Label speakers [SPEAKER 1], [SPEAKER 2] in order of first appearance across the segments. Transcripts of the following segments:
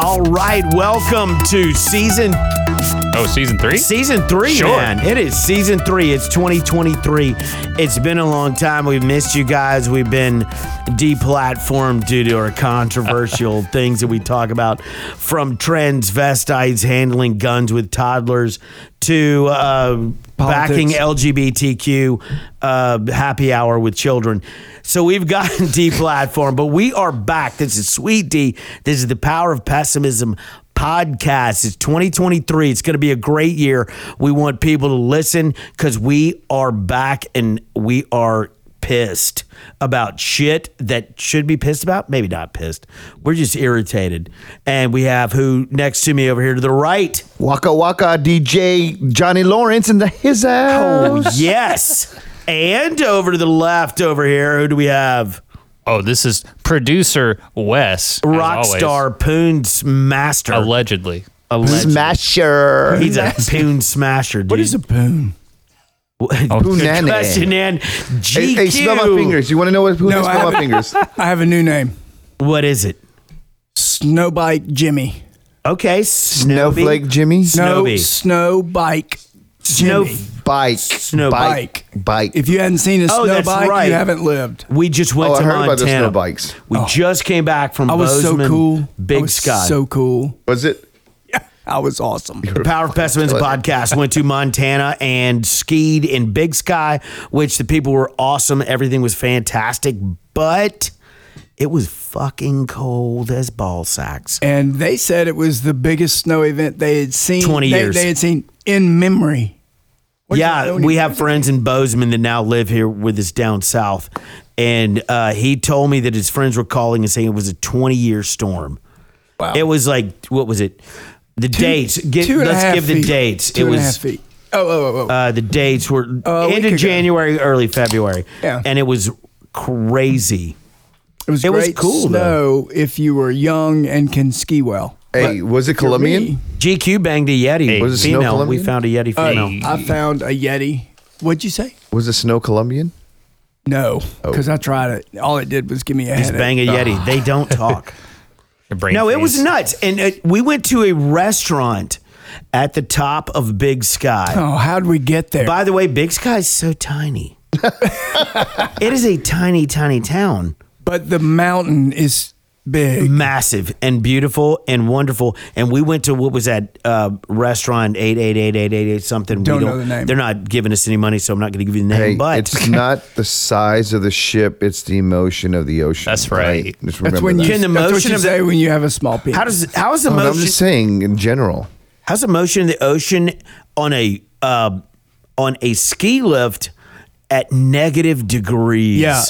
[SPEAKER 1] All right, welcome to season
[SPEAKER 2] Oh, season three?
[SPEAKER 1] season three,
[SPEAKER 2] Sure.
[SPEAKER 1] man. It is season three. It's 2023. It's been a long time. We've missed you guys. We've been deplatformed due to our controversial things that we talk about, from transvestites handling guns with toddlers to uh, backing LGBTQ uh, happy hour with children. So we've gotten deplatformed, but we are back. This is Sweet D. This is the Power of Pessimism podcast. It's 2023. It's going to be a great year. We want people to listen because we are back and we are pissed about shit that should be pissed about. Maybe not pissed. We're just irritated. And we have who next to me over here to the right.
[SPEAKER 3] Waka Waka DJ Johnny Lawrence in the his house.
[SPEAKER 1] Oh, yes. And over to the left over here, who do we have?
[SPEAKER 2] Oh, this is producer Wes. as
[SPEAKER 1] Rock
[SPEAKER 2] always.
[SPEAKER 1] star Poon's master.
[SPEAKER 2] Allegedly.
[SPEAKER 1] Allegedly.
[SPEAKER 3] Smasher.
[SPEAKER 1] He's a Poon smasher, dude.
[SPEAKER 4] What is a boon?
[SPEAKER 1] Poon
[SPEAKER 3] Poonanny?
[SPEAKER 1] question? And
[SPEAKER 3] Hey,
[SPEAKER 1] GQ.
[SPEAKER 3] Oh, hey, smell my fingers. You want to know what? Who
[SPEAKER 4] No,
[SPEAKER 3] no,
[SPEAKER 4] I
[SPEAKER 3] smell my
[SPEAKER 4] haven't.
[SPEAKER 3] fingers?
[SPEAKER 4] I have a new name.
[SPEAKER 1] What is it?
[SPEAKER 4] Snowbike Jimmy.
[SPEAKER 1] Okay, Snowy.
[SPEAKER 3] Snowflake Jimmy.
[SPEAKER 4] No,
[SPEAKER 1] Snowbee.
[SPEAKER 4] Snowbike
[SPEAKER 1] Snow-
[SPEAKER 4] Jimmy.
[SPEAKER 3] Bike.
[SPEAKER 1] Snow
[SPEAKER 3] bike. Bike.
[SPEAKER 4] If you hadn't seen a
[SPEAKER 1] Oh, that's
[SPEAKER 4] snowbike,
[SPEAKER 1] right.
[SPEAKER 4] you haven't lived.
[SPEAKER 1] We just went
[SPEAKER 3] Oh, I
[SPEAKER 1] to
[SPEAKER 3] heard
[SPEAKER 1] Montana.
[SPEAKER 3] about the snow bikes.
[SPEAKER 1] We just came back from
[SPEAKER 4] Oh. I was
[SPEAKER 1] Bozeman,
[SPEAKER 4] so cool. I
[SPEAKER 1] Big
[SPEAKER 4] was
[SPEAKER 1] Sky.
[SPEAKER 4] So cool.
[SPEAKER 3] Was it?
[SPEAKER 4] I was awesome.
[SPEAKER 1] the Power of Pessimists podcast went to Montana and skied in Big Sky, which the people were awesome. Everything was fantastic, but it was fucking cold as ball sacks.
[SPEAKER 4] And they said it was the biggest snow event they had seen.
[SPEAKER 1] 20
[SPEAKER 4] they,
[SPEAKER 1] years.
[SPEAKER 4] They had seen in memory. What is that?
[SPEAKER 1] yeah,
[SPEAKER 4] Don't
[SPEAKER 1] we
[SPEAKER 4] even-
[SPEAKER 1] have friends in Bozeman that now live here with us down south. And uh, he told me that his friends were calling and saying it was a 20 year storm.
[SPEAKER 4] Wow.
[SPEAKER 1] It was like, what was it? The
[SPEAKER 4] Two-
[SPEAKER 1] dates. Get,
[SPEAKER 4] two and a
[SPEAKER 1] let's
[SPEAKER 4] half
[SPEAKER 1] give the
[SPEAKER 4] feet.
[SPEAKER 1] dates.
[SPEAKER 4] Two
[SPEAKER 1] it
[SPEAKER 4] and a
[SPEAKER 1] was
[SPEAKER 4] half feet. Oh, oh, oh, oh.
[SPEAKER 1] Uh, the dates were
[SPEAKER 4] Uh, a
[SPEAKER 1] end
[SPEAKER 4] week
[SPEAKER 1] of
[SPEAKER 4] ago.
[SPEAKER 1] January, early February.
[SPEAKER 4] Yeah.
[SPEAKER 1] And it was crazy.
[SPEAKER 4] it was
[SPEAKER 1] it was
[SPEAKER 4] great
[SPEAKER 1] cool,
[SPEAKER 4] snow if you were young and can ski well.
[SPEAKER 3] Hey, was it Colombian?
[SPEAKER 4] me.
[SPEAKER 1] GQ banged a Yeti.
[SPEAKER 3] Was it snow
[SPEAKER 1] female. We
[SPEAKER 3] Colombian?
[SPEAKER 1] found a Yeti
[SPEAKER 4] Hey,
[SPEAKER 1] female.
[SPEAKER 4] I found a Yeti. What'd you say?
[SPEAKER 3] Was it snow Colombian?
[SPEAKER 4] No, because I tried it. All it did was give me a
[SPEAKER 1] Oh. Just
[SPEAKER 4] headache.
[SPEAKER 1] bang a Yeti. They don't talk.
[SPEAKER 2] Your brain
[SPEAKER 1] no, it
[SPEAKER 2] freeze.
[SPEAKER 1] was nuts. And uh, we went to a restaurant at the top of Big Sky.
[SPEAKER 4] Oh, how'd we get there?
[SPEAKER 1] By the way, Big Sky is so tiny. it is a tiny, tiny town.
[SPEAKER 4] but the mountain is big.
[SPEAKER 1] massive and beautiful and wonderful. And we went to what was that uh, restaurant eight eight eight eight eight eight something.
[SPEAKER 4] Don't
[SPEAKER 1] we
[SPEAKER 4] know the name.
[SPEAKER 1] They're not giving us any money, so I'm not going to give you the name.
[SPEAKER 3] Hey,
[SPEAKER 1] but
[SPEAKER 3] it's not the size of the ship; it's the emotion of the ocean.
[SPEAKER 2] That's right.
[SPEAKER 3] Just remember
[SPEAKER 4] That's when
[SPEAKER 3] that.
[SPEAKER 4] you.
[SPEAKER 1] Can the
[SPEAKER 4] that's what
[SPEAKER 1] motion
[SPEAKER 4] you
[SPEAKER 1] of the-
[SPEAKER 4] say when you have a small penis.
[SPEAKER 1] how does how is the
[SPEAKER 3] No, I'm
[SPEAKER 1] motion?
[SPEAKER 3] just saying in general.
[SPEAKER 1] how's the motion of the ocean on a uh, on a ski lift at negative degrees?
[SPEAKER 4] Yeah.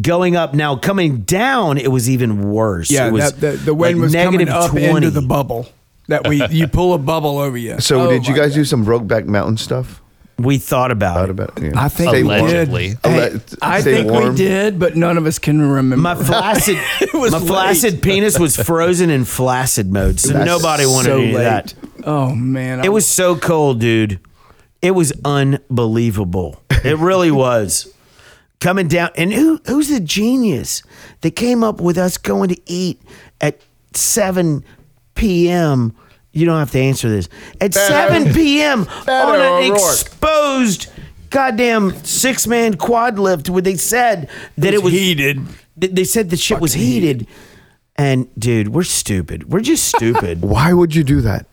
[SPEAKER 1] Going up now, coming down, it was even worse.
[SPEAKER 4] yeah,
[SPEAKER 1] it was
[SPEAKER 4] that, the, the wind
[SPEAKER 1] like
[SPEAKER 4] was coming
[SPEAKER 1] negative
[SPEAKER 4] up
[SPEAKER 1] 20.
[SPEAKER 4] into the bubble. That we you pull a bubble over you.
[SPEAKER 3] So,
[SPEAKER 4] Oh
[SPEAKER 3] did you
[SPEAKER 4] my
[SPEAKER 3] guys
[SPEAKER 4] God.
[SPEAKER 3] do some Brokeback Mountain stuff?
[SPEAKER 1] We thought about
[SPEAKER 3] Thought
[SPEAKER 1] it.
[SPEAKER 3] about it? Yeah.
[SPEAKER 4] I think
[SPEAKER 3] Stay
[SPEAKER 4] we
[SPEAKER 3] warm.
[SPEAKER 2] Allegedly.
[SPEAKER 4] did. Hey,
[SPEAKER 3] Alle-
[SPEAKER 4] I
[SPEAKER 3] stay
[SPEAKER 4] think
[SPEAKER 3] warm.
[SPEAKER 4] we did, but none of us can remember.
[SPEAKER 1] My flaccid,
[SPEAKER 4] was
[SPEAKER 1] my
[SPEAKER 4] late.
[SPEAKER 1] flaccid penis was frozen in flaccid mode, so
[SPEAKER 3] That's
[SPEAKER 1] nobody wanted
[SPEAKER 4] so
[SPEAKER 1] to do
[SPEAKER 4] late.
[SPEAKER 1] that.
[SPEAKER 4] Oh man,
[SPEAKER 1] It was so cold, dude. It was unbelievable. It really was. Coming down, and who who's the genius that came up with us going to eat at seven p.m. You don't have to answer this at seven p.m. on an
[SPEAKER 3] O'Rourke.
[SPEAKER 1] exposed goddamn six man quad lift where they said that it was
[SPEAKER 4] heated.
[SPEAKER 1] Th- they said the shit was heated. And dude, we're stupid. We're just stupid.
[SPEAKER 3] Why would you do that?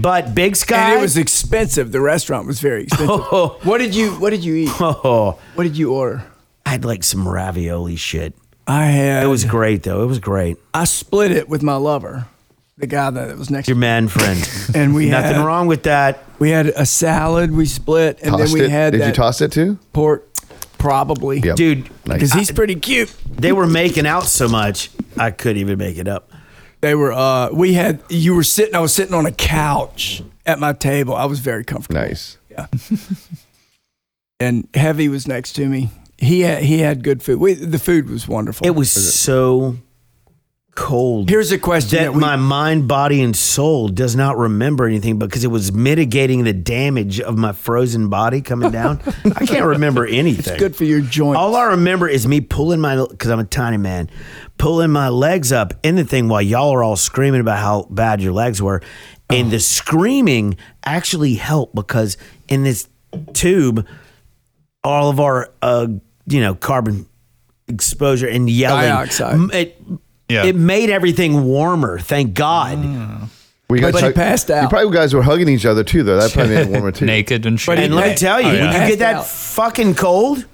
[SPEAKER 1] but Big Sky,
[SPEAKER 4] And it was expensive. The restaurant was very expensive. What did you What did you eat?
[SPEAKER 1] oh,
[SPEAKER 4] What did you order?
[SPEAKER 1] I had like some ravioli shit.
[SPEAKER 4] I had.
[SPEAKER 1] It was great though. It was great.
[SPEAKER 4] I split it with my lover, the guy that was next. to
[SPEAKER 1] Your
[SPEAKER 4] me.
[SPEAKER 1] man friend.
[SPEAKER 4] And we
[SPEAKER 1] nothing
[SPEAKER 4] had-
[SPEAKER 1] wrong with that.
[SPEAKER 4] We had a salad. We split, and
[SPEAKER 3] Tossed
[SPEAKER 4] then we
[SPEAKER 3] it?
[SPEAKER 4] had
[SPEAKER 3] did
[SPEAKER 4] that
[SPEAKER 3] you toss it too?
[SPEAKER 4] pork, probably.
[SPEAKER 3] Yep.
[SPEAKER 1] Dude,
[SPEAKER 3] Nice.
[SPEAKER 4] Because he's pretty cute.
[SPEAKER 1] They were making out so much, I couldn't even make it up.
[SPEAKER 4] They were. Uh, we had. You were sitting. I was sitting on a couch at my table. I was very comfortable.
[SPEAKER 3] Nice.
[SPEAKER 4] And Heavy was next to me. He had. He had good food. We, the food was wonderful.
[SPEAKER 1] It was so cold.
[SPEAKER 4] Here's a question
[SPEAKER 1] that
[SPEAKER 4] that we-
[SPEAKER 1] my mind, body, and soul does not remember anything because it was mitigating the damage of my frozen body coming down. I can't remember anything.
[SPEAKER 4] Good for your joints.
[SPEAKER 1] All I remember is me pulling my because I'm a tiny man, pulling my legs up in the thing while y'all are all screaming about how bad your legs were, and the screaming actually helped because in this tube, all of our uh, you know carbon exposure and yelling
[SPEAKER 4] Dioxide.
[SPEAKER 1] m- it
[SPEAKER 2] Yeah.
[SPEAKER 1] it made everything warmer. Thank God.
[SPEAKER 4] Mm.
[SPEAKER 3] We
[SPEAKER 4] But he passed
[SPEAKER 3] You
[SPEAKER 4] out.
[SPEAKER 3] probably guys were hugging each other too, though. That probably made it warmer too.
[SPEAKER 2] naked and shit.
[SPEAKER 4] But
[SPEAKER 1] And let me
[SPEAKER 4] Hey,
[SPEAKER 1] tell you,
[SPEAKER 2] oh,
[SPEAKER 1] when
[SPEAKER 2] yeah.
[SPEAKER 1] you get that
[SPEAKER 4] Passed out.
[SPEAKER 1] fucking cold,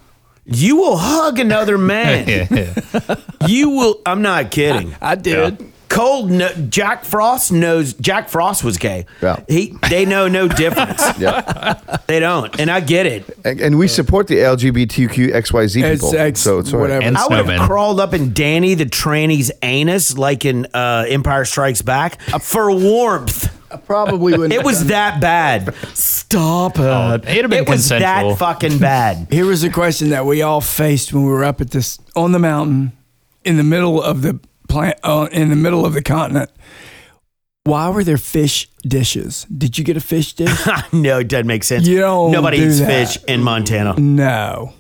[SPEAKER 1] you will hug another man.
[SPEAKER 2] yeah, yeah.
[SPEAKER 1] You will. I'm not kidding.
[SPEAKER 4] I did.
[SPEAKER 1] Cold. No, Jack Frost knows. Jack Frost was gay.
[SPEAKER 3] Yeah.
[SPEAKER 1] He. They know no difference.
[SPEAKER 3] Yeah.
[SPEAKER 1] They don't. And I get it.
[SPEAKER 3] And, and we support the LGBTQ XYZ
[SPEAKER 4] It's
[SPEAKER 3] people.
[SPEAKER 4] X-
[SPEAKER 3] so it's all right.
[SPEAKER 4] whatever.
[SPEAKER 2] And
[SPEAKER 1] I would
[SPEAKER 2] snowmen.
[SPEAKER 1] have crawled up in Danny the tranny's anus like in uh, Empire Strikes Back for warmth.
[SPEAKER 4] I probably wouldn't.
[SPEAKER 1] It
[SPEAKER 4] have
[SPEAKER 1] was
[SPEAKER 4] done
[SPEAKER 1] that bad. Stop it.
[SPEAKER 2] it'd Oh, have been
[SPEAKER 1] it was
[SPEAKER 2] consensual.
[SPEAKER 1] that fucking bad.
[SPEAKER 4] Here was a question that we all faced when we were up at this on the mountain in the middle of the plant uh, in the middle of the continent. Why were there fish dishes? Did you get a fish dish?
[SPEAKER 1] no, it doesn't make sense.
[SPEAKER 4] You don't
[SPEAKER 1] Nobody
[SPEAKER 4] do
[SPEAKER 1] eats
[SPEAKER 4] that.
[SPEAKER 1] fish in Montana.
[SPEAKER 4] no,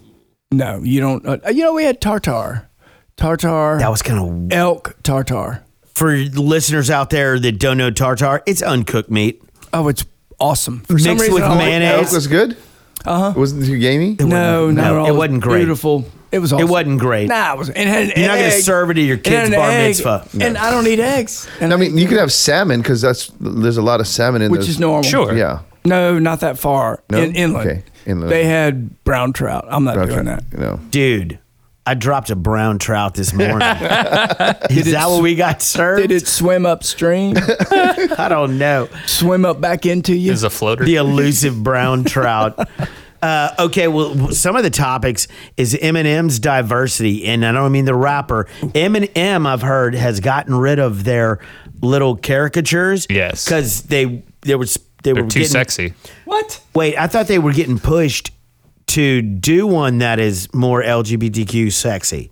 [SPEAKER 4] no, you don't. Uh, you know we had tartar, tartar,
[SPEAKER 1] That was kind of
[SPEAKER 4] elk tartar.
[SPEAKER 1] for listeners out there that don't know tartar. It's uncooked meat.
[SPEAKER 4] Oh, it's awesome. For
[SPEAKER 1] Mixed with
[SPEAKER 4] I like-
[SPEAKER 1] mayonnaise.
[SPEAKER 3] Elk was good. Uh huh. Wasn't too gamey?
[SPEAKER 4] Uh-huh. No,
[SPEAKER 1] wasn't-
[SPEAKER 4] no,
[SPEAKER 1] no, it wasn't great.
[SPEAKER 4] Beautiful. It was. Awesome.
[SPEAKER 1] It wasn't great.
[SPEAKER 4] Nah, it was. It had an
[SPEAKER 1] You're not gonna
[SPEAKER 4] egg.
[SPEAKER 1] serve it at your
[SPEAKER 4] It had
[SPEAKER 1] kid's
[SPEAKER 4] an
[SPEAKER 1] bar
[SPEAKER 4] egg.
[SPEAKER 1] mitzvah.
[SPEAKER 4] And I don't eat eggs. And
[SPEAKER 3] I mean, you could have salmon because that's there's a lot of salmon in
[SPEAKER 4] which
[SPEAKER 3] those-
[SPEAKER 4] is normal.
[SPEAKER 2] Sure.
[SPEAKER 3] Yeah.
[SPEAKER 4] No, not that far.
[SPEAKER 3] No?
[SPEAKER 4] In, inland.
[SPEAKER 3] Okay, inland.
[SPEAKER 4] They had brown trout. I'm not doing that.
[SPEAKER 3] You know.
[SPEAKER 1] Dude, I dropped a brown trout this morning. Is that what we got served?
[SPEAKER 4] Did it swim upstream?
[SPEAKER 1] I don't know.
[SPEAKER 4] swim up back into you?
[SPEAKER 2] Is a floater.
[SPEAKER 1] The elusive brown trout. Uh, okay, well, some of the topics is Eminem's diversity, and I don't mean the rapper. Eminem, I've heard, has gotten rid of their little caricatures.
[SPEAKER 2] Yes.
[SPEAKER 1] because they they were they
[SPEAKER 2] They're
[SPEAKER 1] were
[SPEAKER 2] too
[SPEAKER 1] getting,
[SPEAKER 2] sexy.
[SPEAKER 4] what?
[SPEAKER 1] Wait, I thought they were getting pushed to do one that is more LGBTQ sexy.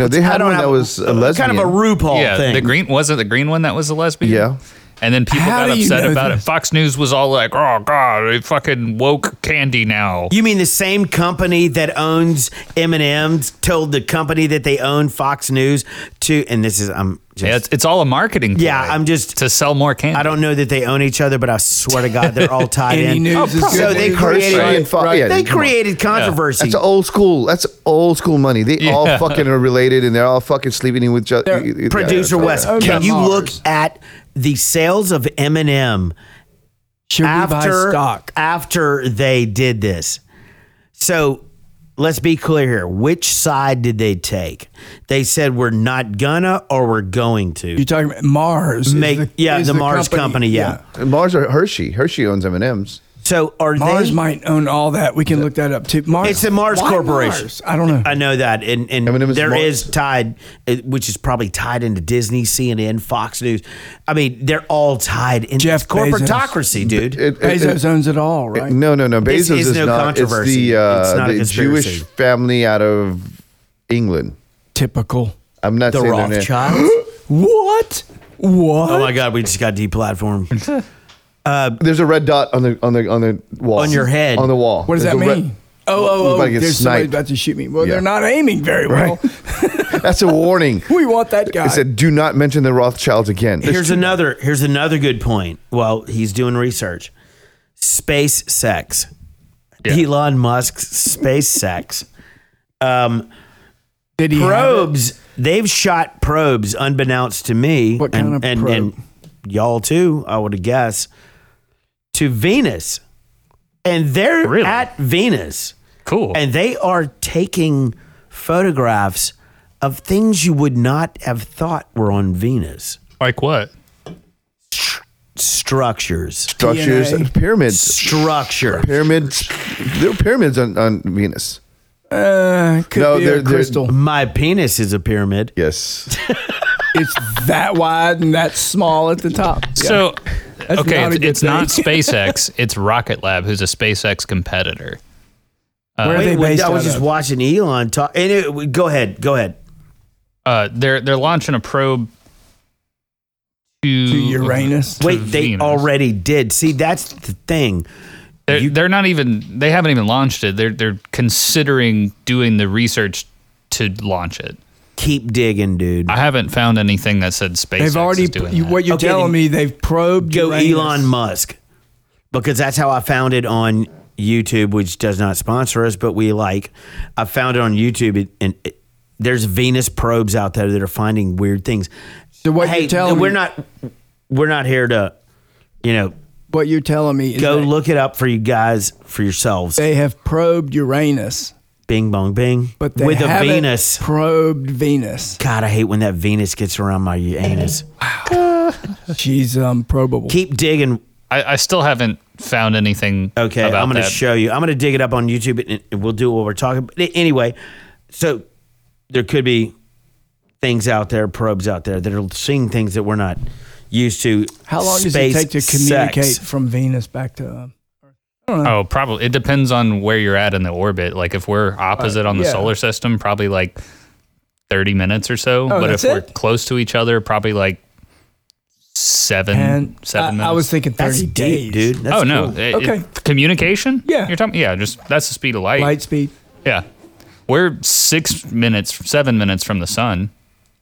[SPEAKER 3] No, they
[SPEAKER 1] I
[SPEAKER 3] had
[SPEAKER 1] don't
[SPEAKER 3] one
[SPEAKER 1] have
[SPEAKER 3] that was a
[SPEAKER 1] uh,
[SPEAKER 3] lesbian.
[SPEAKER 1] Kind of a RuPaul
[SPEAKER 2] yeah,
[SPEAKER 1] thing.
[SPEAKER 2] the green wasn't the green one that was a lesbian.
[SPEAKER 3] Yeah.
[SPEAKER 2] and then people
[SPEAKER 4] How
[SPEAKER 2] got
[SPEAKER 4] do you
[SPEAKER 2] upset
[SPEAKER 4] know
[SPEAKER 2] about
[SPEAKER 4] this?
[SPEAKER 2] it. Fox News was all like, "Oh God, they fucking woke candy now."
[SPEAKER 1] you mean the same company that owns M&M's told the company that they own Fox News to and this is I'm just
[SPEAKER 2] Yeah, it's, it's all a marketing.
[SPEAKER 1] Yeah,
[SPEAKER 2] ploy
[SPEAKER 1] I'm just-
[SPEAKER 2] to sell more candy.
[SPEAKER 1] I don't know that they own each other but I swear to god they're all tied
[SPEAKER 4] Any
[SPEAKER 1] in.
[SPEAKER 4] news is
[SPEAKER 2] probably.
[SPEAKER 1] so
[SPEAKER 4] good
[SPEAKER 1] Oh, they
[SPEAKER 4] news.
[SPEAKER 1] created
[SPEAKER 3] Right, and fuck- yeah,
[SPEAKER 1] they
[SPEAKER 3] come on.
[SPEAKER 1] created controversy.
[SPEAKER 3] That's old school. That's old school money. They all fucking are related, and they're all fucking sleeping with each other. Yeah,
[SPEAKER 1] Producer
[SPEAKER 3] yeah.
[SPEAKER 1] West,
[SPEAKER 4] Oh,
[SPEAKER 1] can
[SPEAKER 4] yeah.
[SPEAKER 1] you look
[SPEAKER 4] Mars.
[SPEAKER 1] at the sales of M&M
[SPEAKER 4] Should we buy
[SPEAKER 1] after
[SPEAKER 4] stock?
[SPEAKER 1] after they did this. So let's be clear here. Which side did they take? They said we're not gonna or we're going to
[SPEAKER 4] You're talking about Mars. is
[SPEAKER 1] make
[SPEAKER 4] the-
[SPEAKER 1] yeah
[SPEAKER 4] is
[SPEAKER 1] the, Mars company, yeah.
[SPEAKER 3] Mars or Hershey. Hershey owns M and M's.
[SPEAKER 1] So are
[SPEAKER 4] Mars
[SPEAKER 1] they?
[SPEAKER 4] might own all that. We can look that up too. Mars.
[SPEAKER 1] It's the Mars
[SPEAKER 4] Why
[SPEAKER 1] Corporation.
[SPEAKER 4] Mars? I don't know.
[SPEAKER 1] I know that, and and
[SPEAKER 3] M&M is
[SPEAKER 1] there
[SPEAKER 3] Mars.
[SPEAKER 1] is tied, uh, which is probably tied into Disney, CNN, Fox News. I mean, they're all tied in
[SPEAKER 4] Jeff
[SPEAKER 1] it's corporatocracy, dude.
[SPEAKER 4] Bezos owns it all, right?
[SPEAKER 3] No, no, no. Bezos
[SPEAKER 1] This is
[SPEAKER 3] is
[SPEAKER 1] no
[SPEAKER 3] not.
[SPEAKER 1] controversy.
[SPEAKER 3] It's the, uh,
[SPEAKER 1] It's not a
[SPEAKER 3] the
[SPEAKER 1] conspiracy.
[SPEAKER 3] Jewish family out of England.
[SPEAKER 4] Typical.
[SPEAKER 3] I'm not
[SPEAKER 1] the
[SPEAKER 3] saying their name.
[SPEAKER 1] Rothschilds.
[SPEAKER 4] What? What?
[SPEAKER 1] oh my God, we just got deplatformed.
[SPEAKER 3] There's a red dot on the on the on the wall
[SPEAKER 1] On your head.
[SPEAKER 3] on the wall.
[SPEAKER 4] What does
[SPEAKER 3] There's
[SPEAKER 4] that
[SPEAKER 3] a red-
[SPEAKER 4] mean? oh, oh, oh!
[SPEAKER 3] Everybody gets
[SPEAKER 4] There's somebody
[SPEAKER 3] sniped.
[SPEAKER 4] about to shoot me. Well,
[SPEAKER 3] Yeah.
[SPEAKER 4] they're not aiming very well.
[SPEAKER 3] That's a warning.
[SPEAKER 4] we want that guy.
[SPEAKER 3] It said, "Do not mention the Rothschilds again."
[SPEAKER 1] here's another here's another good point. Well, he's doing research. Space sex. Elon Musk's space sex.
[SPEAKER 4] Did he have it?
[SPEAKER 1] Probes. They've shot probes unbeknownst to me.
[SPEAKER 4] What kind
[SPEAKER 1] and,
[SPEAKER 4] of
[SPEAKER 1] and,
[SPEAKER 4] probe?
[SPEAKER 1] and y'all too, I would guess. To Venus. And they're
[SPEAKER 2] Really?
[SPEAKER 1] at Venus.
[SPEAKER 2] cool.
[SPEAKER 1] And they are taking photographs of things you would not have thought were on Venus.
[SPEAKER 2] like what?
[SPEAKER 1] Structures.
[SPEAKER 3] structures, uh,
[SPEAKER 4] DNA.
[SPEAKER 3] pyramids,
[SPEAKER 1] Structure.
[SPEAKER 3] pyramids. There were pyramids on, on Venus.
[SPEAKER 4] Uh, could
[SPEAKER 3] No,
[SPEAKER 4] be
[SPEAKER 3] they're-
[SPEAKER 4] a
[SPEAKER 3] they're-
[SPEAKER 4] crystal.
[SPEAKER 1] My penis is a pyramid.
[SPEAKER 3] Yes,
[SPEAKER 4] it's that wide and that small at the top. Yeah.
[SPEAKER 2] So,
[SPEAKER 4] That's
[SPEAKER 2] okay,
[SPEAKER 4] not a
[SPEAKER 2] it's,
[SPEAKER 4] good
[SPEAKER 2] it's not
[SPEAKER 4] thing.
[SPEAKER 2] SpaceX. it's Rocket Lab, who's a SpaceX competitor.
[SPEAKER 4] where are
[SPEAKER 1] Wait,
[SPEAKER 4] they
[SPEAKER 1] wait,
[SPEAKER 4] based
[SPEAKER 1] I was
[SPEAKER 4] out
[SPEAKER 1] just
[SPEAKER 4] of?
[SPEAKER 1] watching Elon talk. And it, go ahead, go ahead.
[SPEAKER 2] Uh, they're they're launching a probe to,
[SPEAKER 4] to Uranus.
[SPEAKER 2] to
[SPEAKER 1] Wait, they
[SPEAKER 2] Venus.
[SPEAKER 1] already did. See, that's the thing.
[SPEAKER 2] They're,
[SPEAKER 1] you-
[SPEAKER 2] they're not even. They haven't even launched it. They're they're considering doing the research to launch it.
[SPEAKER 1] Keep digging, dude.
[SPEAKER 2] I haven't found anything that said SpaceX
[SPEAKER 4] They've already.
[SPEAKER 2] is doing
[SPEAKER 4] you-
[SPEAKER 2] that.
[SPEAKER 4] what you're
[SPEAKER 1] Okay,
[SPEAKER 4] telling
[SPEAKER 1] then
[SPEAKER 4] me? They've probed.
[SPEAKER 1] Go
[SPEAKER 4] Uranus.
[SPEAKER 1] Elon Musk. Because that's how I found it on YouTube, which does not sponsor us, but we like. I found it on YouTube, it- and it, there's Venus probes out there that are finding weird things.
[SPEAKER 4] So what
[SPEAKER 1] hey,
[SPEAKER 4] you're telling
[SPEAKER 1] we're
[SPEAKER 4] me-
[SPEAKER 1] not we're not here to, you know,
[SPEAKER 4] What you're telling me is
[SPEAKER 1] go
[SPEAKER 4] that
[SPEAKER 1] look it up for you guys for yourselves.
[SPEAKER 4] they have probed Uranus,
[SPEAKER 1] Bing bong bing.
[SPEAKER 4] but they
[SPEAKER 1] with a
[SPEAKER 4] haven't
[SPEAKER 1] Venus.
[SPEAKER 4] probed Venus.
[SPEAKER 1] God, I hate when that Venus gets around my anus.
[SPEAKER 4] She's um probable.
[SPEAKER 1] Keep digging.
[SPEAKER 2] I, I still haven't found anything.
[SPEAKER 1] Okay,
[SPEAKER 2] about
[SPEAKER 1] I'm going to
[SPEAKER 2] that.
[SPEAKER 1] show you. I'm going to dig it up on YouTube, and- and we'll do what we're talking. But anyway, so there could be things out there, probes out there that are seeing things that we're not used to.
[SPEAKER 4] How long does it
[SPEAKER 1] Space,
[SPEAKER 4] take to
[SPEAKER 1] sex.
[SPEAKER 4] communicate from Venus back to? Um,
[SPEAKER 2] Oh, probably. It depends on where you're at in the orbit. Like if we're opposite on the
[SPEAKER 4] Uh, yeah.
[SPEAKER 2] solar system, probably like 30 minutes or so.
[SPEAKER 4] Oh,
[SPEAKER 2] but
[SPEAKER 4] that's
[SPEAKER 2] if we're
[SPEAKER 4] it?
[SPEAKER 2] close to each other, probably like seven,
[SPEAKER 4] and
[SPEAKER 2] seven
[SPEAKER 4] I,
[SPEAKER 2] minutes.
[SPEAKER 4] I was thinking
[SPEAKER 1] That's
[SPEAKER 4] thirty
[SPEAKER 1] deep,
[SPEAKER 4] days,
[SPEAKER 1] dude. That's
[SPEAKER 2] oh no,
[SPEAKER 1] cool.
[SPEAKER 2] It- it-
[SPEAKER 4] Okay.
[SPEAKER 2] communication.
[SPEAKER 4] Yeah.
[SPEAKER 2] you're talking. Yeah, just that's the speed of light.
[SPEAKER 4] Light speed,
[SPEAKER 2] Yeah, we're six minutes, seven minutes from the sun.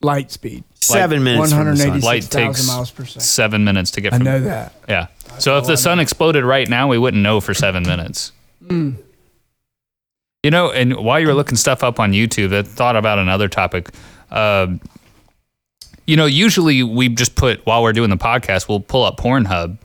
[SPEAKER 4] light speed.
[SPEAKER 1] Seven minutes.
[SPEAKER 4] One
[SPEAKER 1] from the
[SPEAKER 4] hundred
[SPEAKER 1] sun.
[SPEAKER 4] eighty
[SPEAKER 2] Light
[SPEAKER 4] six thousand
[SPEAKER 2] takes
[SPEAKER 4] miles per second.
[SPEAKER 2] seven minutes to get.
[SPEAKER 4] I
[SPEAKER 2] From,
[SPEAKER 4] know that.
[SPEAKER 2] Yeah. So if the sun exploded right now, we wouldn't know for seven minutes. You know, and while you were looking stuff up on YouTube, I thought about another topic. Um you know, usually we just put while we're doing the podcast, we'll pull up Pornhub,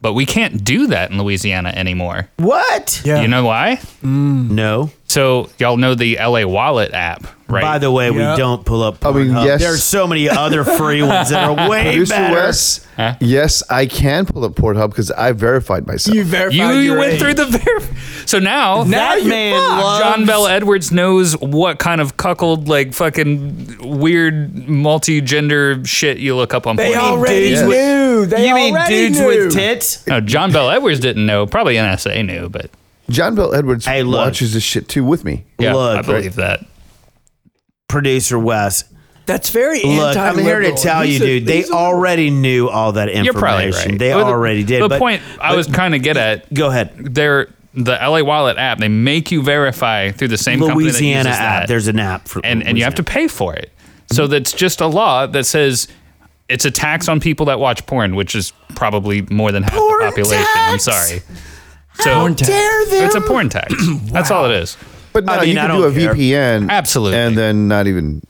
[SPEAKER 2] but we can't do that in Louisiana anymore.
[SPEAKER 1] What?
[SPEAKER 4] Yeah.
[SPEAKER 2] You know why?
[SPEAKER 4] Mm.
[SPEAKER 1] No.
[SPEAKER 2] So y'all know the LA Wallet app, right?
[SPEAKER 1] By the way,
[SPEAKER 4] Yeah.
[SPEAKER 1] we don't pull up.
[SPEAKER 3] I mean,
[SPEAKER 1] Pornhub.
[SPEAKER 3] yes.
[SPEAKER 1] There are so many other free ones that are way
[SPEAKER 3] Producer
[SPEAKER 1] better.
[SPEAKER 3] Wes, yes, I can pull up Pornhub because I verified myself.
[SPEAKER 4] You verified.
[SPEAKER 2] you,
[SPEAKER 4] your
[SPEAKER 2] you went
[SPEAKER 4] age.
[SPEAKER 2] through the ver- so now
[SPEAKER 4] Now
[SPEAKER 1] That
[SPEAKER 4] you
[SPEAKER 1] man
[SPEAKER 4] fucked.
[SPEAKER 1] loves
[SPEAKER 2] John Bell Edwards knows what kind of cuckold, like fucking weird multi-gender shit you look up on.
[SPEAKER 4] They
[SPEAKER 2] Pornhub.
[SPEAKER 4] already
[SPEAKER 1] dudes with-
[SPEAKER 4] knew. They
[SPEAKER 1] you mean
[SPEAKER 4] already
[SPEAKER 1] dudes
[SPEAKER 4] knew.
[SPEAKER 1] with tits?
[SPEAKER 2] No, John Bell Edwards didn't know. Probably NSA knew, but
[SPEAKER 3] John Bell Edwards
[SPEAKER 1] Hey, look.
[SPEAKER 3] watches this shit too with me.
[SPEAKER 2] yeah,
[SPEAKER 1] Look,
[SPEAKER 2] I believe that.
[SPEAKER 1] Producer Wes.
[SPEAKER 4] That's very
[SPEAKER 1] Look,
[SPEAKER 4] anti
[SPEAKER 1] I'm here to tell you, dude. They already knew all that information.
[SPEAKER 2] You're probably right.
[SPEAKER 1] They
[SPEAKER 2] Well, the-
[SPEAKER 1] already did.
[SPEAKER 2] The
[SPEAKER 1] but-
[SPEAKER 2] point I was trying to get at:
[SPEAKER 1] Go ahead.
[SPEAKER 2] they're the LA Wallet app. They make you verify through the same company that
[SPEAKER 1] Louisiana
[SPEAKER 2] uses
[SPEAKER 1] app.
[SPEAKER 2] that.
[SPEAKER 1] There's an app for
[SPEAKER 2] and and you have to pay for it. So
[SPEAKER 3] Mm-hmm.
[SPEAKER 2] that's just a law that says it's a tax on people that watch porn, which is probably more than half
[SPEAKER 1] Porn
[SPEAKER 2] the population. I'm
[SPEAKER 1] tax?
[SPEAKER 2] sorry. So
[SPEAKER 4] Porn tax.
[SPEAKER 1] Dare them.
[SPEAKER 2] it's a porn tax. That's all it is.
[SPEAKER 3] But no,
[SPEAKER 1] I mean,
[SPEAKER 3] you
[SPEAKER 1] I
[SPEAKER 3] can do a
[SPEAKER 1] don't care.
[SPEAKER 3] VPN.
[SPEAKER 2] Absolutely.
[SPEAKER 3] And then not even.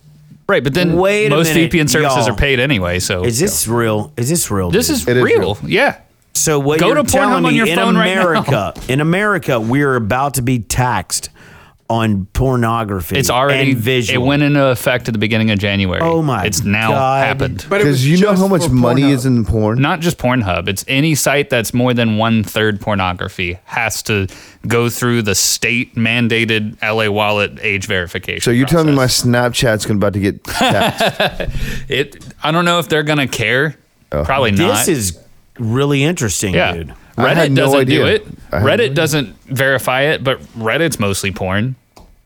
[SPEAKER 2] Right, but then
[SPEAKER 1] Wait a
[SPEAKER 2] most
[SPEAKER 1] minute,
[SPEAKER 2] VPN services
[SPEAKER 1] y'all.
[SPEAKER 2] are paid anyway, so
[SPEAKER 1] Is this real? Is this real?
[SPEAKER 2] this
[SPEAKER 1] dude?
[SPEAKER 2] is
[SPEAKER 3] It is
[SPEAKER 2] real.
[SPEAKER 3] real.
[SPEAKER 2] Yeah.
[SPEAKER 1] so. What
[SPEAKER 2] Go
[SPEAKER 1] you're
[SPEAKER 2] to Pornhub
[SPEAKER 1] telling
[SPEAKER 2] on
[SPEAKER 1] me
[SPEAKER 2] your
[SPEAKER 1] in
[SPEAKER 2] phone right now.
[SPEAKER 1] America? in America, we're about to be taxed on pornography.
[SPEAKER 2] It's already
[SPEAKER 1] and visual.
[SPEAKER 2] it went into effect at the beginning of January.
[SPEAKER 1] Oh my
[SPEAKER 2] It's now
[SPEAKER 1] God.
[SPEAKER 2] happened.
[SPEAKER 4] But it was
[SPEAKER 3] Because you know
[SPEAKER 4] just
[SPEAKER 3] how much
[SPEAKER 4] for
[SPEAKER 3] money
[SPEAKER 4] Pornhub.
[SPEAKER 3] is in porn?
[SPEAKER 2] not just Pornhub, it's any site that's more than one third pornography has to go through the state mandated LA wallet age verification.
[SPEAKER 3] So you're telling me my
[SPEAKER 2] process.
[SPEAKER 3] Snapchat's gonna about to get taxed?
[SPEAKER 2] it I don't know if they're gonna care.
[SPEAKER 3] Oh.
[SPEAKER 2] Probably not.
[SPEAKER 1] This is really interesting,
[SPEAKER 2] yeah.
[SPEAKER 1] dude.
[SPEAKER 3] I
[SPEAKER 2] Reddit
[SPEAKER 3] had no
[SPEAKER 2] doesn't do
[SPEAKER 3] idea.
[SPEAKER 2] it.
[SPEAKER 3] I had no
[SPEAKER 2] Reddit
[SPEAKER 3] idea.
[SPEAKER 2] doesn't verify it, but Reddit's mostly porn.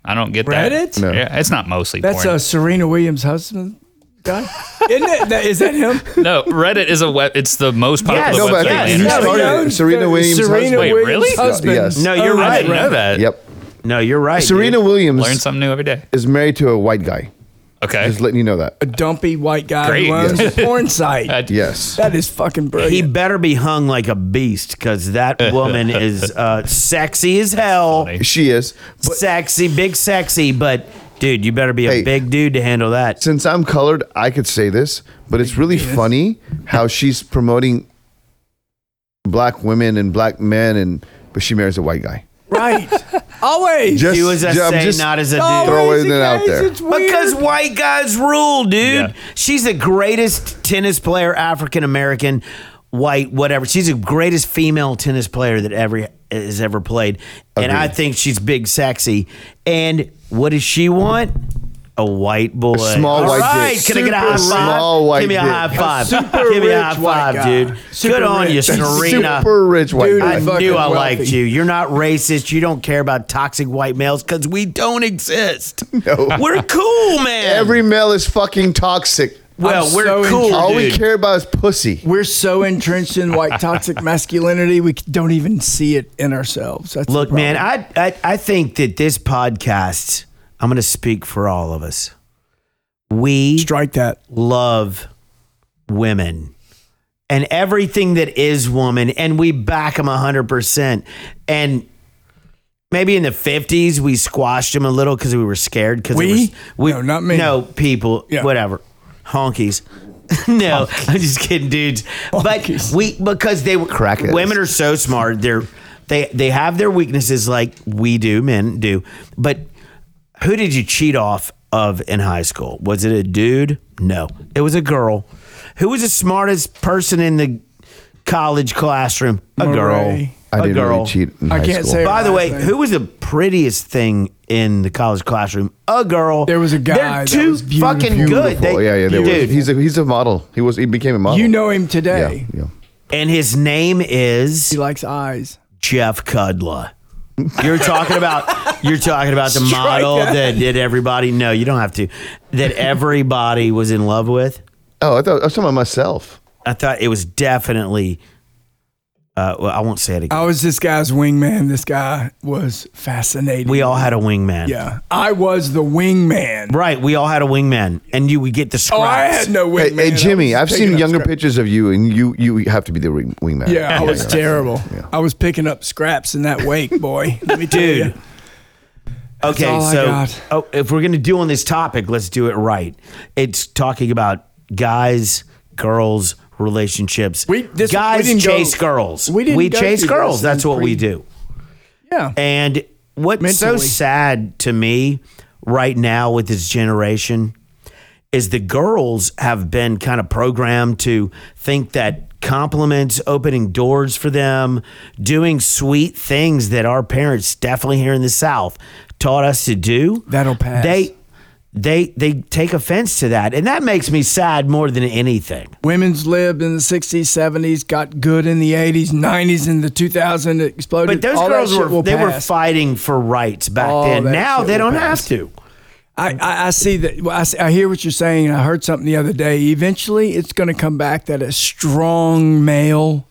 [SPEAKER 2] I don't get that.
[SPEAKER 4] Reddit? No.
[SPEAKER 2] Yeah, it's not mostly
[SPEAKER 4] That's
[SPEAKER 2] porn.
[SPEAKER 4] uh, Serena Williams' husband guy, isn't it? That, is that him?
[SPEAKER 2] no, Reddit is a web. It's the most popular
[SPEAKER 1] Yes.
[SPEAKER 3] no, but
[SPEAKER 2] website.
[SPEAKER 1] yes,
[SPEAKER 2] on the
[SPEAKER 3] I think you
[SPEAKER 1] yes.
[SPEAKER 2] internet.
[SPEAKER 1] No,
[SPEAKER 3] started
[SPEAKER 1] no,
[SPEAKER 3] it. Serena Williams'
[SPEAKER 4] Serena
[SPEAKER 3] husband.
[SPEAKER 2] Wait,
[SPEAKER 4] Williams'
[SPEAKER 2] really?
[SPEAKER 4] husband.
[SPEAKER 3] Yes.
[SPEAKER 1] No, you're
[SPEAKER 4] Oh,
[SPEAKER 2] I
[SPEAKER 1] right.
[SPEAKER 2] didn't know that.
[SPEAKER 3] Yep.
[SPEAKER 1] No, you're right.
[SPEAKER 3] Serena
[SPEAKER 1] dude.
[SPEAKER 3] Williams
[SPEAKER 2] Learn something new every day.
[SPEAKER 3] is married to a white guy.
[SPEAKER 2] Okay.
[SPEAKER 3] Just letting you know
[SPEAKER 1] Uh,
[SPEAKER 3] that.
[SPEAKER 4] A dumpy white guy
[SPEAKER 2] Great.
[SPEAKER 4] who owns
[SPEAKER 2] Yes.
[SPEAKER 4] a porn site.
[SPEAKER 3] Yes.
[SPEAKER 4] that is fucking
[SPEAKER 1] He
[SPEAKER 4] brilliant.
[SPEAKER 1] better be hung like a beast because that woman is uh, sexy as hell.
[SPEAKER 3] She is. But
[SPEAKER 1] sexy, big sexy, but dude, you better be a
[SPEAKER 3] Hey.
[SPEAKER 1] big dude to handle that.
[SPEAKER 3] since I'm colored, I could say this, but it's really funny how she's promoting black women and black men, and but she marries a white guy.
[SPEAKER 4] right, always.
[SPEAKER 3] Just-
[SPEAKER 1] You as a
[SPEAKER 3] I'm
[SPEAKER 1] say,
[SPEAKER 3] just-
[SPEAKER 1] not as a
[SPEAKER 4] always
[SPEAKER 1] dude.
[SPEAKER 3] Throw it
[SPEAKER 4] the
[SPEAKER 3] out
[SPEAKER 4] case.
[SPEAKER 3] there.
[SPEAKER 4] It's weird.
[SPEAKER 1] Because white guys rule, dude.
[SPEAKER 2] Yeah.
[SPEAKER 1] She's the greatest tennis player, African American, white, whatever. She's the greatest female tennis player that ever has ever played, and I think she's big sexy. And what does she want? A white boy,
[SPEAKER 3] small
[SPEAKER 1] All
[SPEAKER 3] white
[SPEAKER 1] right,
[SPEAKER 3] dick.
[SPEAKER 1] Can I get a
[SPEAKER 3] Super
[SPEAKER 1] high five?
[SPEAKER 3] small white
[SPEAKER 1] Give me a
[SPEAKER 3] dick.
[SPEAKER 1] high five.
[SPEAKER 4] super
[SPEAKER 1] Give me a high
[SPEAKER 4] rich white
[SPEAKER 1] five,
[SPEAKER 4] guy.
[SPEAKER 1] dude.
[SPEAKER 4] Super
[SPEAKER 1] Good on you,
[SPEAKER 4] rich.
[SPEAKER 1] Serena.
[SPEAKER 3] Super rich white
[SPEAKER 4] Dude,
[SPEAKER 3] guy.
[SPEAKER 1] I
[SPEAKER 4] fucking
[SPEAKER 1] knew I
[SPEAKER 4] wealthy.
[SPEAKER 1] liked you. You're not racist. You don't care about toxic white males because we don't exist.
[SPEAKER 3] No.
[SPEAKER 1] We're cool, man.
[SPEAKER 3] Every male is fucking toxic.
[SPEAKER 1] Well, we're
[SPEAKER 4] so
[SPEAKER 1] cool.
[SPEAKER 4] intrigued.
[SPEAKER 3] All we
[SPEAKER 1] dude.
[SPEAKER 3] care about is pussy.
[SPEAKER 4] We're so entrenched in white toxic masculinity, we don't even see it in ourselves. That's the
[SPEAKER 1] Look,
[SPEAKER 4] problem.
[SPEAKER 1] man, I, I I think that this podcast, I'm going to speak for all of us. We
[SPEAKER 4] strike that.
[SPEAKER 1] love women and everything that is woman, and we back them 100%. And maybe in the 50s, we squashed them a little because we were scared. Cause it
[SPEAKER 4] We?
[SPEAKER 1] was- we?
[SPEAKER 4] No, not me.
[SPEAKER 1] No, people,
[SPEAKER 4] Yeah.
[SPEAKER 1] whatever. Honkies. no, I'm just kidding, dudes.
[SPEAKER 4] Honkies.
[SPEAKER 1] But we because they were
[SPEAKER 3] Crackheads.
[SPEAKER 1] Women are so smart. They're they they have their weaknesses like we do, men do. But who did you cheat off of in high school? Was it a dude? No, it was a girl. Who was the smartest person in the college classroom? A girl.
[SPEAKER 4] Murray.
[SPEAKER 3] I
[SPEAKER 1] A
[SPEAKER 3] didn't
[SPEAKER 1] girl.
[SPEAKER 3] really cheat. In
[SPEAKER 4] I
[SPEAKER 3] high
[SPEAKER 4] can't
[SPEAKER 3] school.
[SPEAKER 4] say-
[SPEAKER 1] By the way,
[SPEAKER 4] Right.
[SPEAKER 1] who was the prettiest thing in the college classroom? A girl.
[SPEAKER 4] There was a guy
[SPEAKER 1] They're
[SPEAKER 4] that
[SPEAKER 1] too
[SPEAKER 4] was beautiful.
[SPEAKER 1] fucking good.
[SPEAKER 3] Beautiful.
[SPEAKER 1] They-
[SPEAKER 3] Oh, yeah, yeah. There
[SPEAKER 1] dude,
[SPEAKER 3] was. He's a he's a model. He was he became a model.
[SPEAKER 4] You know him
[SPEAKER 3] Yeah,
[SPEAKER 4] today.
[SPEAKER 3] yeah.
[SPEAKER 1] and his name is
[SPEAKER 4] He likes eyes.
[SPEAKER 1] Jeff Cudla. You're talking about you're talking about the
[SPEAKER 4] Strike
[SPEAKER 1] model
[SPEAKER 4] that.
[SPEAKER 1] that did everybody. No, you don't have to. That everybody was in love with.
[SPEAKER 3] Oh, I thought I was talking about myself.
[SPEAKER 1] I thought it was definitely. Uh, well, I won't say it again.
[SPEAKER 4] I was this guy's wingman. This guy was fascinating.
[SPEAKER 1] We all had a wingman.
[SPEAKER 4] yeah. I was the wingman.
[SPEAKER 1] Right. We all had a wingman, and you would get the scraps.
[SPEAKER 4] Oh, I had no
[SPEAKER 3] Hey,
[SPEAKER 4] wingman.
[SPEAKER 3] hey, Jimmy,
[SPEAKER 4] I was
[SPEAKER 3] I've
[SPEAKER 4] picking
[SPEAKER 3] seen
[SPEAKER 4] up
[SPEAKER 3] younger
[SPEAKER 4] scraps.
[SPEAKER 3] pictures of you, and you you have to be the wing, wingman.
[SPEAKER 4] Yeah, I was
[SPEAKER 3] yeah.
[SPEAKER 4] terrible.
[SPEAKER 3] Yeah.
[SPEAKER 4] I was picking up scraps in that wake, boy. Let me tell
[SPEAKER 1] Dude.
[SPEAKER 4] you.
[SPEAKER 1] Okay,
[SPEAKER 4] all I
[SPEAKER 1] so
[SPEAKER 4] got.
[SPEAKER 1] oh, if we're gonna do on this topic, let's do it right. It's talking about guys, girls, relationships.
[SPEAKER 4] We- this- we
[SPEAKER 1] guys
[SPEAKER 4] didn't go-
[SPEAKER 1] chase girls.
[SPEAKER 4] we didn't go
[SPEAKER 1] chase
[SPEAKER 4] through
[SPEAKER 1] girls.
[SPEAKER 4] this
[SPEAKER 1] That's
[SPEAKER 4] in
[SPEAKER 1] what we
[SPEAKER 4] pre-
[SPEAKER 1] do.
[SPEAKER 4] Yeah.
[SPEAKER 1] And what's so
[SPEAKER 4] Mentally.
[SPEAKER 1] sad to me right now with this generation is the girls have been kind of programmed to think that compliments, opening doors for them, doing sweet things that our parents definitely here in the South taught us to do.
[SPEAKER 4] That'll pass.
[SPEAKER 1] They they they take offense to that. And that makes me sad more than anything.
[SPEAKER 4] Women's lived in the 60s, 70s, got good in the 80s, 90s, and the 2000s it exploded.
[SPEAKER 1] But those
[SPEAKER 4] All that
[SPEAKER 1] girls
[SPEAKER 4] shit
[SPEAKER 1] were
[SPEAKER 4] will
[SPEAKER 1] they were
[SPEAKER 4] pass.
[SPEAKER 1] fighting for rights back
[SPEAKER 4] All
[SPEAKER 1] then.
[SPEAKER 4] that
[SPEAKER 1] Now
[SPEAKER 4] shit
[SPEAKER 1] they
[SPEAKER 4] will
[SPEAKER 1] don't have
[SPEAKER 4] pass.
[SPEAKER 1] to.
[SPEAKER 4] I, I, I see that. well, I, see- I hear what you're saying. and I heard something the other day. Eventually, it's going to come back that a strong male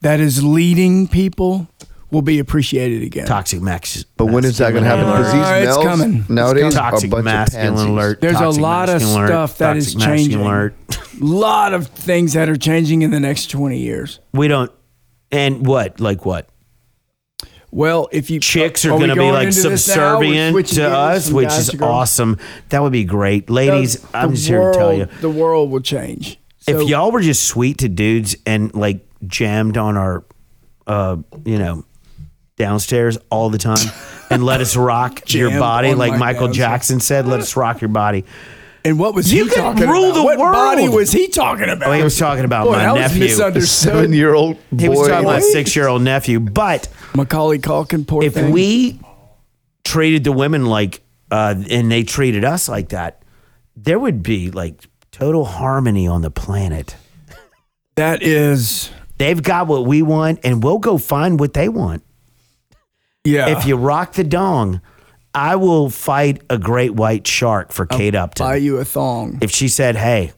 [SPEAKER 4] that is leading people will be appreciated again.
[SPEAKER 1] Toxic max.
[SPEAKER 3] But when is that going to happen? Because these
[SPEAKER 4] Alright, it's
[SPEAKER 3] males
[SPEAKER 4] coming. It's
[SPEAKER 3] nowadays
[SPEAKER 1] toxic
[SPEAKER 3] are a bunch
[SPEAKER 1] masculine
[SPEAKER 3] of pansies.
[SPEAKER 1] alert.
[SPEAKER 4] There's
[SPEAKER 1] toxic
[SPEAKER 4] a lot of
[SPEAKER 1] masculine alert,
[SPEAKER 4] stuff that is
[SPEAKER 1] toxic masculine
[SPEAKER 4] changing.
[SPEAKER 1] alert.
[SPEAKER 4] lot of things that are changing in the next 20 years.
[SPEAKER 1] We don't. And what? Like what?
[SPEAKER 4] Well, if you
[SPEAKER 1] Chicks are,
[SPEAKER 4] we
[SPEAKER 1] going to be
[SPEAKER 4] going
[SPEAKER 1] like
[SPEAKER 4] into this now? We're
[SPEAKER 1] subservient
[SPEAKER 4] switching
[SPEAKER 1] to
[SPEAKER 4] gears
[SPEAKER 1] us,
[SPEAKER 4] from
[SPEAKER 1] which
[SPEAKER 4] guys
[SPEAKER 1] is
[SPEAKER 4] to girls?
[SPEAKER 1] awesome. That would be great, ladies.
[SPEAKER 4] The-
[SPEAKER 1] I'm
[SPEAKER 4] the
[SPEAKER 1] just here to tell you,
[SPEAKER 4] world- the world will change. So-
[SPEAKER 1] if y'all were just sweet to dudes and like jammed on our, uh, you know, downstairs all the time, and let us rock your
[SPEAKER 4] Jammed
[SPEAKER 1] body,
[SPEAKER 4] on
[SPEAKER 1] like
[SPEAKER 4] my
[SPEAKER 1] Michael
[SPEAKER 4] downstairs.
[SPEAKER 1] Jackson said, let us rock your body.
[SPEAKER 4] and what was
[SPEAKER 1] you
[SPEAKER 4] he
[SPEAKER 1] could
[SPEAKER 4] talking
[SPEAKER 1] rule
[SPEAKER 4] about?
[SPEAKER 1] the
[SPEAKER 4] what
[SPEAKER 1] world.
[SPEAKER 4] body was he talking about?
[SPEAKER 1] Oh, he was talking about
[SPEAKER 4] Boy,
[SPEAKER 1] my
[SPEAKER 4] that
[SPEAKER 1] nephew.
[SPEAKER 4] was misunderstood.
[SPEAKER 3] Seven-year-old boy.
[SPEAKER 1] He was talking about
[SPEAKER 4] What?
[SPEAKER 1] six year old nephew, but.
[SPEAKER 4] Macaulay Culkin, poor
[SPEAKER 1] if
[SPEAKER 4] thing.
[SPEAKER 1] we treated the women like uh, and they treated us like that, there would be like total harmony on the planet.
[SPEAKER 4] that is,
[SPEAKER 1] They've got what we want, and we'll go find what they want.
[SPEAKER 4] yeah.
[SPEAKER 1] If you rock the dong, I will fight a great white shark for Kate Upton.
[SPEAKER 4] buy you a thong,
[SPEAKER 1] if she said, "Hey,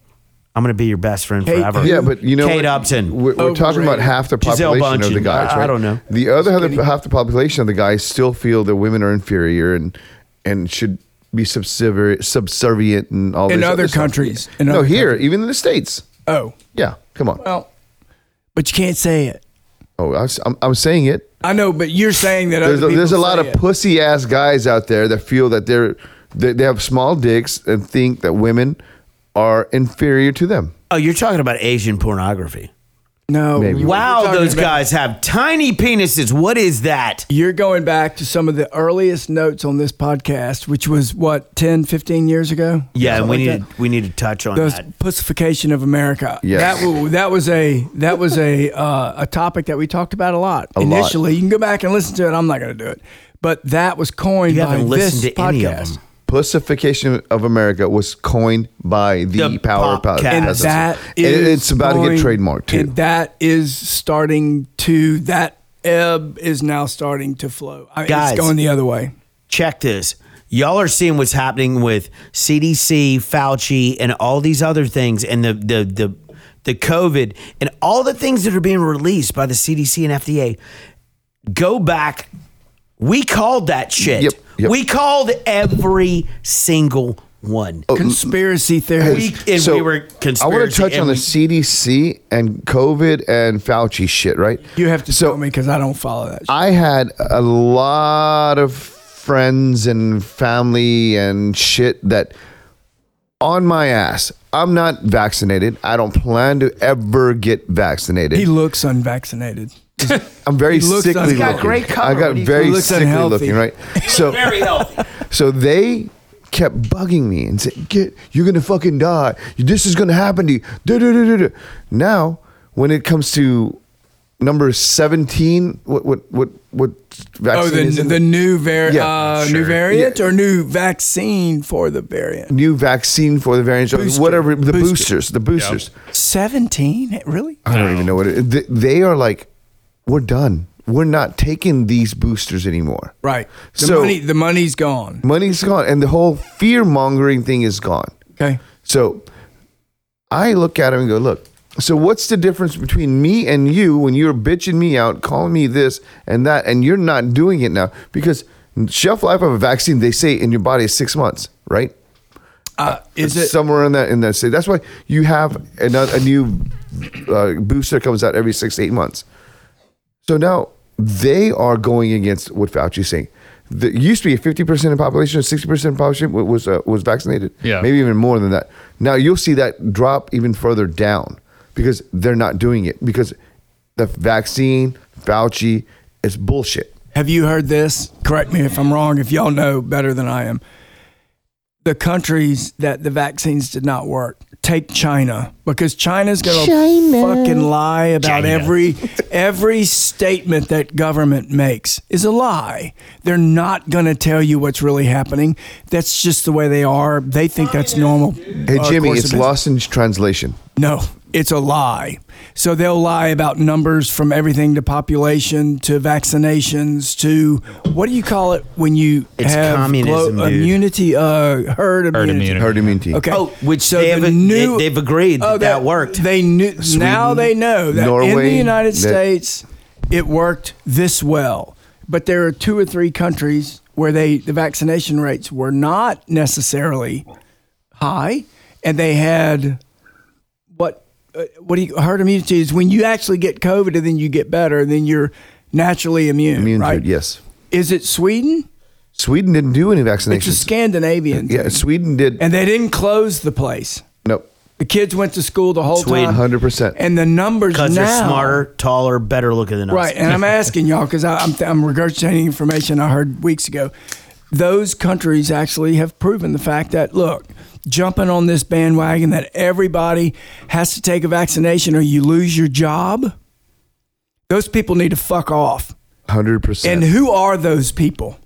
[SPEAKER 1] I'm going to be your best friend
[SPEAKER 4] Kate-
[SPEAKER 1] forever,"
[SPEAKER 3] Yeah, but you know,
[SPEAKER 1] Kate
[SPEAKER 3] what?
[SPEAKER 1] Upton.
[SPEAKER 3] We're,
[SPEAKER 4] Oh,
[SPEAKER 3] we're talking about
[SPEAKER 4] Overrated.
[SPEAKER 3] half the
[SPEAKER 1] Gisele
[SPEAKER 3] population of the
[SPEAKER 1] Bundchen.
[SPEAKER 3] guys,
[SPEAKER 1] I- I
[SPEAKER 3] right?
[SPEAKER 1] don't know.
[SPEAKER 3] The other half, half the population of the guys still feel that women are inferior and and should be subservient, subservient and all.
[SPEAKER 4] In
[SPEAKER 3] this
[SPEAKER 4] other
[SPEAKER 3] stuff.
[SPEAKER 4] countries, in
[SPEAKER 3] no,
[SPEAKER 4] other
[SPEAKER 3] here, even in the states.
[SPEAKER 4] oh,
[SPEAKER 3] Yeah, come on.
[SPEAKER 4] well, but you can't say it.
[SPEAKER 3] Oh, I was, I'm, I'm saying it.
[SPEAKER 4] I know, but you're saying that
[SPEAKER 3] There's a,
[SPEAKER 4] other
[SPEAKER 3] there's a
[SPEAKER 4] people
[SPEAKER 3] lot
[SPEAKER 4] say
[SPEAKER 3] of
[SPEAKER 4] it.
[SPEAKER 3] pussy ass guys out there that feel that they're they, they have small dicks and think that women are inferior to them.
[SPEAKER 1] Oh, you're talking about Asian pornography.
[SPEAKER 4] No,
[SPEAKER 3] Maybe.
[SPEAKER 4] you- you're
[SPEAKER 1] Wow,
[SPEAKER 4] talking
[SPEAKER 1] those
[SPEAKER 4] about-
[SPEAKER 1] guys have tiny penises. What is that?
[SPEAKER 4] You're going back to some of the earliest notes on this podcast, which was what 10, 15 years ago.
[SPEAKER 1] Yeah,
[SPEAKER 4] Something
[SPEAKER 1] we
[SPEAKER 4] like
[SPEAKER 1] need
[SPEAKER 4] that.
[SPEAKER 1] we need to touch on
[SPEAKER 4] the
[SPEAKER 1] that.
[SPEAKER 4] pussification of America.
[SPEAKER 3] Yes.
[SPEAKER 4] That, wa- that was a that was a uh, a topic that we talked about a lot
[SPEAKER 3] lot.
[SPEAKER 4] initially. You can go back and listen to it. I'm not going to do it, but that was coined
[SPEAKER 1] You
[SPEAKER 4] by
[SPEAKER 1] haven't
[SPEAKER 4] this
[SPEAKER 1] listened to
[SPEAKER 4] podcast.
[SPEAKER 1] any of them.
[SPEAKER 3] Pussification of America was coined by the,
[SPEAKER 1] The
[SPEAKER 3] power
[SPEAKER 1] Popcats.
[SPEAKER 3] Pop-
[SPEAKER 4] And
[SPEAKER 1] That's
[SPEAKER 4] that
[SPEAKER 3] And
[SPEAKER 4] is
[SPEAKER 3] it's about to get
[SPEAKER 4] going-
[SPEAKER 3] trademarked too.
[SPEAKER 4] And that is starting to that ebb is now starting to flow. I mean,
[SPEAKER 1] Guys.
[SPEAKER 4] it's going the other way.
[SPEAKER 1] check this. y'all are seeing what's happening with CDC, Fauci, and all these other things, and the the the the COVID, and all the things that are being released by the CDC and FDA. Go back. We called that shit.
[SPEAKER 3] Yep, yep.
[SPEAKER 1] We called every single one.
[SPEAKER 3] Oh,
[SPEAKER 4] Conspiracy
[SPEAKER 1] We,
[SPEAKER 4] theories.
[SPEAKER 1] and
[SPEAKER 3] So,
[SPEAKER 1] we were conspiracy.
[SPEAKER 3] I want to touch
[SPEAKER 1] and
[SPEAKER 3] on the
[SPEAKER 1] we-
[SPEAKER 3] CDC and COVID and Fauci shit, right?
[SPEAKER 4] You have to
[SPEAKER 3] So-
[SPEAKER 4] tell me because I don't follow that. shit.
[SPEAKER 3] I had a lot of friends and family and shit that on my ass. I'm not vaccinated. I don't plan to ever get vaccinated.
[SPEAKER 4] He looks unvaccinated.
[SPEAKER 3] I'm very
[SPEAKER 4] he looks
[SPEAKER 3] sickly
[SPEAKER 4] un- He's
[SPEAKER 3] looking.
[SPEAKER 4] got
[SPEAKER 1] great
[SPEAKER 3] I
[SPEAKER 1] cover.
[SPEAKER 3] got
[SPEAKER 1] What do you-
[SPEAKER 3] very
[SPEAKER 4] He looks
[SPEAKER 3] sickly
[SPEAKER 4] unhealthy.
[SPEAKER 3] looking, right? So
[SPEAKER 1] Very healthy.
[SPEAKER 3] So they kept bugging me and said, "Get, you're gonna fucking die. This is gonna happen to you." Da, da, da, da, da. Now, when it comes to number seventeen, what what what what vaccine
[SPEAKER 4] Oh,
[SPEAKER 3] is
[SPEAKER 4] the,
[SPEAKER 3] it?
[SPEAKER 4] the new var-
[SPEAKER 3] Yeah,
[SPEAKER 4] uh,
[SPEAKER 2] sure.
[SPEAKER 4] new variant or new vaccine for the variant?
[SPEAKER 3] new vaccine for the variant, or
[SPEAKER 4] Booster.
[SPEAKER 3] whatever the
[SPEAKER 4] Booster.
[SPEAKER 3] boosters, the boosters.
[SPEAKER 4] Seventeen, really?
[SPEAKER 3] I don't even know what it is. They, they are like, we're done. We're not taking these boosters anymore.
[SPEAKER 4] Right. The
[SPEAKER 3] So-
[SPEAKER 4] money, the money's gone.
[SPEAKER 3] Money's gone, and the whole fear mongering thing is gone.
[SPEAKER 4] Okay.
[SPEAKER 3] So I look at him and go, look, so what's the difference between me and you when you're bitching me out, calling me this and that, and you're not doing it now? Because shelf life of a vaccine, they say in your body is six months, right?
[SPEAKER 4] Uh, is it?
[SPEAKER 3] somewhere in that in that state? That's why you have another, a new uh, booster comes out every six to eight months. So now they are going against what Fauci's saying. The, it used to be fifty percent of the population, sixty percent of the population wa- was uh, was vaccinated.
[SPEAKER 2] Yeah.
[SPEAKER 3] maybe even more than that. Now you'll see that drop even further down because they're not doing it because the vaccine, Fauci, is bullshit.
[SPEAKER 4] Have you heard this? Correct me if I'm wrong, if y'all know better than I am. The countries that the vaccines did not work, take China because China's going to fucking lie about
[SPEAKER 2] China.
[SPEAKER 4] every every statement that government makes is a lie. They're not going to tell you what's really happening. That's just the way they are. They think that's normal.
[SPEAKER 3] Hey Jimmy,
[SPEAKER 4] uh, course
[SPEAKER 3] it's
[SPEAKER 4] of business.
[SPEAKER 3] lost in translation.
[SPEAKER 4] No, it's a lie. So they'll lie about numbers from everything to population to vaccinations to what do you call it when you
[SPEAKER 1] It's
[SPEAKER 4] have
[SPEAKER 1] communism, dude.
[SPEAKER 4] immunity, uh, herd immunity.
[SPEAKER 2] immunity.
[SPEAKER 3] Herd immunity.
[SPEAKER 4] Okay.
[SPEAKER 1] Oh, which they have,
[SPEAKER 4] the
[SPEAKER 1] they, have agreed that, that worked.
[SPEAKER 4] They knew now they know that in
[SPEAKER 3] Norway,
[SPEAKER 4] the United
[SPEAKER 3] that-
[SPEAKER 4] States it worked this well. But there are two or three countries where they the vaccination rates were not necessarily high and they had what uh, what do you herd immunity is when you actually get COVID and then you get better and then you're naturally immune,
[SPEAKER 3] Immune to
[SPEAKER 4] right?
[SPEAKER 3] it, yes.
[SPEAKER 4] Is it Sweden?
[SPEAKER 3] Sweden didn't do any vaccinations.
[SPEAKER 4] It's a Scandinavian.
[SPEAKER 3] Yeah, Sweden did.
[SPEAKER 4] And they didn't close the place.
[SPEAKER 3] nope.
[SPEAKER 4] The kids went to school the whole
[SPEAKER 1] Sweden.
[SPEAKER 4] time.
[SPEAKER 3] 100%.
[SPEAKER 4] And the numbers now.
[SPEAKER 1] because they're smarter, taller, better looking than us.
[SPEAKER 4] Right. And I'm asking y'all because I'm, I'm regurgitating information I heard weeks ago. Those countries actually have proven the fact that, look, jumping on this bandwagon that everybody has to take a vaccination or you lose your job, those people need to fuck off.
[SPEAKER 3] 100%.
[SPEAKER 4] And who are those people?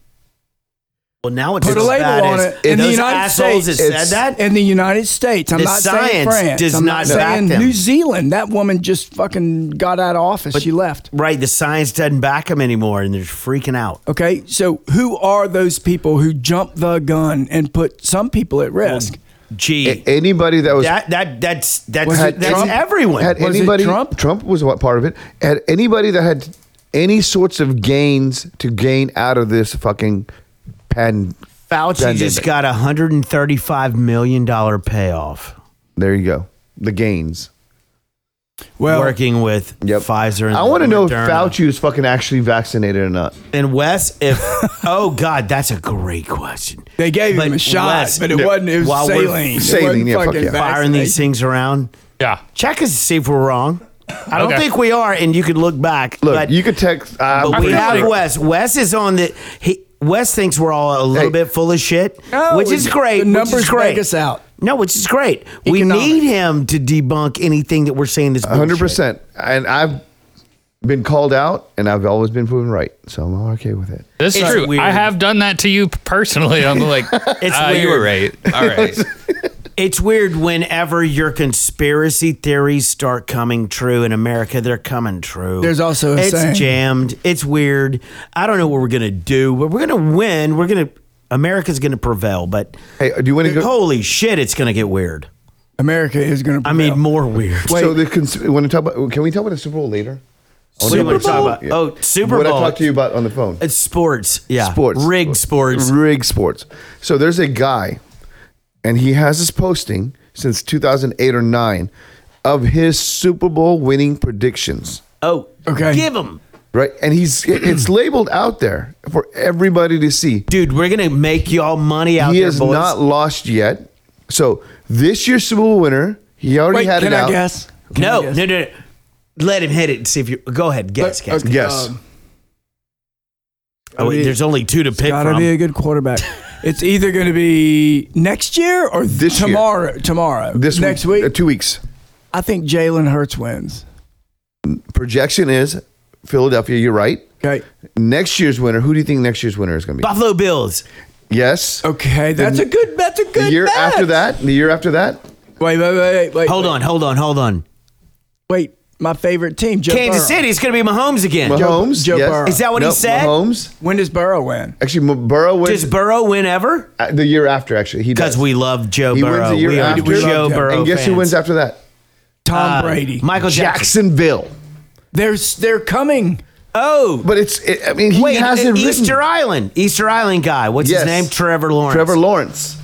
[SPEAKER 1] Well, now it's
[SPEAKER 4] Put a
[SPEAKER 1] as
[SPEAKER 4] label
[SPEAKER 1] bad
[SPEAKER 4] on
[SPEAKER 1] as
[SPEAKER 4] it. In the
[SPEAKER 1] those
[SPEAKER 4] United
[SPEAKER 1] assholes
[SPEAKER 4] States,
[SPEAKER 1] that
[SPEAKER 3] it's-
[SPEAKER 1] said that.
[SPEAKER 4] In the United States, I'm
[SPEAKER 1] The
[SPEAKER 4] not saying
[SPEAKER 1] science
[SPEAKER 4] France.
[SPEAKER 1] does
[SPEAKER 4] I'm
[SPEAKER 1] not back
[SPEAKER 4] saying
[SPEAKER 1] them.
[SPEAKER 4] New Zealand. That woman just fucking got out of office. she left.
[SPEAKER 1] Right, the science doesn't back them anymore, and they're freaking out.
[SPEAKER 4] Okay, so who are those people who jump the gun and put some people at risk?
[SPEAKER 1] Oh, Gee,
[SPEAKER 3] A- anybody that was.
[SPEAKER 1] that that that's that's
[SPEAKER 4] Was
[SPEAKER 1] that's
[SPEAKER 4] it Trump?
[SPEAKER 1] everyone.
[SPEAKER 3] Had
[SPEAKER 4] Was it
[SPEAKER 3] anybody,
[SPEAKER 4] Trump?
[SPEAKER 3] was what part of it. Had anybody that had any sorts of gains to gain out of this fucking pan.
[SPEAKER 1] Fauci
[SPEAKER 3] Pandemic.
[SPEAKER 1] just got a hundred and thirty-five million dollar payoff
[SPEAKER 3] There you go. The gains.
[SPEAKER 4] Well,
[SPEAKER 1] working with
[SPEAKER 3] Yep.
[SPEAKER 1] Pfizer. And
[SPEAKER 3] I want to know if
[SPEAKER 1] Moderna.
[SPEAKER 3] Fauci is fucking actually vaccinated or not.
[SPEAKER 1] and Wes. If oh god, that's a great question.
[SPEAKER 4] they gave
[SPEAKER 1] But
[SPEAKER 4] him a shot,
[SPEAKER 1] Wes,
[SPEAKER 4] but it
[SPEAKER 1] no,
[SPEAKER 4] wasn't. It was
[SPEAKER 1] while we're
[SPEAKER 4] saline.
[SPEAKER 3] saline, yeah,
[SPEAKER 4] it
[SPEAKER 3] fuck
[SPEAKER 4] wasn't fucking
[SPEAKER 3] yeah.
[SPEAKER 1] Firing these
[SPEAKER 4] vaccination.
[SPEAKER 1] things around.
[SPEAKER 2] Yeah.
[SPEAKER 1] Check us to see if we're wrong. I don't
[SPEAKER 2] Okay.
[SPEAKER 1] think we are, and you could look back.
[SPEAKER 3] Look,
[SPEAKER 1] but,
[SPEAKER 3] you could text. Uh,
[SPEAKER 1] but we
[SPEAKER 2] pretty
[SPEAKER 1] have
[SPEAKER 2] sure.
[SPEAKER 1] Wes. Wes is on the. He, Wes thinks we're all a little
[SPEAKER 3] Hey.
[SPEAKER 1] bit full of shit,
[SPEAKER 4] No,
[SPEAKER 1] which is
[SPEAKER 4] the
[SPEAKER 1] great. which is
[SPEAKER 4] numbers
[SPEAKER 1] great.
[SPEAKER 4] make us out.
[SPEAKER 1] No, which is great.
[SPEAKER 4] Economics.
[SPEAKER 1] We need him to debunk anything that we're saying. This
[SPEAKER 3] hundred percent. And I've been called out, and I've always been proven right, so I'm all okay with it.
[SPEAKER 2] This is
[SPEAKER 1] It's
[SPEAKER 2] true.
[SPEAKER 1] weird.
[SPEAKER 2] I have done that to you personally. I'm like,
[SPEAKER 1] It's
[SPEAKER 2] "Ah, you
[SPEAKER 1] weird.
[SPEAKER 2] were right. All right.
[SPEAKER 1] It's weird whenever your conspiracy theories start coming true in America. They're coming true.
[SPEAKER 4] There's also a
[SPEAKER 1] it's
[SPEAKER 4] saying.
[SPEAKER 1] jammed. It's weird. I don't know what we're gonna do, but we're gonna win. We're gonna. America's going to prevail, but
[SPEAKER 3] Hey, do you want to go?
[SPEAKER 1] holy shit, it's going to get weird.
[SPEAKER 4] America is going to.
[SPEAKER 1] I mean, more weird.
[SPEAKER 3] So the cons- want to talk about? Can we talk about the Super Bowl later? I wanna
[SPEAKER 1] Super
[SPEAKER 3] talk
[SPEAKER 1] Bowl?
[SPEAKER 3] about- yeah.
[SPEAKER 1] Oh, Super
[SPEAKER 3] What I
[SPEAKER 1] Bowl.
[SPEAKER 3] talked to you about on the phone.
[SPEAKER 1] It's Uh, sports. Yeah.
[SPEAKER 3] sports.
[SPEAKER 1] Rigged sports.
[SPEAKER 3] Rig sports. So there's a guy, and he has this posting since 2008 or nine of his Super Bowl winning predictions.
[SPEAKER 1] Oh,
[SPEAKER 4] Okay.
[SPEAKER 1] Give them.
[SPEAKER 3] Right, and he's it- it's labeled out there for everybody to see.
[SPEAKER 1] Dude, we're going to make y'all money out
[SPEAKER 3] He
[SPEAKER 1] there,
[SPEAKER 3] has
[SPEAKER 1] boys.
[SPEAKER 3] not lost yet. So this year's Super Bowl winner, he already
[SPEAKER 4] Wait,
[SPEAKER 3] had
[SPEAKER 4] can
[SPEAKER 3] it
[SPEAKER 4] I
[SPEAKER 3] out.
[SPEAKER 4] guess? Can I
[SPEAKER 1] no,
[SPEAKER 4] guess?
[SPEAKER 1] no, no, no. Let him hit it and see if you. Go ahead. Guess,
[SPEAKER 4] But-
[SPEAKER 1] guess.
[SPEAKER 4] okay,
[SPEAKER 3] Yes.
[SPEAKER 4] um,
[SPEAKER 1] Oh, wait, there's only two to pick
[SPEAKER 4] gotta
[SPEAKER 1] from.
[SPEAKER 4] be a good quarterback. It's either going to be next year or
[SPEAKER 3] This year.
[SPEAKER 4] tomorrow. Tomorrow.
[SPEAKER 3] This
[SPEAKER 4] next
[SPEAKER 3] week,
[SPEAKER 4] week.
[SPEAKER 3] uh, two weeks.
[SPEAKER 4] I think Jalen Hurts wins.
[SPEAKER 3] Projection is Philadelphia. You're right.
[SPEAKER 4] Okay.
[SPEAKER 3] Next year's winner. Who do you think next year's winner is going to be?
[SPEAKER 1] Buffalo Bills.
[SPEAKER 3] Yes.
[SPEAKER 1] Oh,
[SPEAKER 4] Okay. That's a good. That's a good.
[SPEAKER 3] The year
[SPEAKER 4] bet.
[SPEAKER 3] after that. The year after that.
[SPEAKER 4] Wait, wait, wait, wait.
[SPEAKER 1] Hold
[SPEAKER 4] wait,
[SPEAKER 1] on, hold on, hold on.
[SPEAKER 4] Wait, my favorite team, Joe
[SPEAKER 1] Kansas
[SPEAKER 4] Burrow.
[SPEAKER 1] City. It's going to be Mahomes again.
[SPEAKER 3] Mahomes.
[SPEAKER 4] Joe
[SPEAKER 3] yes.
[SPEAKER 4] Burrow.
[SPEAKER 1] Is that what he
[SPEAKER 3] Nope,
[SPEAKER 1] said?
[SPEAKER 3] Mahomes.
[SPEAKER 4] When does Burrow win?
[SPEAKER 3] Actually, M- Burrow wins
[SPEAKER 1] Does Burrow win ever?
[SPEAKER 3] uh, the year after. Actually, he does.
[SPEAKER 1] Because we love Joe
[SPEAKER 3] He wins
[SPEAKER 1] Burrow.
[SPEAKER 3] the year
[SPEAKER 1] we are
[SPEAKER 3] after.
[SPEAKER 4] We love
[SPEAKER 1] Joe
[SPEAKER 4] Joe.
[SPEAKER 1] Burrow.
[SPEAKER 3] and guess who
[SPEAKER 1] fans.
[SPEAKER 3] wins after that?
[SPEAKER 4] Tom
[SPEAKER 1] Uh,
[SPEAKER 4] Brady.
[SPEAKER 1] Michael Jackson.
[SPEAKER 3] Jacksonville.
[SPEAKER 4] They're s- they're coming.
[SPEAKER 1] Oh,
[SPEAKER 3] But it's. It, I mean, he
[SPEAKER 1] wait, uh,
[SPEAKER 3] has it
[SPEAKER 1] Easter
[SPEAKER 3] written.
[SPEAKER 1] Island. Easter Island guy. What's
[SPEAKER 3] Yes.
[SPEAKER 1] his name? Trevor Lawrence.
[SPEAKER 3] Trevor Lawrence.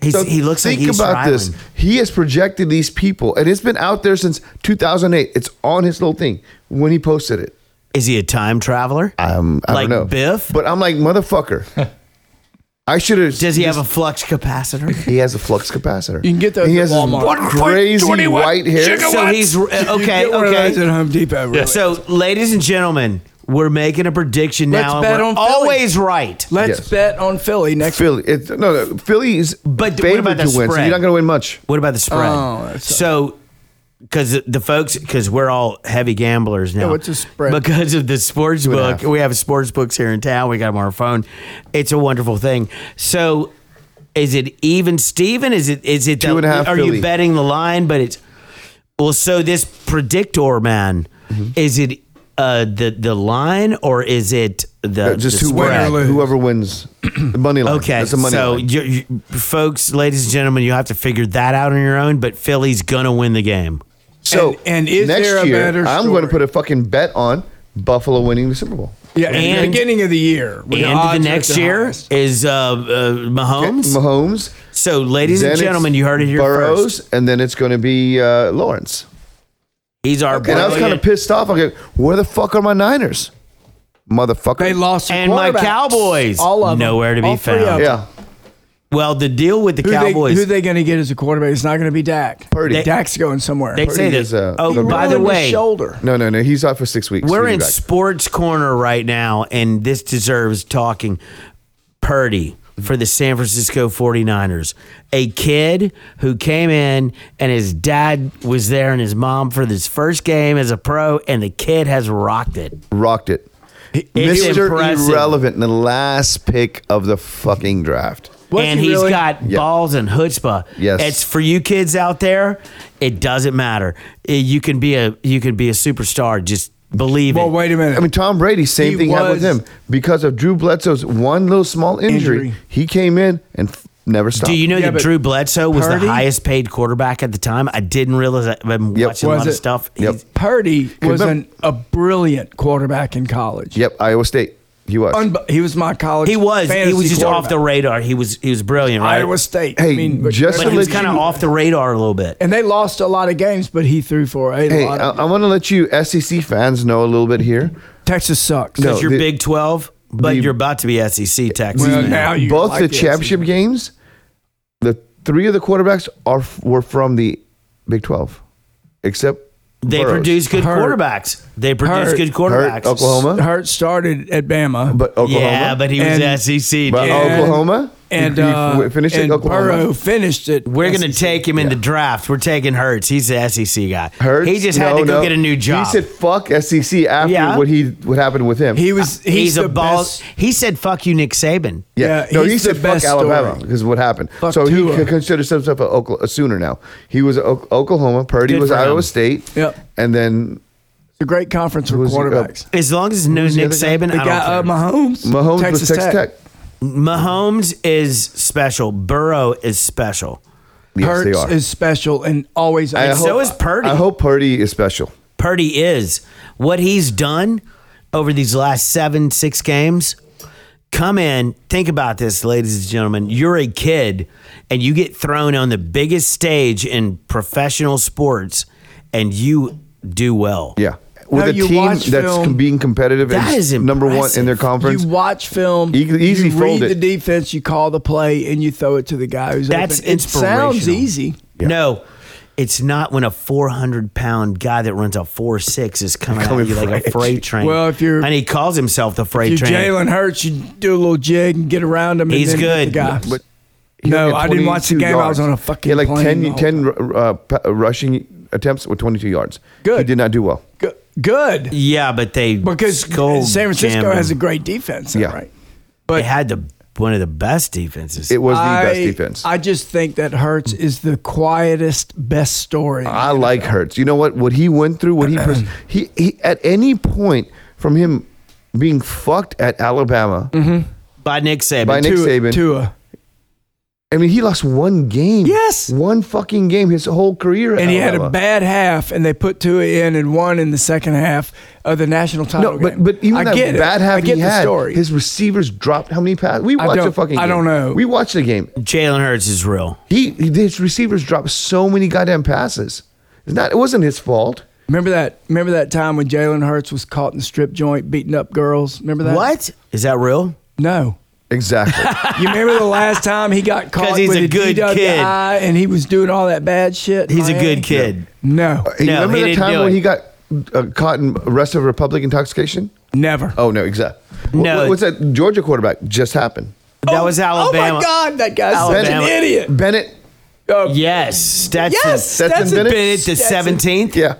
[SPEAKER 1] He's,
[SPEAKER 3] So
[SPEAKER 1] he looks
[SPEAKER 3] think
[SPEAKER 1] like Easter
[SPEAKER 3] about
[SPEAKER 1] Island.
[SPEAKER 3] this. He has projected these people, and it's been out there since 2008. It's on his little thing when he posted it.
[SPEAKER 1] Is he a time traveler?
[SPEAKER 3] Um, I
[SPEAKER 1] Like
[SPEAKER 3] don't know.
[SPEAKER 1] Biff?
[SPEAKER 3] But I'm like, motherfucker. I should have.
[SPEAKER 1] Does he have a flux capacitor?
[SPEAKER 3] He has a flux capacitor.
[SPEAKER 4] You can get those
[SPEAKER 3] He
[SPEAKER 4] at
[SPEAKER 3] has
[SPEAKER 4] Walmart.
[SPEAKER 3] this crazy
[SPEAKER 2] 1.21
[SPEAKER 3] white hair.
[SPEAKER 2] gigawatts.
[SPEAKER 1] so he's okay.
[SPEAKER 4] Get one of those at
[SPEAKER 1] Okay.
[SPEAKER 4] Home Depot. Really.
[SPEAKER 1] So, ladies and gentlemen, we're making a prediction
[SPEAKER 4] Let's
[SPEAKER 1] now. and
[SPEAKER 4] bet
[SPEAKER 1] we're
[SPEAKER 4] on Philly.
[SPEAKER 1] always right.
[SPEAKER 4] Let's
[SPEAKER 3] Yes.
[SPEAKER 4] bet on Philly next.
[SPEAKER 3] Philly. It, no, no. Philly is
[SPEAKER 1] But what
[SPEAKER 3] favored
[SPEAKER 1] about
[SPEAKER 3] to
[SPEAKER 1] the
[SPEAKER 3] win, so
[SPEAKER 1] spread?
[SPEAKER 3] you're not going to win much.
[SPEAKER 1] What about the spread?
[SPEAKER 4] Oh, that's-
[SPEAKER 1] so, because the folks, because we're all heavy gamblers now.
[SPEAKER 4] what's the spread?
[SPEAKER 1] Because of the sports
[SPEAKER 3] and a
[SPEAKER 1] book,
[SPEAKER 3] half.
[SPEAKER 1] we have sports books here in town. We got them on our phone. It's a wonderful thing. So, is it even, Steven? Is it is it
[SPEAKER 3] Two and a half
[SPEAKER 1] Are
[SPEAKER 3] Philly.
[SPEAKER 1] you betting the line? But it's well. So this predictor man,
[SPEAKER 3] Mm-hmm.
[SPEAKER 1] is it uh the the line or is it the
[SPEAKER 3] Uh, just
[SPEAKER 1] the
[SPEAKER 3] who
[SPEAKER 1] spread?
[SPEAKER 4] Winner,
[SPEAKER 3] wins,
[SPEAKER 4] lose.
[SPEAKER 3] whoever wins the money line.
[SPEAKER 1] Okay,
[SPEAKER 3] That's the money
[SPEAKER 1] so
[SPEAKER 3] line.
[SPEAKER 1] you, you, folks, ladies and gentlemen, you have to figure that out on your own. But Philly's gonna win the game.
[SPEAKER 3] So
[SPEAKER 4] And- and is
[SPEAKER 3] next
[SPEAKER 4] there a
[SPEAKER 3] year,
[SPEAKER 4] better
[SPEAKER 3] I'm going to put
[SPEAKER 4] story?
[SPEAKER 3] a fucking bet on Buffalo winning the Super Bowl.
[SPEAKER 4] Yeah, and,
[SPEAKER 1] And-
[SPEAKER 4] the beginning of the year. when
[SPEAKER 1] and
[SPEAKER 4] odds
[SPEAKER 1] the
[SPEAKER 4] are
[SPEAKER 1] next
[SPEAKER 4] at the
[SPEAKER 1] year
[SPEAKER 4] highest.
[SPEAKER 1] is uh, uh, Mahomes.
[SPEAKER 3] Mahomes.
[SPEAKER 1] So, ladies
[SPEAKER 3] then
[SPEAKER 1] and
[SPEAKER 3] it's
[SPEAKER 1] gentlemen, you heard it here
[SPEAKER 3] Burrows,
[SPEAKER 1] first.
[SPEAKER 3] and then it's going to be uh, Lawrence.
[SPEAKER 1] He's our
[SPEAKER 3] And I was kind of
[SPEAKER 1] brilliant-
[SPEAKER 3] pissed off. I'm like, where the fuck are my Niners, motherfucker?
[SPEAKER 4] they lost. their
[SPEAKER 1] and my
[SPEAKER 4] quarterbacks.
[SPEAKER 1] Cowboys.
[SPEAKER 4] All of them.
[SPEAKER 1] Nowhere to be
[SPEAKER 4] All three of
[SPEAKER 1] found.
[SPEAKER 4] them.
[SPEAKER 3] Yeah,
[SPEAKER 1] Well, the deal with the
[SPEAKER 4] Who
[SPEAKER 1] Cowboys.
[SPEAKER 4] They, who they going to get as a quarterback? It's not going to be Dak.
[SPEAKER 3] Purdy.
[SPEAKER 1] They-
[SPEAKER 4] Dak's going somewhere.
[SPEAKER 1] they say
[SPEAKER 3] is,
[SPEAKER 1] this.
[SPEAKER 3] uh,
[SPEAKER 1] oh,
[SPEAKER 3] the-
[SPEAKER 1] by the
[SPEAKER 4] Ruined his
[SPEAKER 1] way,
[SPEAKER 4] shoulder.
[SPEAKER 3] no, no, no. He's out for six weeks.
[SPEAKER 1] We're
[SPEAKER 3] He'll be
[SPEAKER 1] in
[SPEAKER 3] back.
[SPEAKER 1] sports corner right now, and this deserves talking. Purdy for the San Francisco 49ers, a kid who came in and his dad was there and his mom for this first game as a pro, and the kid has rocked it.
[SPEAKER 3] rocked it.
[SPEAKER 1] it's
[SPEAKER 3] Mr.
[SPEAKER 1] impressive.
[SPEAKER 3] Irrelevant in the last pick of the fucking draft.
[SPEAKER 4] Was
[SPEAKER 1] and
[SPEAKER 4] he
[SPEAKER 1] he's
[SPEAKER 4] really?
[SPEAKER 1] got
[SPEAKER 3] Yeah.
[SPEAKER 1] balls and chutzpah.
[SPEAKER 3] Yes.
[SPEAKER 1] it's for you kids out there. It doesn't matter. Eh, You can be a you can be a superstar. Just believe
[SPEAKER 4] Well,
[SPEAKER 1] it.
[SPEAKER 4] wait a minute.
[SPEAKER 3] I mean, Tom Brady, same
[SPEAKER 4] He
[SPEAKER 3] thing happened with
[SPEAKER 4] was-
[SPEAKER 3] him because of Drew Bledsoe's one little small injury.
[SPEAKER 4] Injury.
[SPEAKER 3] He came in and f- never stopped.
[SPEAKER 1] Do you know
[SPEAKER 4] Yeah,
[SPEAKER 1] that
[SPEAKER 4] but
[SPEAKER 1] Drew Bledsoe was
[SPEAKER 4] Purdy-
[SPEAKER 1] the highest paid quarterback at the time? I didn't realize that. I've been
[SPEAKER 3] Yep.
[SPEAKER 1] watching a
[SPEAKER 4] Was
[SPEAKER 1] lot of
[SPEAKER 4] it-
[SPEAKER 1] stuff.
[SPEAKER 3] Yep.
[SPEAKER 1] He's-
[SPEAKER 4] Purdy was
[SPEAKER 3] remember-
[SPEAKER 4] an, a brilliant quarterback in college.
[SPEAKER 3] Yep, Iowa State. He was.
[SPEAKER 4] Unbe- he was my college.
[SPEAKER 1] He was. He was
[SPEAKER 4] fantasy
[SPEAKER 1] just off the
[SPEAKER 4] quarterback.
[SPEAKER 1] radar. He was he was brilliant, right?
[SPEAKER 4] Iowa State.
[SPEAKER 3] Hey,
[SPEAKER 4] I mean, but-
[SPEAKER 3] just
[SPEAKER 1] but
[SPEAKER 3] to
[SPEAKER 1] he was
[SPEAKER 3] let
[SPEAKER 1] kind of
[SPEAKER 3] you-
[SPEAKER 1] off the radar a little bit.
[SPEAKER 4] and they lost a lot of games, but he threw for a
[SPEAKER 3] hey,
[SPEAKER 4] lot.
[SPEAKER 3] I,
[SPEAKER 4] Of,
[SPEAKER 3] I want to let you SEC fans know a little bit here.
[SPEAKER 4] Texas sucks.
[SPEAKER 3] uh, No.
[SPEAKER 1] Because you're
[SPEAKER 3] Oh, the-
[SPEAKER 1] Big Twelve, but
[SPEAKER 3] the-
[SPEAKER 1] you're about to be SEC Texas.
[SPEAKER 4] Well,
[SPEAKER 1] man.
[SPEAKER 4] now you
[SPEAKER 3] Both
[SPEAKER 4] like
[SPEAKER 3] the
[SPEAKER 4] SEC.
[SPEAKER 3] championship games, the three of the quarterbacks are f- were from the Big Twelve, except
[SPEAKER 1] they
[SPEAKER 3] Burrows.
[SPEAKER 1] produce good
[SPEAKER 4] Hurt.
[SPEAKER 1] quarterbacks. They produce
[SPEAKER 4] Hurt.
[SPEAKER 1] good
[SPEAKER 3] Hurt,
[SPEAKER 1] quarterbacks.
[SPEAKER 3] Oklahoma,
[SPEAKER 4] Hurt started at Bama,
[SPEAKER 3] but Oklahoma. oh,
[SPEAKER 1] Yeah, but he was
[SPEAKER 4] And-
[SPEAKER 1] SEC.
[SPEAKER 3] But
[SPEAKER 1] dude.
[SPEAKER 4] And-
[SPEAKER 3] Oklahoma
[SPEAKER 4] and
[SPEAKER 3] He- he
[SPEAKER 4] uh,
[SPEAKER 3] finished at
[SPEAKER 4] and
[SPEAKER 3] Oklahoma.
[SPEAKER 4] Burrow finished it.
[SPEAKER 1] We're going to take him in the draft. We're taking Hurts. He's the SEC guy.
[SPEAKER 3] Hurts,
[SPEAKER 1] He just had
[SPEAKER 3] no,
[SPEAKER 1] to go
[SPEAKER 3] no.
[SPEAKER 1] get a new job.
[SPEAKER 3] He said, "Fuck SEC." After
[SPEAKER 1] Yeah.
[SPEAKER 3] what he what happened with him,
[SPEAKER 4] He was. He's,
[SPEAKER 1] he's,
[SPEAKER 4] the
[SPEAKER 1] a ball.
[SPEAKER 4] Best.
[SPEAKER 1] He said, "Fuck you, Nick Saban."
[SPEAKER 3] yeah,
[SPEAKER 4] yeah,
[SPEAKER 3] no, he
[SPEAKER 4] he's
[SPEAKER 3] said,
[SPEAKER 4] the
[SPEAKER 3] "Fuck
[SPEAKER 4] best
[SPEAKER 3] Alabama,"
[SPEAKER 4] story.
[SPEAKER 3] because what happened.
[SPEAKER 4] Fuck
[SPEAKER 3] so he
[SPEAKER 4] Tua.
[SPEAKER 3] c- considers himself a, Okla- a Sooner now. He was O- Oklahoma. Purdy
[SPEAKER 1] Good
[SPEAKER 3] was
[SPEAKER 1] for him.
[SPEAKER 3] Iowa State.
[SPEAKER 4] Yep.
[SPEAKER 3] and then
[SPEAKER 4] The great conference for
[SPEAKER 3] was he- uh,
[SPEAKER 4] quarterbacks.
[SPEAKER 1] As long as it's no
[SPEAKER 3] the
[SPEAKER 1] Nick
[SPEAKER 3] other guy?
[SPEAKER 1] Saban,
[SPEAKER 3] uh,
[SPEAKER 4] The
[SPEAKER 1] I don't
[SPEAKER 4] guy,
[SPEAKER 1] care.
[SPEAKER 4] uh, Mahomes,
[SPEAKER 3] Mahomes
[SPEAKER 4] Texas
[SPEAKER 3] was Texas Tech.
[SPEAKER 1] Mahomes is special. Burrow is special.
[SPEAKER 3] Yes, they
[SPEAKER 4] Hurts
[SPEAKER 3] are.
[SPEAKER 4] is special and always.
[SPEAKER 3] I
[SPEAKER 1] so is Purdy.
[SPEAKER 3] I hope Purdy is special.
[SPEAKER 1] Purdy is what he's done over these last seven, six games. Come in, think about this, ladies and gentlemen. You're a kid and you get thrown on the biggest stage in professional sports and you do well.
[SPEAKER 3] Yeah. With
[SPEAKER 4] No,
[SPEAKER 3] a
[SPEAKER 4] you
[SPEAKER 3] team
[SPEAKER 4] watch
[SPEAKER 3] that's
[SPEAKER 4] film.
[SPEAKER 3] being competitive
[SPEAKER 1] That
[SPEAKER 3] and
[SPEAKER 1] is
[SPEAKER 3] number one in their
[SPEAKER 1] impressive.
[SPEAKER 3] conference.
[SPEAKER 4] You watch film,
[SPEAKER 3] E- easy
[SPEAKER 4] you
[SPEAKER 3] fold
[SPEAKER 4] read
[SPEAKER 3] it.
[SPEAKER 4] the defense, you call the play, and you throw it to the guy who's
[SPEAKER 1] That's
[SPEAKER 4] open. It sounds
[SPEAKER 1] inspirational.
[SPEAKER 4] easy.
[SPEAKER 1] No, it's not when a 400 pound guy that runs a 4 6 is coming,
[SPEAKER 3] Coming
[SPEAKER 1] at you like a
[SPEAKER 3] freight.
[SPEAKER 1] freight train.
[SPEAKER 4] Well, if you're-
[SPEAKER 1] And he calls himself the freight
[SPEAKER 4] You
[SPEAKER 1] train.
[SPEAKER 4] Jalen Hurts, you do a little jig and get around him.
[SPEAKER 1] He's
[SPEAKER 4] and then hit
[SPEAKER 1] good.
[SPEAKER 4] The guy.
[SPEAKER 3] But he
[SPEAKER 4] no,
[SPEAKER 3] only had
[SPEAKER 4] I didn't watch the
[SPEAKER 3] 22
[SPEAKER 4] game. I was
[SPEAKER 3] yards.
[SPEAKER 4] on a fucking
[SPEAKER 3] He had like
[SPEAKER 4] plane
[SPEAKER 3] 10,
[SPEAKER 4] the whole
[SPEAKER 3] 10 ru- uh, pa- rushing attempts with 22 yards. He
[SPEAKER 4] Good.
[SPEAKER 3] did not do well.
[SPEAKER 4] Go- good
[SPEAKER 1] Yeah, but they.
[SPEAKER 4] because
[SPEAKER 1] skull
[SPEAKER 4] San Francisco
[SPEAKER 1] jammed
[SPEAKER 4] has a
[SPEAKER 1] him.
[SPEAKER 4] great defense.
[SPEAKER 3] Yeah.
[SPEAKER 4] right.
[SPEAKER 1] They had the, one of the best defenses.
[SPEAKER 3] It was the
[SPEAKER 4] I,
[SPEAKER 3] best defense. I,
[SPEAKER 4] I just think that Hurts is the quietest, best story.
[SPEAKER 3] like Hurts. You know what? What he went through, what he, pers- he, he, at any point from him being fucked at Alabama
[SPEAKER 4] Mm-hmm.
[SPEAKER 1] by Nick Saban.
[SPEAKER 3] by Nick
[SPEAKER 4] Tua,
[SPEAKER 3] Saban.
[SPEAKER 4] Tua.
[SPEAKER 3] I mean, he lost one game.
[SPEAKER 4] Yes.
[SPEAKER 3] One fucking game his whole career. at
[SPEAKER 4] and he had a
[SPEAKER 3] Alabama.
[SPEAKER 4] bad half, and they put Tua in and won in the second half of the national title.
[SPEAKER 3] No, but
[SPEAKER 4] game.
[SPEAKER 3] but even
[SPEAKER 4] I
[SPEAKER 3] that
[SPEAKER 4] get it.
[SPEAKER 3] bad
[SPEAKER 4] I
[SPEAKER 3] half
[SPEAKER 4] get
[SPEAKER 3] he
[SPEAKER 4] the
[SPEAKER 3] had,
[SPEAKER 4] story.
[SPEAKER 3] his receivers dropped how many passes? We
[SPEAKER 4] I
[SPEAKER 3] watched the
[SPEAKER 4] don't-
[SPEAKER 3] fucking.
[SPEAKER 4] I
[SPEAKER 3] game.
[SPEAKER 4] don't know.
[SPEAKER 3] We watched the game.
[SPEAKER 1] Jalen Hurts is real.
[SPEAKER 3] He, he his receivers dropped so many goddamn passes. It's not. It wasn't his fault.
[SPEAKER 4] remember that? Remember that time when Jalen Hurts was caught in the strip joint beating up girls? Remember that?
[SPEAKER 1] What is that real?
[SPEAKER 4] No.
[SPEAKER 3] Exactly.
[SPEAKER 4] You remember the last time he got caught
[SPEAKER 1] he's
[SPEAKER 4] with
[SPEAKER 1] a good
[SPEAKER 4] DWI
[SPEAKER 1] kid.
[SPEAKER 4] and he was doing all that bad shit? in
[SPEAKER 1] He's a
[SPEAKER 4] Miami?
[SPEAKER 1] good kid.
[SPEAKER 4] No,
[SPEAKER 3] You
[SPEAKER 1] No,
[SPEAKER 3] remember
[SPEAKER 1] he
[SPEAKER 3] the
[SPEAKER 1] didn't
[SPEAKER 3] time
[SPEAKER 1] do
[SPEAKER 3] when
[SPEAKER 1] it.
[SPEAKER 3] he got uh, caught in arrest of Republic intoxication?
[SPEAKER 4] never.
[SPEAKER 3] Oh no, exactly.
[SPEAKER 1] No.
[SPEAKER 3] What, what's that Georgia quarterback just happened?
[SPEAKER 1] That was Alabama.
[SPEAKER 4] Oh my God, that guy's
[SPEAKER 1] Alabama.
[SPEAKER 4] such an idiot.
[SPEAKER 3] Bennett.
[SPEAKER 4] Oh,
[SPEAKER 1] Yes, Stetson.
[SPEAKER 4] Yes,
[SPEAKER 1] Stetson
[SPEAKER 4] Stetson
[SPEAKER 1] Bennett,
[SPEAKER 3] Bennett.
[SPEAKER 1] the
[SPEAKER 4] Stetson.
[SPEAKER 1] seventeenth.
[SPEAKER 3] Yeah.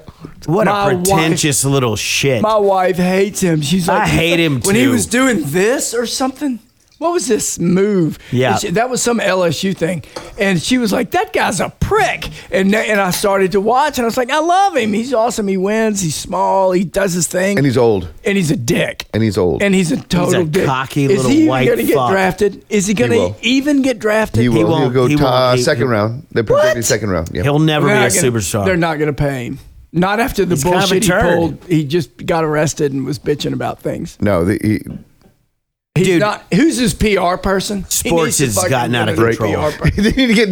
[SPEAKER 1] What a
[SPEAKER 4] My wife-
[SPEAKER 1] pretentious little shit.
[SPEAKER 4] My wife hates him. She's
[SPEAKER 1] I
[SPEAKER 4] like,
[SPEAKER 1] hate him,
[SPEAKER 4] When he
[SPEAKER 1] too.
[SPEAKER 4] was doing this or something, what was this move?
[SPEAKER 1] Yeah.
[SPEAKER 4] And she- that was some LSU thing, and she was like, "That guy's a prick." And na- and I started to watch, and I was like, "I love him. He's awesome. He wins. He's small. He does his thing,
[SPEAKER 3] And he's old.
[SPEAKER 4] and he's a dick."
[SPEAKER 3] And he's old.
[SPEAKER 4] And he's a total dick.
[SPEAKER 1] cocky
[SPEAKER 4] Is
[SPEAKER 1] little
[SPEAKER 4] he even
[SPEAKER 1] white
[SPEAKER 4] gonna get
[SPEAKER 1] fuck.
[SPEAKER 4] drafted? Is he going
[SPEAKER 3] will.
[SPEAKER 4] to even get drafted?
[SPEAKER 3] he will. He
[SPEAKER 1] won't-
[SPEAKER 3] will go
[SPEAKER 1] he
[SPEAKER 3] to,
[SPEAKER 1] won't-
[SPEAKER 3] uh,
[SPEAKER 1] he-
[SPEAKER 3] second
[SPEAKER 1] he-
[SPEAKER 3] round. They're projected
[SPEAKER 4] What?
[SPEAKER 3] second round. Yeah.
[SPEAKER 1] He'll never
[SPEAKER 4] They're
[SPEAKER 1] be a
[SPEAKER 4] not gonna-
[SPEAKER 1] superstar.
[SPEAKER 4] They're not going to pay him. Not after the
[SPEAKER 1] He's kind of a
[SPEAKER 4] bullshit he
[SPEAKER 1] turd.
[SPEAKER 4] pulled. He just got arrested and was bitching about things.
[SPEAKER 3] no, the, he,
[SPEAKER 4] He's
[SPEAKER 1] Dude.
[SPEAKER 4] not. Who's his PR person? He
[SPEAKER 1] Sports
[SPEAKER 4] needs to
[SPEAKER 1] has
[SPEAKER 4] fucking
[SPEAKER 1] gotten out of
[SPEAKER 4] get a
[SPEAKER 1] control.
[SPEAKER 4] PR person.
[SPEAKER 3] they need to get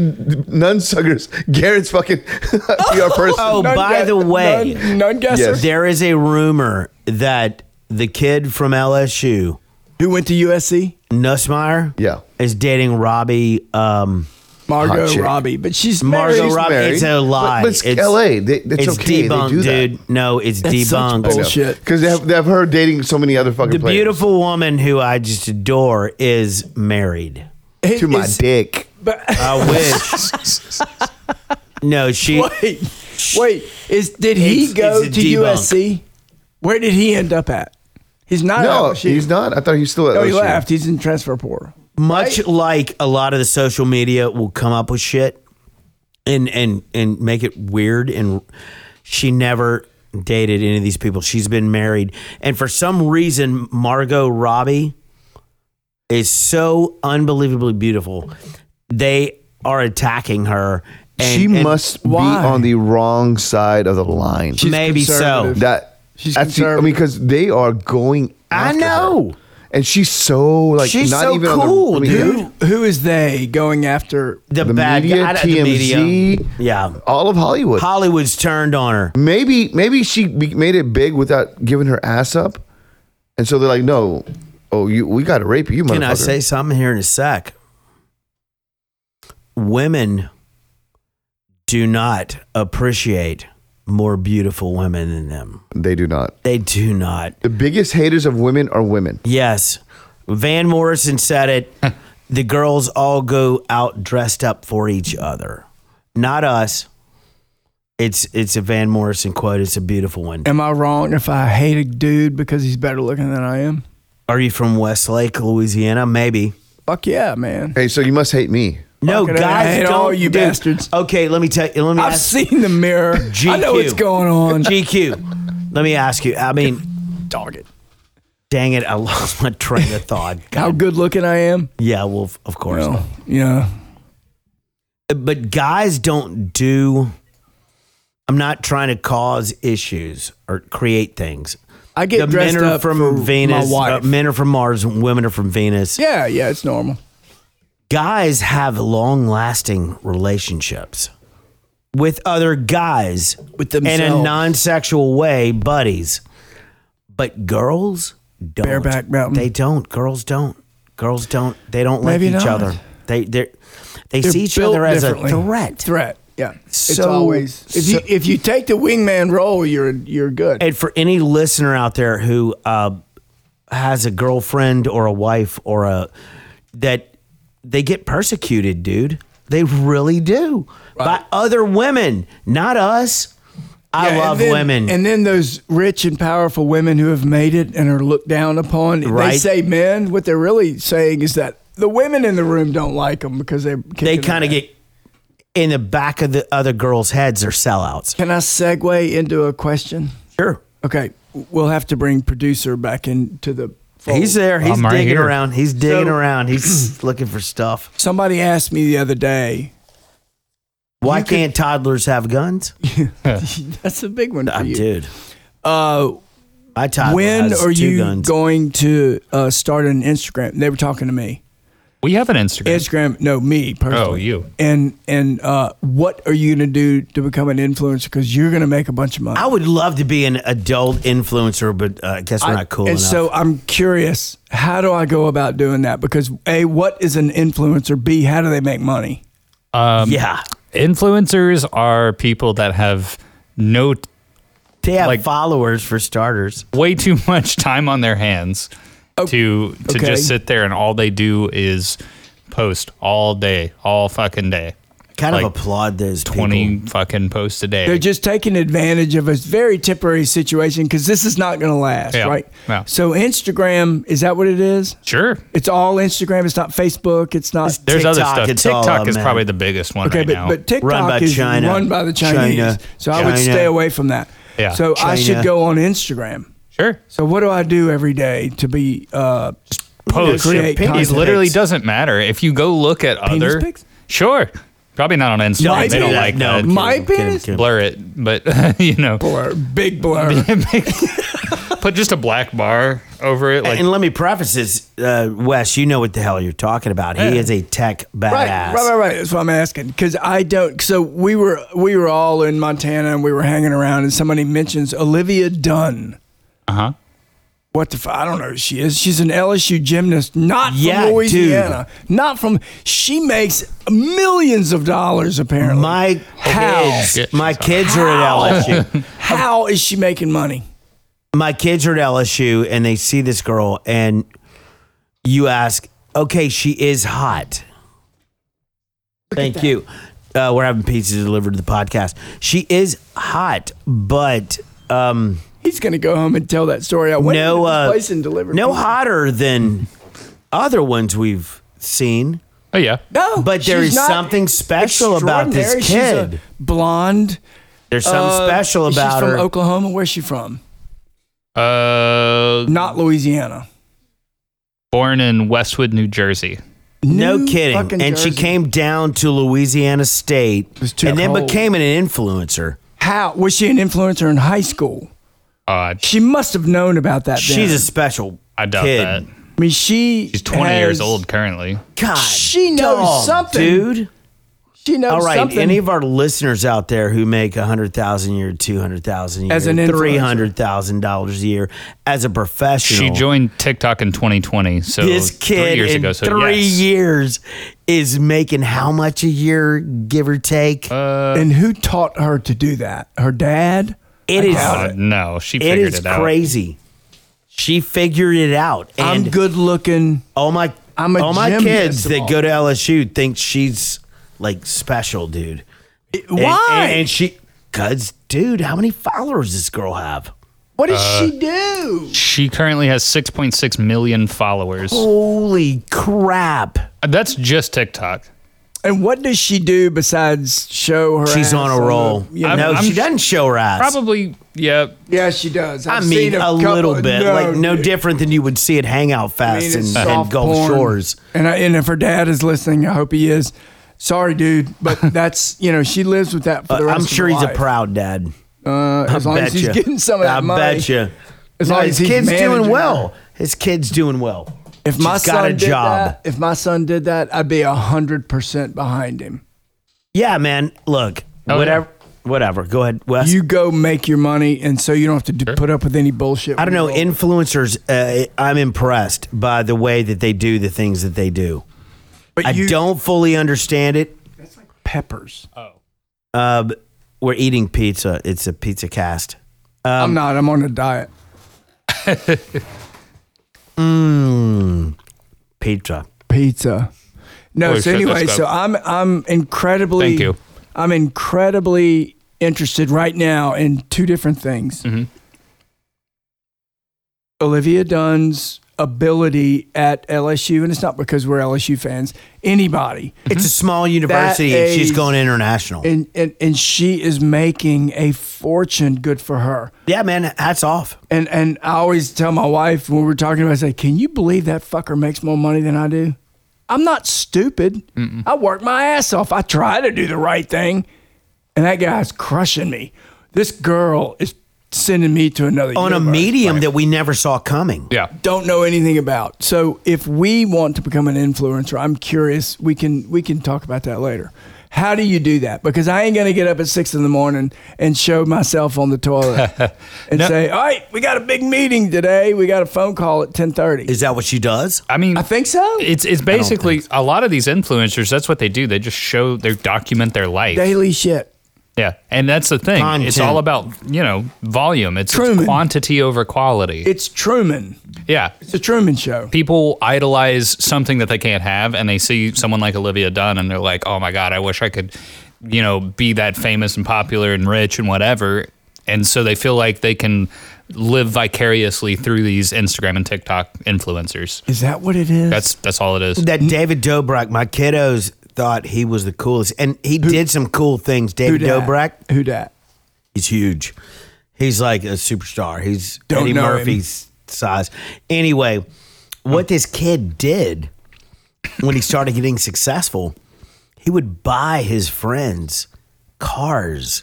[SPEAKER 3] nunsuckers. Garrett's fucking PR person.
[SPEAKER 1] Oh,
[SPEAKER 4] None
[SPEAKER 1] by
[SPEAKER 4] gu-
[SPEAKER 1] the way,
[SPEAKER 4] none, none guesser
[SPEAKER 3] Yes.
[SPEAKER 1] there is a rumor that the kid from LSU,
[SPEAKER 4] who went to USC.
[SPEAKER 1] Nussmeyer,
[SPEAKER 3] Yeah.
[SPEAKER 1] is dating Robbie. Um,
[SPEAKER 3] Hot
[SPEAKER 4] Margot
[SPEAKER 3] chick.
[SPEAKER 4] Robbie, but she's
[SPEAKER 1] Margot
[SPEAKER 4] married.
[SPEAKER 1] Robbie. Rob,
[SPEAKER 3] married,
[SPEAKER 1] it's a lie.
[SPEAKER 3] But, but it's,
[SPEAKER 1] It's-
[SPEAKER 3] LA. They, it's,
[SPEAKER 1] it's
[SPEAKER 3] okay.
[SPEAKER 1] debunked,
[SPEAKER 3] they do that.
[SPEAKER 1] dude. No, it's
[SPEAKER 4] That's such
[SPEAKER 1] debunked.
[SPEAKER 4] bullshit. Shit.
[SPEAKER 3] Because they have, they have her dating so many other fucking
[SPEAKER 1] The
[SPEAKER 3] players.
[SPEAKER 1] beautiful woman who I just adore is married.
[SPEAKER 4] It
[SPEAKER 3] To my
[SPEAKER 4] is-
[SPEAKER 3] dick.
[SPEAKER 4] But,
[SPEAKER 1] I wish. no, she.
[SPEAKER 4] wait, wait, is did he
[SPEAKER 1] It's-
[SPEAKER 4] go
[SPEAKER 1] it's
[SPEAKER 4] to
[SPEAKER 1] a debunk.
[SPEAKER 4] USC? Where did he end up at? He's not.
[SPEAKER 3] No,
[SPEAKER 4] at LSU.
[SPEAKER 3] he's not. I thought he's still at
[SPEAKER 4] No, Oh, he
[SPEAKER 3] LSU.
[SPEAKER 4] left. He's in transfer portal.
[SPEAKER 1] much like a lot of the social media will come up with shit and and and make it weird and she never dated any of these people she's been married and for some reason margot robbie is so unbelievably beautiful they are attacking her and,
[SPEAKER 3] she
[SPEAKER 1] and
[SPEAKER 3] must
[SPEAKER 4] why?
[SPEAKER 3] be on the wrong side of the line.
[SPEAKER 4] She's
[SPEAKER 1] maybe so
[SPEAKER 4] conservative.
[SPEAKER 3] that
[SPEAKER 4] She's
[SPEAKER 3] that's the- I mean,
[SPEAKER 4] conservative.
[SPEAKER 3] because they are going.
[SPEAKER 1] I
[SPEAKER 3] after
[SPEAKER 1] know.
[SPEAKER 3] her. And she's so like
[SPEAKER 1] She's
[SPEAKER 3] not
[SPEAKER 1] so
[SPEAKER 3] even
[SPEAKER 1] cool,
[SPEAKER 3] on the, I mean,
[SPEAKER 1] dude.
[SPEAKER 4] Who, who is they going after?
[SPEAKER 1] the,
[SPEAKER 3] The
[SPEAKER 1] bad
[SPEAKER 3] media,
[SPEAKER 1] guy, I- the
[SPEAKER 3] TMZ,
[SPEAKER 1] media. yeah
[SPEAKER 3] all of Hollywood.
[SPEAKER 1] hollywood's turned on her
[SPEAKER 3] maybe maybe she be- made it big without giving her ass up, and so they're like, no, oh, you we got to rape you, motherfucker.
[SPEAKER 1] Can I say something here in a sec? Women do not appreciate more beautiful women than them.
[SPEAKER 3] they do not.
[SPEAKER 1] They do not.
[SPEAKER 3] The biggest haters of women are women.
[SPEAKER 1] Yes. Van Morrison said it. the girls all go out dressed up for each other. Not us. It's it's a Van Morrison quote. It's a beautiful one.
[SPEAKER 4] Am I wrong if I hate a dude because he's better looking than I am?
[SPEAKER 1] Are you from Westlake, Louisiana? Maybe.
[SPEAKER 4] Fuck yeah, man.
[SPEAKER 3] Hey, so you must hate me.
[SPEAKER 1] No,
[SPEAKER 4] Fucking
[SPEAKER 1] guys,
[SPEAKER 4] hate
[SPEAKER 1] don't
[SPEAKER 4] all you
[SPEAKER 1] do-
[SPEAKER 4] bastards.
[SPEAKER 1] Okay, let me tell you. Let me
[SPEAKER 4] I've
[SPEAKER 1] ask-
[SPEAKER 4] seen the mirror. I
[SPEAKER 1] GQ.
[SPEAKER 4] know what's going on.
[SPEAKER 1] GQ. Let me ask you. I mean,
[SPEAKER 4] Dog it.
[SPEAKER 1] Dang it, I lost my train of thought.
[SPEAKER 4] How good looking I am?
[SPEAKER 1] yeah, well, f- of course.
[SPEAKER 4] No. Yeah.
[SPEAKER 1] But guys don't do. I'm not trying to cause issues or create things.
[SPEAKER 4] I get
[SPEAKER 1] the
[SPEAKER 4] dressed
[SPEAKER 1] men are
[SPEAKER 4] up
[SPEAKER 1] from
[SPEAKER 4] for my
[SPEAKER 1] Venus.
[SPEAKER 4] wife.
[SPEAKER 1] uh, men are from Mars. and Women are from Venus.
[SPEAKER 4] Yeah, yeah, it's normal.
[SPEAKER 1] Guys have long-lasting relationships with other guys
[SPEAKER 4] With
[SPEAKER 1] in a
[SPEAKER 4] themselves.
[SPEAKER 1] non-sexual way, buddies. But girls don't.
[SPEAKER 4] Bareback mountain.
[SPEAKER 1] They don't. Girls don't. Girls don't. They don't like
[SPEAKER 4] Maybe
[SPEAKER 1] each
[SPEAKER 4] not.
[SPEAKER 1] other. They they they
[SPEAKER 4] They're
[SPEAKER 1] see each
[SPEAKER 4] built
[SPEAKER 1] other as a
[SPEAKER 4] differently.
[SPEAKER 1] threat.
[SPEAKER 4] Threat. Yeah. it's
[SPEAKER 1] So-
[SPEAKER 4] always if you
[SPEAKER 1] so-
[SPEAKER 4] if you take the wingman role, you're you're good.
[SPEAKER 1] And for any listener out there who uh, has a girlfriend or a wife or a that they get persecuted, dude. They really do by other women, not us. I
[SPEAKER 4] Yeah, and
[SPEAKER 1] love
[SPEAKER 4] then-
[SPEAKER 1] women.
[SPEAKER 4] And then those rich and powerful women who have made it and are looked down upon. They
[SPEAKER 1] Right.
[SPEAKER 4] say men. What they're really saying is that the women in the room don't like them because they're
[SPEAKER 1] they
[SPEAKER 4] kicking
[SPEAKER 1] kind of
[SPEAKER 4] their-
[SPEAKER 1] get in the back of the other girls' heads are sellouts.
[SPEAKER 4] Can I segue into a question?
[SPEAKER 1] Sure.
[SPEAKER 4] Okay, we'll have to bring producer back into the. Fold.
[SPEAKER 1] He's there. He's
[SPEAKER 2] I'm right
[SPEAKER 1] digging
[SPEAKER 2] here.
[SPEAKER 1] around. He's digging
[SPEAKER 4] Oh, So-
[SPEAKER 1] around. He's looking for stuff.
[SPEAKER 4] Somebody asked me the other day.
[SPEAKER 1] Why
[SPEAKER 4] You could-
[SPEAKER 1] can't toddlers have guns?
[SPEAKER 4] That's a big one for
[SPEAKER 1] Uh,
[SPEAKER 4] you.
[SPEAKER 1] dude,
[SPEAKER 4] Uh,
[SPEAKER 1] my toddler
[SPEAKER 4] when
[SPEAKER 1] has
[SPEAKER 4] are
[SPEAKER 1] two
[SPEAKER 4] you
[SPEAKER 1] guns.
[SPEAKER 4] going to uh, start an Instagram? They were talking to me.
[SPEAKER 2] We have an Instagram.
[SPEAKER 4] Instagram, no, me personally.
[SPEAKER 2] Oh, you.
[SPEAKER 4] And and uh, what are you going to do to become an influencer? Because you're going to make a bunch of money.
[SPEAKER 1] I would love to be an adult influencer, but uh, I guess we're
[SPEAKER 4] I-
[SPEAKER 1] not cool
[SPEAKER 4] and
[SPEAKER 1] enough.
[SPEAKER 4] so I'm curious, how do I go about doing that? Because a, what is an influencer? B, how do they make money?
[SPEAKER 2] Um,
[SPEAKER 1] yeah,
[SPEAKER 2] Influencers are people that have no t-
[SPEAKER 1] they have
[SPEAKER 2] like-
[SPEAKER 1] followers for starters.
[SPEAKER 2] way too much time on their hands to to
[SPEAKER 4] Oh, okay.
[SPEAKER 2] just sit there and all they do is post all day, all fucking day.
[SPEAKER 1] Kind of
[SPEAKER 2] Like
[SPEAKER 1] applaud those
[SPEAKER 2] Twenty
[SPEAKER 1] people.
[SPEAKER 2] fucking posts a day.
[SPEAKER 4] They're just taking advantage of a very temporary situation because this is not going to last,
[SPEAKER 2] Yeah,
[SPEAKER 4] right?
[SPEAKER 2] yeah.
[SPEAKER 4] So Instagram, is that what it is?
[SPEAKER 2] sure.
[SPEAKER 4] It's all Instagram. It's not Facebook. It's not.
[SPEAKER 2] There's other
[SPEAKER 1] TikTok,
[SPEAKER 2] stuff.
[SPEAKER 1] it's all up,
[SPEAKER 2] TikTok is
[SPEAKER 1] man.
[SPEAKER 2] probably the biggest one
[SPEAKER 4] Okay,
[SPEAKER 2] right
[SPEAKER 4] but,
[SPEAKER 2] now.
[SPEAKER 4] but TikTok
[SPEAKER 1] Run by
[SPEAKER 4] is
[SPEAKER 1] China.
[SPEAKER 4] run by the
[SPEAKER 1] China.
[SPEAKER 4] Chinese. So I would
[SPEAKER 1] China.
[SPEAKER 4] stay away from that.
[SPEAKER 2] Yeah.
[SPEAKER 4] So I should
[SPEAKER 1] China.
[SPEAKER 4] go on Instagram.
[SPEAKER 2] sure.
[SPEAKER 4] So what do I do every day to be uh
[SPEAKER 2] Post.
[SPEAKER 4] create
[SPEAKER 2] It
[SPEAKER 4] content.
[SPEAKER 2] literally doesn't matter. If you go look at
[SPEAKER 4] Penis
[SPEAKER 2] other
[SPEAKER 4] pics?
[SPEAKER 2] Sure. Probably not on Instagram.
[SPEAKER 1] I
[SPEAKER 2] they
[SPEAKER 1] do
[SPEAKER 2] don't
[SPEAKER 1] that.
[SPEAKER 2] like
[SPEAKER 1] no,
[SPEAKER 2] that.
[SPEAKER 1] I'm
[SPEAKER 4] My
[SPEAKER 1] kidding, I'm kidding, I'm
[SPEAKER 4] penis?
[SPEAKER 1] kidding.
[SPEAKER 2] blur it, but you know.
[SPEAKER 4] blur, big blur?
[SPEAKER 2] Put just a black bar over it like
[SPEAKER 1] and let me preface this, uh, Wes. You know what the hell you're talking about. He is a tech badass.
[SPEAKER 4] Right, right, right, right. That's what I'm asking because I don't. So we were we were all in Montana and we were hanging around and somebody mentions Olivia Dunn.
[SPEAKER 2] uh-huh.
[SPEAKER 4] What the? F- I don't know who she is. She's an LSU gymnast, not
[SPEAKER 1] Yeah,
[SPEAKER 4] from
[SPEAKER 1] dude.
[SPEAKER 4] Louisiana, not from. She makes millions of dollars apparently.
[SPEAKER 1] My uh,
[SPEAKER 4] How?
[SPEAKER 1] kids,
[SPEAKER 2] Shit.
[SPEAKER 1] my kids are at LSU.
[SPEAKER 4] How is she making money?
[SPEAKER 1] my kids are at LSU, and they see this girl, and you ask, "Okay, she is hot." Thank you. Uh, we're having pizza delivered to the podcast. She is hot, but um,
[SPEAKER 4] He's gonna go home and tell that story. I went
[SPEAKER 1] no,
[SPEAKER 4] into this
[SPEAKER 1] uh,
[SPEAKER 4] place and delivered
[SPEAKER 1] no
[SPEAKER 4] pizza.
[SPEAKER 1] hotter than other ones we've seen.
[SPEAKER 2] Oh yeah.
[SPEAKER 4] No,
[SPEAKER 1] But there
[SPEAKER 4] she's
[SPEAKER 1] is
[SPEAKER 4] not
[SPEAKER 1] something special about this
[SPEAKER 4] extraordinary. She's a
[SPEAKER 1] kid.
[SPEAKER 4] blonde.
[SPEAKER 1] There's something
[SPEAKER 4] uh,
[SPEAKER 1] special about
[SPEAKER 4] she's from
[SPEAKER 1] her.
[SPEAKER 4] Oklahoma. Where's she from?
[SPEAKER 2] Uh
[SPEAKER 4] Not Louisiana.
[SPEAKER 2] born in Westwood, New Jersey.
[SPEAKER 1] No
[SPEAKER 4] New
[SPEAKER 1] kidding.
[SPEAKER 4] fucking
[SPEAKER 1] And she
[SPEAKER 4] Jersey.
[SPEAKER 1] came down to Louisiana State
[SPEAKER 4] was too
[SPEAKER 1] and then
[SPEAKER 4] cold.
[SPEAKER 1] became an influencer.
[SPEAKER 4] How was she an influencer in high school?
[SPEAKER 2] Odd.
[SPEAKER 4] She must have known about that.
[SPEAKER 1] She's a
[SPEAKER 4] then.
[SPEAKER 1] special
[SPEAKER 2] I doubt
[SPEAKER 1] kid.
[SPEAKER 2] that.
[SPEAKER 4] I mean, she.
[SPEAKER 2] She's 20
[SPEAKER 4] has-
[SPEAKER 2] years old currently.
[SPEAKER 1] God,
[SPEAKER 4] She knows
[SPEAKER 1] dog,
[SPEAKER 4] something.
[SPEAKER 1] dude.
[SPEAKER 4] She knows
[SPEAKER 1] All right,
[SPEAKER 4] something.
[SPEAKER 1] any of our listeners out there who make a hundred thousand a year, two hundred thousand a year,
[SPEAKER 4] As an influencer.
[SPEAKER 1] three hundred thousand dollars a year as a professional,
[SPEAKER 2] She joined TikTok in 2020, so
[SPEAKER 1] this kid
[SPEAKER 2] three years
[SPEAKER 1] in
[SPEAKER 2] ago. So
[SPEAKER 1] three
[SPEAKER 2] yes.
[SPEAKER 1] years is making how much a year, give or take?
[SPEAKER 2] Uh,
[SPEAKER 4] and who taught her to do that? Her dad.
[SPEAKER 1] it is
[SPEAKER 2] Uh, no, she
[SPEAKER 1] it
[SPEAKER 2] figured
[SPEAKER 1] is
[SPEAKER 2] it, out.
[SPEAKER 1] crazy. She figured it out, and
[SPEAKER 4] I'm good looking.
[SPEAKER 1] all my
[SPEAKER 4] I'm a
[SPEAKER 1] all my
[SPEAKER 4] gym
[SPEAKER 1] kids
[SPEAKER 4] basketball.
[SPEAKER 1] that go to LSU think she's like special, dude. And-
[SPEAKER 4] Why?
[SPEAKER 1] And, and she, cause dude, how many followers does this girl have?
[SPEAKER 4] what does
[SPEAKER 1] Uh,
[SPEAKER 4] she do?
[SPEAKER 2] She currently has 6.6 million followers.
[SPEAKER 1] Holy crap!
[SPEAKER 2] That's just TikTok.
[SPEAKER 4] And what does she do besides show her?
[SPEAKER 1] She's
[SPEAKER 4] ass
[SPEAKER 1] on a
[SPEAKER 4] the-
[SPEAKER 1] roll.
[SPEAKER 4] you
[SPEAKER 2] I'm-
[SPEAKER 1] no,
[SPEAKER 4] know?
[SPEAKER 2] I'm
[SPEAKER 1] she
[SPEAKER 2] sh-
[SPEAKER 1] doesn't show her ass.
[SPEAKER 2] Probably, yeah. Oh,
[SPEAKER 4] yeah, she does.
[SPEAKER 1] I
[SPEAKER 4] I've
[SPEAKER 1] mean,
[SPEAKER 4] seen
[SPEAKER 1] a,
[SPEAKER 4] couple-
[SPEAKER 1] little bit, like no
[SPEAKER 4] dude.
[SPEAKER 1] different than you would see at Hangout
[SPEAKER 4] I mean,
[SPEAKER 1] Fest
[SPEAKER 4] it's
[SPEAKER 1] and, and
[SPEAKER 4] soft
[SPEAKER 1] Gulf
[SPEAKER 4] porn.
[SPEAKER 1] Shores.
[SPEAKER 4] And I, and if her dad is listening, I hope he is. Sorry, dude, but that's you know she lives with that for
[SPEAKER 1] But
[SPEAKER 4] the rest
[SPEAKER 1] Uh, I'm
[SPEAKER 4] of
[SPEAKER 1] sure
[SPEAKER 4] her
[SPEAKER 1] he's a
[SPEAKER 4] life.
[SPEAKER 1] proud dad.
[SPEAKER 4] Uh, as long as he's
[SPEAKER 1] Betcha.
[SPEAKER 4] getting some of that
[SPEAKER 1] I
[SPEAKER 4] money.
[SPEAKER 1] bet you.
[SPEAKER 4] As
[SPEAKER 1] No,
[SPEAKER 4] long
[SPEAKER 1] his
[SPEAKER 4] as he's
[SPEAKER 1] kid's doing
[SPEAKER 4] managing
[SPEAKER 1] well. His kid's doing well.
[SPEAKER 4] If my
[SPEAKER 1] She's
[SPEAKER 4] son
[SPEAKER 1] got a
[SPEAKER 4] did
[SPEAKER 1] job.
[SPEAKER 4] that, if my son did that, I'd be hundred percent behind him.
[SPEAKER 1] Yeah, man. Look,
[SPEAKER 2] Oh,
[SPEAKER 1] whatever. Whatever. Go ahead, Wes.
[SPEAKER 4] You go make your money, and so you don't have to do, put up with any bullshit.
[SPEAKER 1] I don't know.
[SPEAKER 4] from the world.
[SPEAKER 1] Influencers, uh, I'm impressed by the way that they do the things that they do.
[SPEAKER 4] but
[SPEAKER 1] I
[SPEAKER 4] you,
[SPEAKER 1] don't fully understand it.
[SPEAKER 4] peppers.
[SPEAKER 1] Uh, but we're eating pizza. It's a pizza cast. Um,
[SPEAKER 4] I'm not. I'm on a diet.
[SPEAKER 1] mm, Pizza.
[SPEAKER 4] pizza. No,
[SPEAKER 2] Holy
[SPEAKER 4] so
[SPEAKER 2] shit,
[SPEAKER 4] anyway,
[SPEAKER 2] that's
[SPEAKER 4] so I'm I'm incredibly
[SPEAKER 2] Thank you.
[SPEAKER 4] I'm incredibly interested right now in two different things.
[SPEAKER 2] Mhm.
[SPEAKER 4] Olivia Dunn's ability at LSU, and it's not because we're LSU fans, anybody.
[SPEAKER 1] It's a small university, and she's
[SPEAKER 4] age-
[SPEAKER 1] going international.
[SPEAKER 4] And, and and she is making a fortune good for her.
[SPEAKER 1] yeah, man. Hats off.
[SPEAKER 4] And and I always tell my wife when we're talking about, it, I say, "Can you believe that fucker makes more money than I do?" I'm not stupid. I work my ass off. I try to do the right thing, and that guy's crushing me. This girl is sending me to another
[SPEAKER 1] On a
[SPEAKER 4] universe.
[SPEAKER 1] medium that we never saw coming.
[SPEAKER 2] Yeah.
[SPEAKER 4] Don't know anything about. So if we want to become an influencer, I'm curious. We can we can talk about that later. How do you do that? Because I ain't gonna get up at six in the morning and show myself on the toilet and say, "All right, we got a big meeting today. We got a phone call at 10.30.
[SPEAKER 1] Is that what she does?
[SPEAKER 2] I mean,
[SPEAKER 4] I think so.
[SPEAKER 2] it's it's basically a lot of these influencers. That's what they do. They just show, they document their life.
[SPEAKER 4] Daily shit.
[SPEAKER 2] yeah, and that's the thing. It's
[SPEAKER 1] Content.
[SPEAKER 2] all about you know volume. It's, it's
[SPEAKER 4] Truman.
[SPEAKER 2] quantity over quality.
[SPEAKER 4] It's Truman.
[SPEAKER 2] yeah,
[SPEAKER 4] It's a Truman show.
[SPEAKER 2] people idolize something that they can't have, and they see someone like Olivia Dunn, and they're like, "Oh my god, I wish I could, you know, be that famous and popular and rich and whatever." And so they feel like they can live vicariously through these Instagram and TikTok influencers.
[SPEAKER 4] Is that what it is?
[SPEAKER 2] That's that's all it is.
[SPEAKER 1] That David Dobrik, my kiddos thought he was the coolest, and he did some cool things.
[SPEAKER 4] who
[SPEAKER 1] David
[SPEAKER 4] dat?
[SPEAKER 1] Dobrik,
[SPEAKER 4] Who dat?
[SPEAKER 1] he's huge. He's like a superstar. He's
[SPEAKER 4] Don't
[SPEAKER 1] Eddie
[SPEAKER 4] know him.
[SPEAKER 1] Murphy's size. Anyway, what this kid did when he started getting successful, he would buy his friends cars.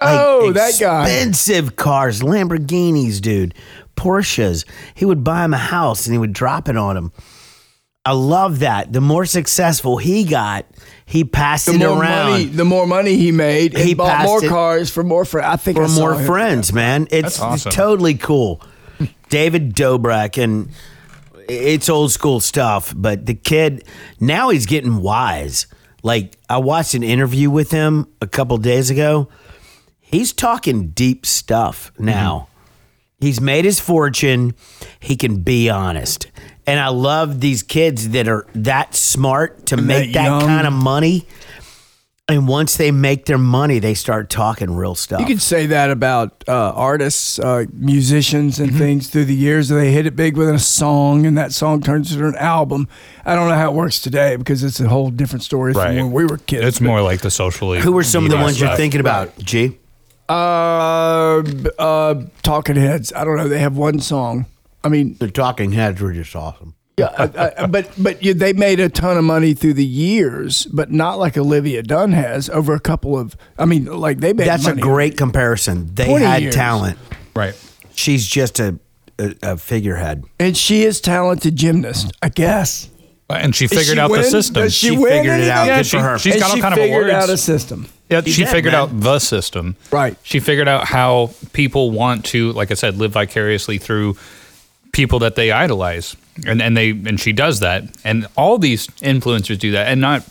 [SPEAKER 4] Oh, that guy.
[SPEAKER 1] Expensive cars, Lamborghinis, dude, Porsches. He would buy him a house and he would drop it on him. I love that. The more successful he got, he passed
[SPEAKER 4] The
[SPEAKER 1] it
[SPEAKER 4] more
[SPEAKER 1] around
[SPEAKER 4] money, the more money he made, he
[SPEAKER 1] He
[SPEAKER 4] bought
[SPEAKER 1] passed
[SPEAKER 4] more
[SPEAKER 1] it-
[SPEAKER 4] cars for more friends. I think I
[SPEAKER 1] for
[SPEAKER 4] saw
[SPEAKER 1] more
[SPEAKER 4] him.
[SPEAKER 1] friends, man. It's,
[SPEAKER 2] That's awesome.
[SPEAKER 1] it's totally cool. David Dobrik and it's old school stuff, but the kid now he's getting wise. Like I watched an interview with him a couple days ago. He's talking deep stuff
[SPEAKER 4] Mm-hmm.
[SPEAKER 1] now. He's made his fortune. He can be honest. And I love these kids that are that smart to make
[SPEAKER 4] that
[SPEAKER 1] that
[SPEAKER 4] young.
[SPEAKER 1] kind of money. And once they make their money, they start talking real stuff.
[SPEAKER 4] You could say that about uh, artists, uh, musicians, and things through the years. They hit it big with a song, and that song turns into an album. I don't know how it works today because it's a whole different story from
[SPEAKER 2] Right.
[SPEAKER 4] when we were kids.
[SPEAKER 2] It's more like the socially.
[SPEAKER 1] Who are some of the
[SPEAKER 2] media
[SPEAKER 1] ones you're
[SPEAKER 2] stuff.
[SPEAKER 1] thinking about, G?
[SPEAKER 4] uh, b- uh, Talking Heads. I don't know. They have one song. I mean,
[SPEAKER 1] The Talking Heads were just awesome.
[SPEAKER 4] yeah, I, I, but but yeah, they made a ton of money through the years, but not like Olivia Dunn has over a couple of. I mean, like they made.
[SPEAKER 1] That's a
[SPEAKER 4] money.
[SPEAKER 1] great comparison. They
[SPEAKER 4] 20
[SPEAKER 1] had
[SPEAKER 4] years.
[SPEAKER 1] talent.
[SPEAKER 2] Right.
[SPEAKER 1] She's just a, a, a figurehead.
[SPEAKER 4] and she is talented gymnast, I guess.
[SPEAKER 2] And she
[SPEAKER 4] Does
[SPEAKER 2] figured
[SPEAKER 4] she
[SPEAKER 2] out
[SPEAKER 4] win?
[SPEAKER 2] the system.
[SPEAKER 4] Does she,
[SPEAKER 1] She
[SPEAKER 4] win
[SPEAKER 1] figured it out.
[SPEAKER 4] anything?
[SPEAKER 1] Good
[SPEAKER 2] yeah,
[SPEAKER 1] for her.
[SPEAKER 2] she, has
[SPEAKER 4] And
[SPEAKER 2] got all
[SPEAKER 4] she
[SPEAKER 2] kind of
[SPEAKER 4] figured
[SPEAKER 2] words.
[SPEAKER 4] out a system.
[SPEAKER 2] Yeah, she
[SPEAKER 1] did,
[SPEAKER 2] figured
[SPEAKER 1] man.
[SPEAKER 2] out the system.
[SPEAKER 4] Right.
[SPEAKER 2] She figured out how people want to, like I said, live vicariously through people that they idolize, and and they and she does that, and all these influencers do that, and not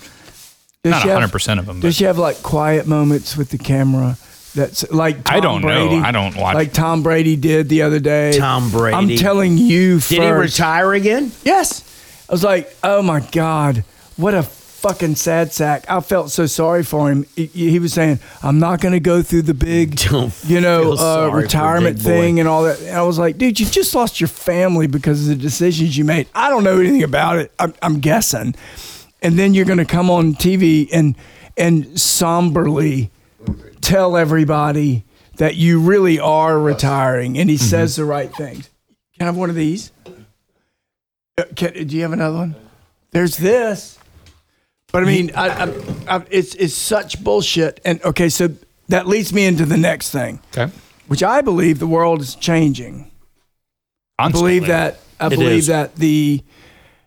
[SPEAKER 4] Does
[SPEAKER 2] Not
[SPEAKER 4] she have-
[SPEAKER 2] 100% of 'em,
[SPEAKER 4] Does
[SPEAKER 2] but-
[SPEAKER 4] she have like quiet moments with the camera? That's like Tom
[SPEAKER 2] I don't know.
[SPEAKER 4] Brady,
[SPEAKER 2] I don't watch-
[SPEAKER 4] like Tom Brady did the other day.
[SPEAKER 1] Tom Brady.
[SPEAKER 4] I'm telling you, first.
[SPEAKER 1] Did he retire again?
[SPEAKER 4] Yes. I was like, oh my God, what a fucking sad sack. I felt so sorry for him. He, he was saying, I'm not going to go through the big,
[SPEAKER 1] Don't
[SPEAKER 4] you know,
[SPEAKER 1] feel sorry
[SPEAKER 4] uh,
[SPEAKER 1] for
[SPEAKER 4] retirement
[SPEAKER 1] Big Boy.
[SPEAKER 4] thing and all that. And I was like, dude, you just lost your family because of the decisions you made. I don't know anything about it. I'm, I'm guessing. and then you're going to come on TV and and somberly tell everybody that you really are retiring, and he
[SPEAKER 1] Mm-hmm.
[SPEAKER 4] says the right things. Can I have one of these? Uh, Can, do you have another one? There's this. But I mean, I, I, I, it's it's such bullshit. And okay, so that leads me into the next thing,
[SPEAKER 2] Okay.
[SPEAKER 4] which I believe the world is changing. I believe that. I
[SPEAKER 1] It
[SPEAKER 4] believe
[SPEAKER 1] is.
[SPEAKER 4] that the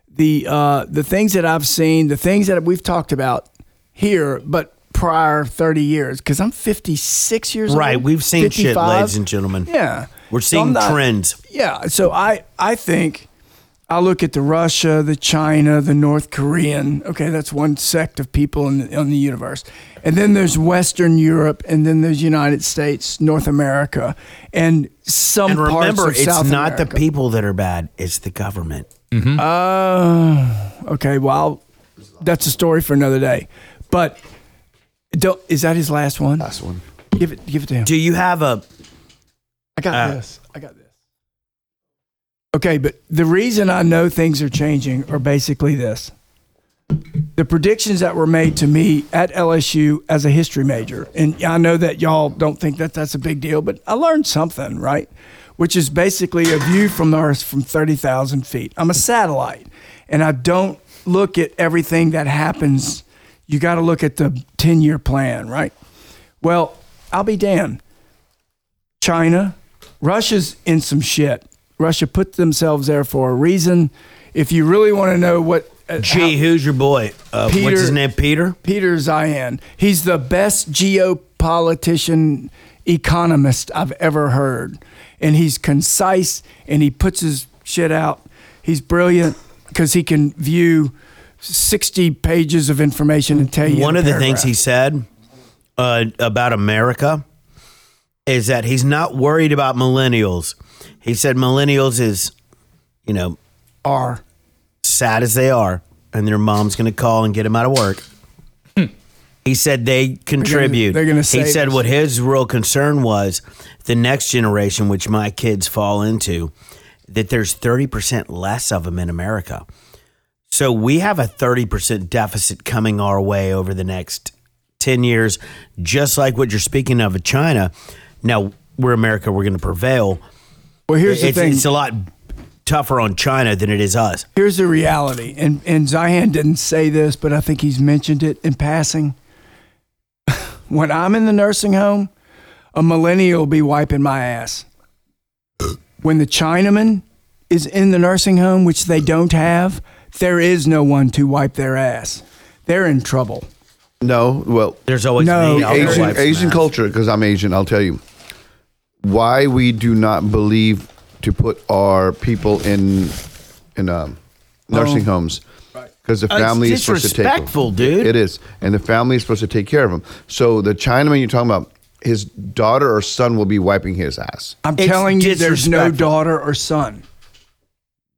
[SPEAKER 4] the uh, the things that I've seen, the things that we've talked about here, but prior thirty years, because I'm 56 years old.
[SPEAKER 1] Right, we've seen shit,
[SPEAKER 4] 55.
[SPEAKER 1] ladies and gentlemen.
[SPEAKER 4] Yeah, uh,
[SPEAKER 1] We're
[SPEAKER 4] So I'm
[SPEAKER 1] seeing
[SPEAKER 4] not-
[SPEAKER 1] trends.
[SPEAKER 4] yeah. So I, I think I look at the Russia, the China, the North Korean. Okay, that's one sect of people in the, in the universe. And then there's Western Europe, and then there's United States, North America, and some
[SPEAKER 1] And remember,
[SPEAKER 4] parts
[SPEAKER 1] it's
[SPEAKER 4] of South
[SPEAKER 1] not the
[SPEAKER 4] America.
[SPEAKER 1] people that are bad; it's the government.
[SPEAKER 4] Uh, okay, well, that's a story for another day. But don't, is that his last one?
[SPEAKER 3] Last one.
[SPEAKER 4] Give it, give it to him.
[SPEAKER 1] Do you have a?
[SPEAKER 4] I got
[SPEAKER 1] Uh,
[SPEAKER 4] this. I got this. Okay, but the reason I know things are changing are basically this. The predictions that were made to me at LSU as a history major, and I know that y'all don't think that that's a big deal, but I learned something, right? Which is basically a view from the Earth from 30,000 feet. I'm a satellite, and I don't look at everything that happens. You got to look at the 10 year plan, right? Well, I'll be damned. China. Russia's in some shit. Russia put themselves there for a reason. If you really want to know what uh,
[SPEAKER 1] Gee,
[SPEAKER 4] how-
[SPEAKER 1] who's your boy? Uh, what's his
[SPEAKER 4] Peter-
[SPEAKER 1] name? Peter.
[SPEAKER 4] Peter Zion, he's the best geopolitician economist I've ever heard, and he's concise and he puts his shit out. He's brilliant because he can view sixty pages of information and tell you
[SPEAKER 1] One
[SPEAKER 4] in a
[SPEAKER 1] of the things
[SPEAKER 4] paragraph.
[SPEAKER 1] he said uh, about America is that he's not worried about millennials. He said millennials is, you know,
[SPEAKER 4] are
[SPEAKER 1] sad as they are, and their mom's going to call and get them out of work. He said they contribute.
[SPEAKER 4] they're gonna
[SPEAKER 1] He
[SPEAKER 4] save
[SPEAKER 1] said
[SPEAKER 4] us.
[SPEAKER 1] what his real concern was the next generation, which my kids fall into, that there's 30% less of them in America. So we have a 30% deficit coming our way over the next 10 years, just like what you're speaking of with China. Now, we're America, we're going to prevail.
[SPEAKER 4] well. Here's the
[SPEAKER 1] It's,
[SPEAKER 4] thing.
[SPEAKER 1] it's a lot tougher on China than it is us.
[SPEAKER 4] Here's the reality, and and Zion didn't say this, but I think he's mentioned it in passing. when I'm in the nursing home, a millennial will be wiping my ass. When the Chinaman is in the nursing home, which they don't have, there is no one to wipe their ass. They're in trouble.
[SPEAKER 3] No, well,
[SPEAKER 1] There's always
[SPEAKER 4] No,
[SPEAKER 1] me.
[SPEAKER 4] the
[SPEAKER 1] I'll go wipe
[SPEAKER 3] Asian,
[SPEAKER 1] some
[SPEAKER 3] Asian
[SPEAKER 1] ass.
[SPEAKER 3] culture, because I'm Asian, I'll tell you why we do not believe to put our people in in um, nursing homes because the
[SPEAKER 1] Oh. Uh, it's
[SPEAKER 3] family is supposed to take
[SPEAKER 1] disrespectful, dude.
[SPEAKER 3] It is, and the family is supposed to take care of them. So the Chinaman you're talking about, his daughter or son will be wiping his ass.
[SPEAKER 4] I'm
[SPEAKER 1] It's
[SPEAKER 4] telling you, there's no
[SPEAKER 1] disrespectful.
[SPEAKER 4] daughter or son.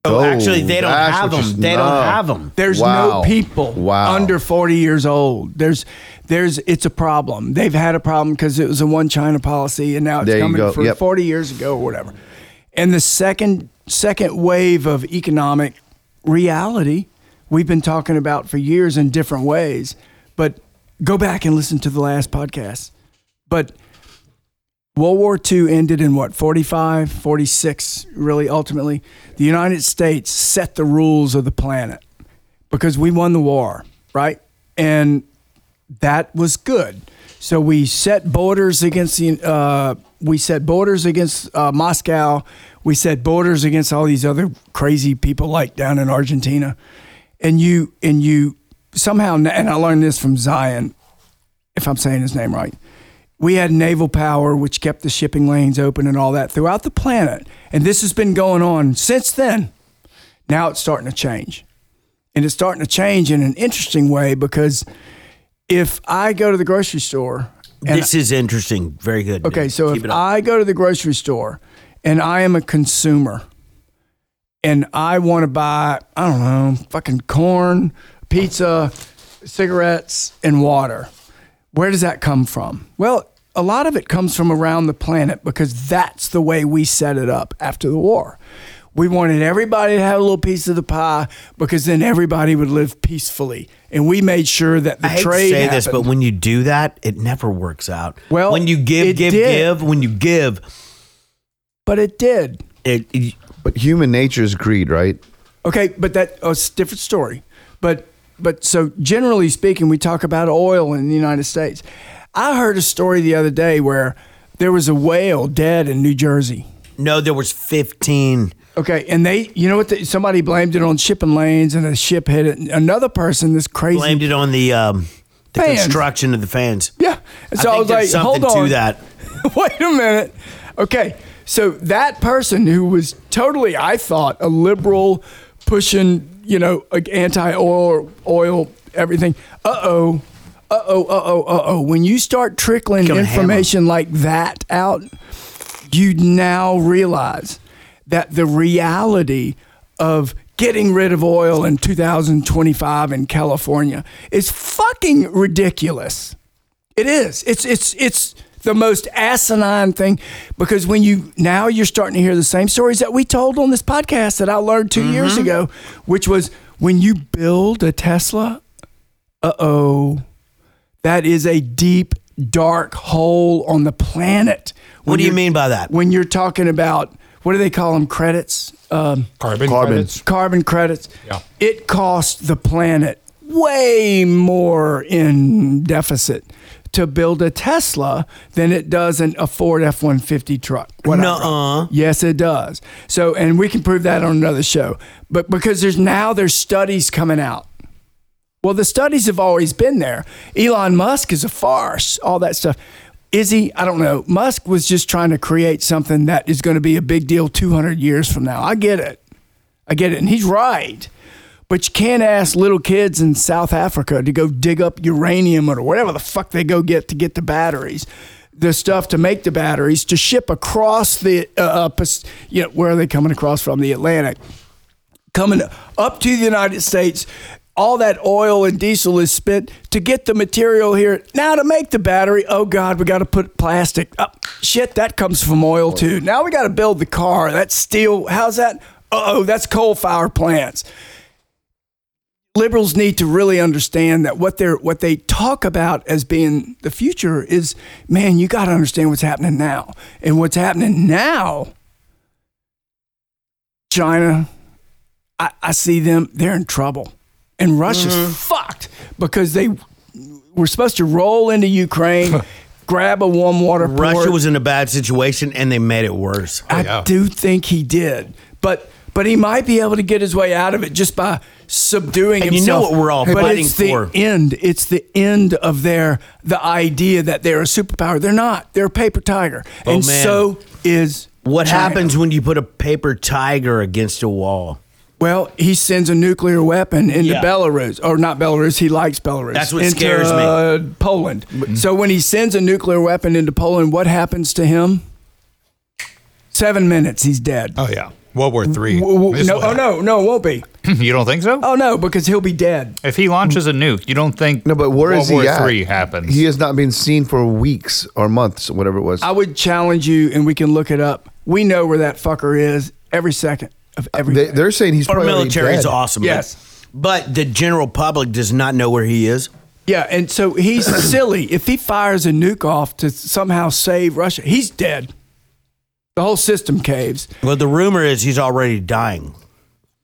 [SPEAKER 1] Oh, actually, they don't
[SPEAKER 3] that's
[SPEAKER 1] have
[SPEAKER 3] what you-
[SPEAKER 1] them. They don't
[SPEAKER 3] no.
[SPEAKER 1] have them.
[SPEAKER 4] There's
[SPEAKER 3] Wow.
[SPEAKER 4] no people
[SPEAKER 3] Wow.
[SPEAKER 4] under 40 years old. There's, there's, it's a problem. They've had a problem because it was a one China policy, and now it's
[SPEAKER 3] There you
[SPEAKER 4] coming
[SPEAKER 3] go.
[SPEAKER 4] from
[SPEAKER 3] Yep.
[SPEAKER 4] 40 years ago or whatever. And the second, second wave of economic reality we've been talking about for years in different ways, but go back and listen to the last podcast. But World War II ended in what, 45, 46, really ultimately. The United States set the rules of the planet because we won the war, right? And that was good. So we set borders against the, uh, we set borders against uh, Moscow. We set borders against all these other crazy people like down in Argentina, and you and you somehow and I learned this from Zion, if I'm saying his name right. We had naval power, which kept the shipping lanes open and all that throughout the planet. And this has been going on since then. Now it's starting to change. And it's starting to change in an interesting way because if I go to the grocery store, and
[SPEAKER 1] This is interesting. Very good.
[SPEAKER 4] okay,
[SPEAKER 1] dude.
[SPEAKER 4] so
[SPEAKER 1] Keep
[SPEAKER 4] if
[SPEAKER 1] it up.
[SPEAKER 4] I go to the grocery store and I am a consumer and I want to buy, I don't know, fucking corn, pizza, cigarettes, and water, where does that come from? Well, a lot of it comes from around the planet because that's the way we set it up after the war. We wanted everybody to have a little piece of the pie because then everybody would live peacefully, and we made sure that the
[SPEAKER 1] I hate to
[SPEAKER 4] trade.
[SPEAKER 1] say this, but
[SPEAKER 4] happened.
[SPEAKER 1] when you do that, it never works out.
[SPEAKER 4] Well,
[SPEAKER 1] when you give,
[SPEAKER 4] it
[SPEAKER 1] give,
[SPEAKER 4] did.
[SPEAKER 1] give, when you give,
[SPEAKER 4] but it did.
[SPEAKER 1] it, it-
[SPEAKER 3] But human nature is greed, right?
[SPEAKER 4] Okay, but that oh, it's a different story. But but so generally speaking, we talk about oil in the United States. I heard a story the other day where there was a whale dead in New Jersey.
[SPEAKER 1] no, there was fifteen.
[SPEAKER 4] Okay, and they, you know what? The, somebody blamed it on shipping lanes, and the ship hit it. And Another person, this crazy,
[SPEAKER 1] Blamed it on the um, the
[SPEAKER 4] Fans.
[SPEAKER 1] construction of the fans.
[SPEAKER 4] yeah. And so I,
[SPEAKER 1] I think
[SPEAKER 4] was like,
[SPEAKER 1] there's something
[SPEAKER 4] hold on,
[SPEAKER 1] to that.
[SPEAKER 4] wait a minute. Okay, so that person who was totally, I thought, a liberal, pushing, you know, like anti-oil, oil, everything. Uh oh, uh oh, uh oh, uh oh. When you start trickling
[SPEAKER 1] Gonna hammer.
[SPEAKER 4] information like that out, you now realize that the reality of getting rid of oil in 2025 in California is fucking ridiculous. It is. It's it's it's the most asinine thing because when you now you're starting to hear the same stories that we told on this podcast that I learned 2 years
[SPEAKER 1] Mm-hmm.
[SPEAKER 4] ago, which was when you build a Tesla, uh-oh, that is a deep dark hole on the planet.
[SPEAKER 1] What
[SPEAKER 4] When
[SPEAKER 1] do you
[SPEAKER 4] you're-
[SPEAKER 1] mean by that?
[SPEAKER 4] When you're talking about what do they call them credits? Um,
[SPEAKER 5] Carbon,
[SPEAKER 3] Carbon.
[SPEAKER 5] credits.
[SPEAKER 4] carbon credits.
[SPEAKER 5] Yeah.
[SPEAKER 4] It costs the planet way more in deficit to build a Tesla than it does an, a Ford F 150 truck. Whatever.
[SPEAKER 1] Nuh-uh.
[SPEAKER 4] Yes, it does. So, and we can prove that on another show. But because there's now there's studies coming out. Well, the studies have always been there. Elon Musk is a farce, all that stuff. Is he? I don't know. Musk was just trying to create something that is going to be a big deal 200 years from now. I get it. I get it. And he's right. But you can't ask little kids in South Africa to go dig up uranium or whatever the fuck they go get to get the batteries, the stuff to make the batteries, to ship across the, uh, uh, Pas- you know, where are they coming across from? The Atlantic coming up to the United States. All that oil and diesel is spent to get the material here. Now to make the battery, oh God, we got to put plastic up. Shit, that comes from oil too. Now we got to build the car. That's steel. How's that? Uh oh, that's coal fire plants. Liberals need to really understand that what they're what they talk about as being the future is, man, you got to understand what's happening now. And what's happening now, China, I, I see them, they're in trouble. And Russia's
[SPEAKER 1] Mm-hmm.
[SPEAKER 4] fucked because they were supposed to roll into Ukraine, grab a warm water port.
[SPEAKER 1] Russia was in a bad situation, and they made it worse.
[SPEAKER 4] I
[SPEAKER 5] yeah.
[SPEAKER 4] do think he did. But but he might be able to get his way out of it just by subduing
[SPEAKER 1] And you know
[SPEAKER 4] himself.
[SPEAKER 1] what we're all
[SPEAKER 4] but
[SPEAKER 1] fighting
[SPEAKER 4] it's the
[SPEAKER 1] for.
[SPEAKER 4] end. It's the end of their the idea that they're a superpower. They're not. They're a paper tiger. and
[SPEAKER 1] Oh, man.
[SPEAKER 4] so is
[SPEAKER 1] What
[SPEAKER 4] China.
[SPEAKER 1] happens when you put a paper tiger against a wall?
[SPEAKER 4] Well, he sends a nuclear weapon into
[SPEAKER 1] Yeah.
[SPEAKER 4] Belarus, or not Belarus. He likes Belarus.
[SPEAKER 1] That's what
[SPEAKER 4] into,
[SPEAKER 1] scares me.
[SPEAKER 4] Uh, Poland. So when he sends a nuclear weapon into Poland, what happens to him? Seven minutes, he's dead.
[SPEAKER 5] Oh yeah, World War Three.
[SPEAKER 4] W- w-
[SPEAKER 5] is
[SPEAKER 4] no,
[SPEAKER 5] what
[SPEAKER 4] oh no, no, it won't be.
[SPEAKER 2] you don't think so?
[SPEAKER 4] Oh no, because he'll be dead.
[SPEAKER 2] If he launches a nuke, you don't think
[SPEAKER 3] No, but where
[SPEAKER 2] World
[SPEAKER 3] is
[SPEAKER 2] War
[SPEAKER 3] he at?
[SPEAKER 2] Three happens?
[SPEAKER 3] He has not been seen for weeks or months, whatever it was.
[SPEAKER 4] I would challenge you, and we can look it up. We know where that fucker is every second of every.
[SPEAKER 3] They, they're saying he's
[SPEAKER 1] Our
[SPEAKER 3] probably already
[SPEAKER 1] military is
[SPEAKER 3] dead.
[SPEAKER 1] awesome.
[SPEAKER 4] Yes.
[SPEAKER 1] But, but the general public does not know where he is.
[SPEAKER 4] yeah, and so he's silly. If he fires a nuke off to somehow save Russia, he's dead. The whole system caves.
[SPEAKER 1] Well, the rumor is he's already dying.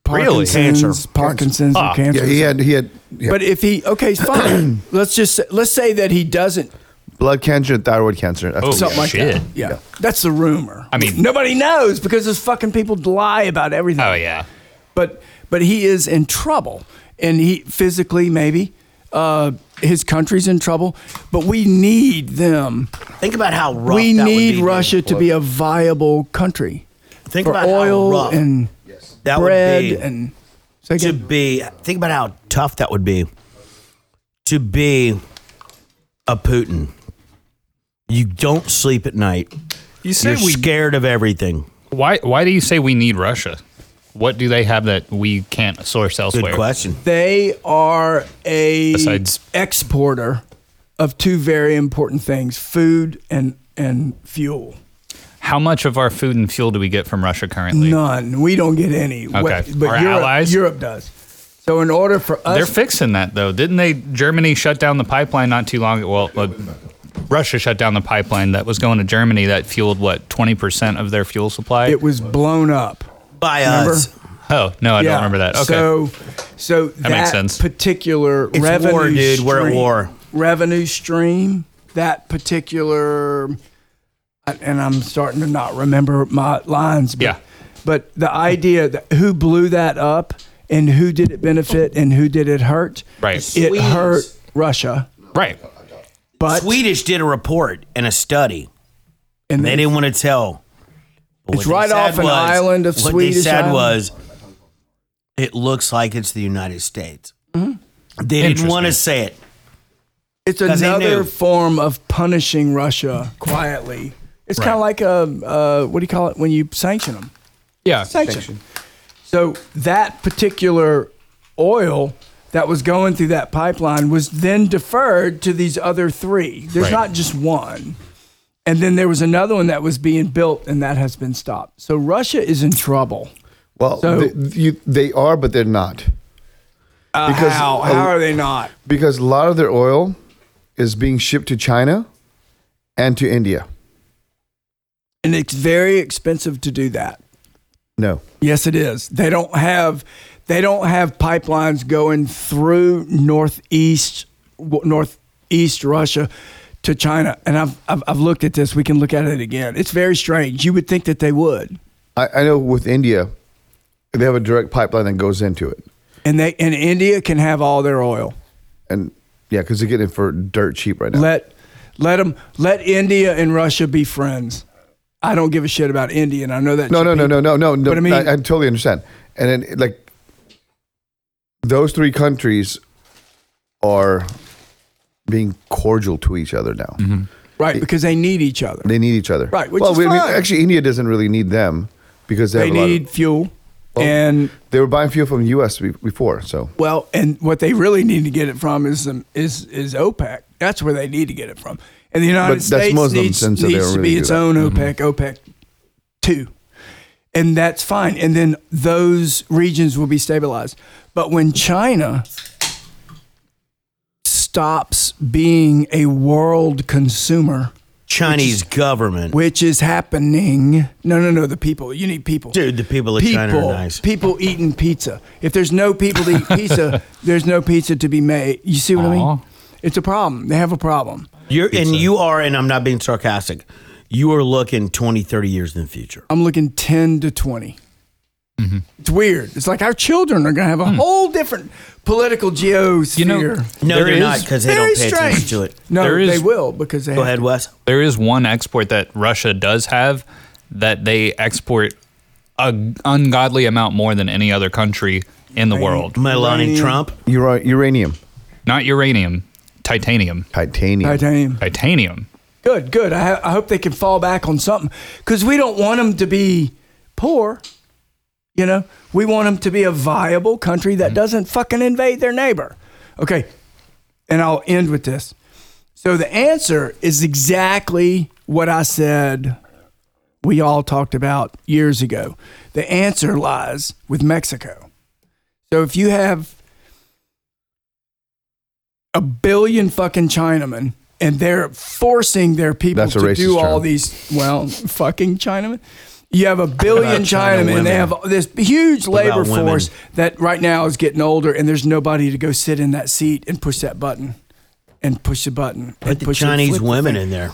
[SPEAKER 2] Really?
[SPEAKER 4] Parkinson's,
[SPEAKER 1] Cancer.
[SPEAKER 4] Parkinson's,
[SPEAKER 2] Ah,
[SPEAKER 4] and cancer.
[SPEAKER 3] Yeah, he had he had yeah,
[SPEAKER 4] But if he okay, fine. let's just let's say that he doesn't
[SPEAKER 3] blood cancer and thyroid cancer. That's
[SPEAKER 2] Oh,
[SPEAKER 3] what-
[SPEAKER 4] something
[SPEAKER 2] Shit.
[SPEAKER 4] like that. Yeah. that's the rumor.
[SPEAKER 2] I mean-
[SPEAKER 4] nobody knows because those fucking people lie about everything.
[SPEAKER 2] oh yeah.
[SPEAKER 4] but but he is in trouble, and he physically maybe uh, his country's in trouble. But we need them.
[SPEAKER 1] Think about how rough
[SPEAKER 4] we
[SPEAKER 1] that would
[SPEAKER 4] need
[SPEAKER 1] be,
[SPEAKER 4] Russia
[SPEAKER 1] dude.
[SPEAKER 4] to be a viable country
[SPEAKER 1] Think
[SPEAKER 4] for
[SPEAKER 1] about
[SPEAKER 4] oil
[SPEAKER 1] how rough
[SPEAKER 4] and
[SPEAKER 1] that
[SPEAKER 4] bread
[SPEAKER 1] would be
[SPEAKER 4] and. Say
[SPEAKER 1] to
[SPEAKER 4] again.
[SPEAKER 1] be. Think about how tough that would be to be a Putin. You don't sleep at night.
[SPEAKER 2] You say
[SPEAKER 1] You're
[SPEAKER 2] we
[SPEAKER 1] scared of everything.
[SPEAKER 2] why? Why do you say we need Russia? What do they have that we can't source
[SPEAKER 1] Good
[SPEAKER 2] elsewhere?
[SPEAKER 1] question.
[SPEAKER 4] They are a
[SPEAKER 2] Besides-
[SPEAKER 4] exporter of two very important things: food and and fuel.
[SPEAKER 2] How much of our food and fuel do we get from Russia currently?
[SPEAKER 4] None. We don't get any.
[SPEAKER 2] Okay.
[SPEAKER 4] What-
[SPEAKER 2] Our
[SPEAKER 4] Europe,
[SPEAKER 2] allies?
[SPEAKER 4] Europe does. So in order for us,
[SPEAKER 2] They're fixing that though, didn't they? Germany shut down the pipeline not too long. Well, uh, Russia shut down the pipeline that was going to Germany that fueled what twenty percent of their fuel supply.
[SPEAKER 4] it was blown up.
[SPEAKER 1] By uh,
[SPEAKER 4] Remember?
[SPEAKER 1] us.
[SPEAKER 2] oh no, I don't remember that. Okay,
[SPEAKER 4] So, so that,
[SPEAKER 2] makes sense.
[SPEAKER 4] particular
[SPEAKER 1] It's
[SPEAKER 4] revenue
[SPEAKER 1] war, dude. We're at
[SPEAKER 4] stream-
[SPEAKER 1] war.
[SPEAKER 4] Revenue stream. That particular, and I'm starting to not remember my lines. But,
[SPEAKER 2] Yeah.
[SPEAKER 4] But the idea that who blew that up and who did it benefit and who did it hurt?
[SPEAKER 2] Right.
[SPEAKER 4] It
[SPEAKER 1] Swedes.
[SPEAKER 4] hurt Russia,
[SPEAKER 2] right.
[SPEAKER 4] but
[SPEAKER 1] Swedish did a report and a study.
[SPEAKER 4] and
[SPEAKER 1] They didn't want to tell. But
[SPEAKER 4] It's
[SPEAKER 1] what they
[SPEAKER 4] right
[SPEAKER 1] said
[SPEAKER 4] off an island of
[SPEAKER 1] what
[SPEAKER 4] Swedish
[SPEAKER 1] they said
[SPEAKER 4] island.
[SPEAKER 1] was, it looks like it's the United States.
[SPEAKER 4] Mm-hmm.
[SPEAKER 1] They didn't want to say it.
[SPEAKER 4] It's
[SPEAKER 1] 'Cause he knew.
[SPEAKER 4] another form of punishing Russia quietly. It's kind of like a uh, what do you call it when you sanction them?
[SPEAKER 2] Yeah.
[SPEAKER 4] Sanction. So that particular oil that was going through that pipeline was then deferred to these other three. There's
[SPEAKER 2] Right.
[SPEAKER 4] not just one. And then there was another one that was being built, and that has been stopped. So Russia is in trouble.
[SPEAKER 3] Well,
[SPEAKER 4] So-
[SPEAKER 3] they, you, they are, but they're not.
[SPEAKER 4] Uh,
[SPEAKER 3] Because
[SPEAKER 4] how?
[SPEAKER 3] a-
[SPEAKER 4] How are they not?
[SPEAKER 3] Because a lot of their oil is being shipped to China and to India.
[SPEAKER 4] And it's very expensive to do that.
[SPEAKER 3] No.
[SPEAKER 4] Yes, it is. They don't have they don't have pipelines going through northeast w- northeast Russia to China. And I've, I've I've looked at this. We can look at it again. It's very strange. You would think that they would,
[SPEAKER 3] I, I know with India, they have a direct pipeline that goes into it.
[SPEAKER 4] and they and India can have all their oil.
[SPEAKER 3] And yeah, because they're getting it for dirt cheap right now.
[SPEAKER 4] Let let 'em- let India and Russia be friends. I don't give a shit about India, and I know that.
[SPEAKER 3] no, no, no, no, no, no, no.
[SPEAKER 4] But I mean-
[SPEAKER 3] I, I totally understand. And then, like, those three countries are being cordial to each other now.
[SPEAKER 4] Right, because they need each other.
[SPEAKER 3] They need each other.
[SPEAKER 4] Right, which
[SPEAKER 3] well,
[SPEAKER 4] is
[SPEAKER 3] we, I mean,
[SPEAKER 4] fine.
[SPEAKER 3] actually, India doesn't really need them because they,
[SPEAKER 4] They
[SPEAKER 3] have a lot of- Oh.
[SPEAKER 4] need fuel, and
[SPEAKER 3] they were buying fuel from the U.S. be- before. So
[SPEAKER 4] Well, and what they really need to get it from is um, is is OPEC. That's where they need to get it from. And the United
[SPEAKER 3] that's
[SPEAKER 4] States
[SPEAKER 3] Muslims,
[SPEAKER 4] needs,
[SPEAKER 3] and so they
[SPEAKER 4] needs
[SPEAKER 3] don't
[SPEAKER 4] to
[SPEAKER 3] really
[SPEAKER 4] be
[SPEAKER 3] do
[SPEAKER 4] its
[SPEAKER 3] that. Mm-hmm.
[SPEAKER 4] own OPEC, OPEC two, and that's fine. And then those regions will be stabilized. But when China stops being a world consumer,
[SPEAKER 1] Chinese government.
[SPEAKER 4] which is happening, no, no, no, the people. You need people
[SPEAKER 1] Dude, the people of China are nice.
[SPEAKER 4] people eating pizza. If there's no people to eat pizza, there's no pizza to be made. You see what I
[SPEAKER 2] Aw.
[SPEAKER 4] mean? It's a problem. They have a problem.
[SPEAKER 1] You're, and you are, and I'm not being sarcastic, you are looking 20, 30 years in the future.
[SPEAKER 4] I'm looking 10 to 20.
[SPEAKER 1] Mm-hmm.
[SPEAKER 4] It's weird. It's like our children are going to have a whole different political geosphere.
[SPEAKER 2] You know,
[SPEAKER 1] Hmm. No,
[SPEAKER 2] there
[SPEAKER 1] they're
[SPEAKER 2] is-
[SPEAKER 1] not because they
[SPEAKER 4] Very
[SPEAKER 1] don't pay attention
[SPEAKER 4] strange.
[SPEAKER 1] to it.
[SPEAKER 4] No,
[SPEAKER 2] There is-
[SPEAKER 4] they will because they
[SPEAKER 1] Go
[SPEAKER 4] have
[SPEAKER 1] ahead,
[SPEAKER 4] to.
[SPEAKER 1] Wes.
[SPEAKER 2] There is one export that Russia does have that they export an ungodly amount more than any other country in the world.
[SPEAKER 1] Melania
[SPEAKER 4] Uranium.
[SPEAKER 1] Trump.
[SPEAKER 3] ura- uranium,
[SPEAKER 2] Not uranium, titanium.
[SPEAKER 3] titanium.
[SPEAKER 4] Titanium.
[SPEAKER 2] Titanium.
[SPEAKER 4] Good, good. I, ha- I hope they can fall back on something because we don't want them to be poor. You know, we want them to be a viable country
[SPEAKER 3] Mm.
[SPEAKER 4] that doesn't fucking invade their neighbor. Okay, and I'll end with this. So the answer is exactly what I said we all talked about years ago. The answer lies with Mexico. So if you have a billion fucking Chinamen and they're forcing their people
[SPEAKER 3] That's a
[SPEAKER 4] to do
[SPEAKER 3] racist
[SPEAKER 4] all
[SPEAKER 3] term.
[SPEAKER 4] these, well, fucking Chinamen. You have a billion
[SPEAKER 1] China
[SPEAKER 4] Chinamen. and They have
[SPEAKER 1] women?
[SPEAKER 4] this huge labor
[SPEAKER 1] about women?
[SPEAKER 4] force that right now is getting older, and there's nobody to go sit in that seat and push that button, and push the button.
[SPEAKER 1] Put
[SPEAKER 4] and
[SPEAKER 1] the
[SPEAKER 4] push the
[SPEAKER 1] Chinese
[SPEAKER 4] flip the
[SPEAKER 1] women
[SPEAKER 4] thing.
[SPEAKER 1] in there.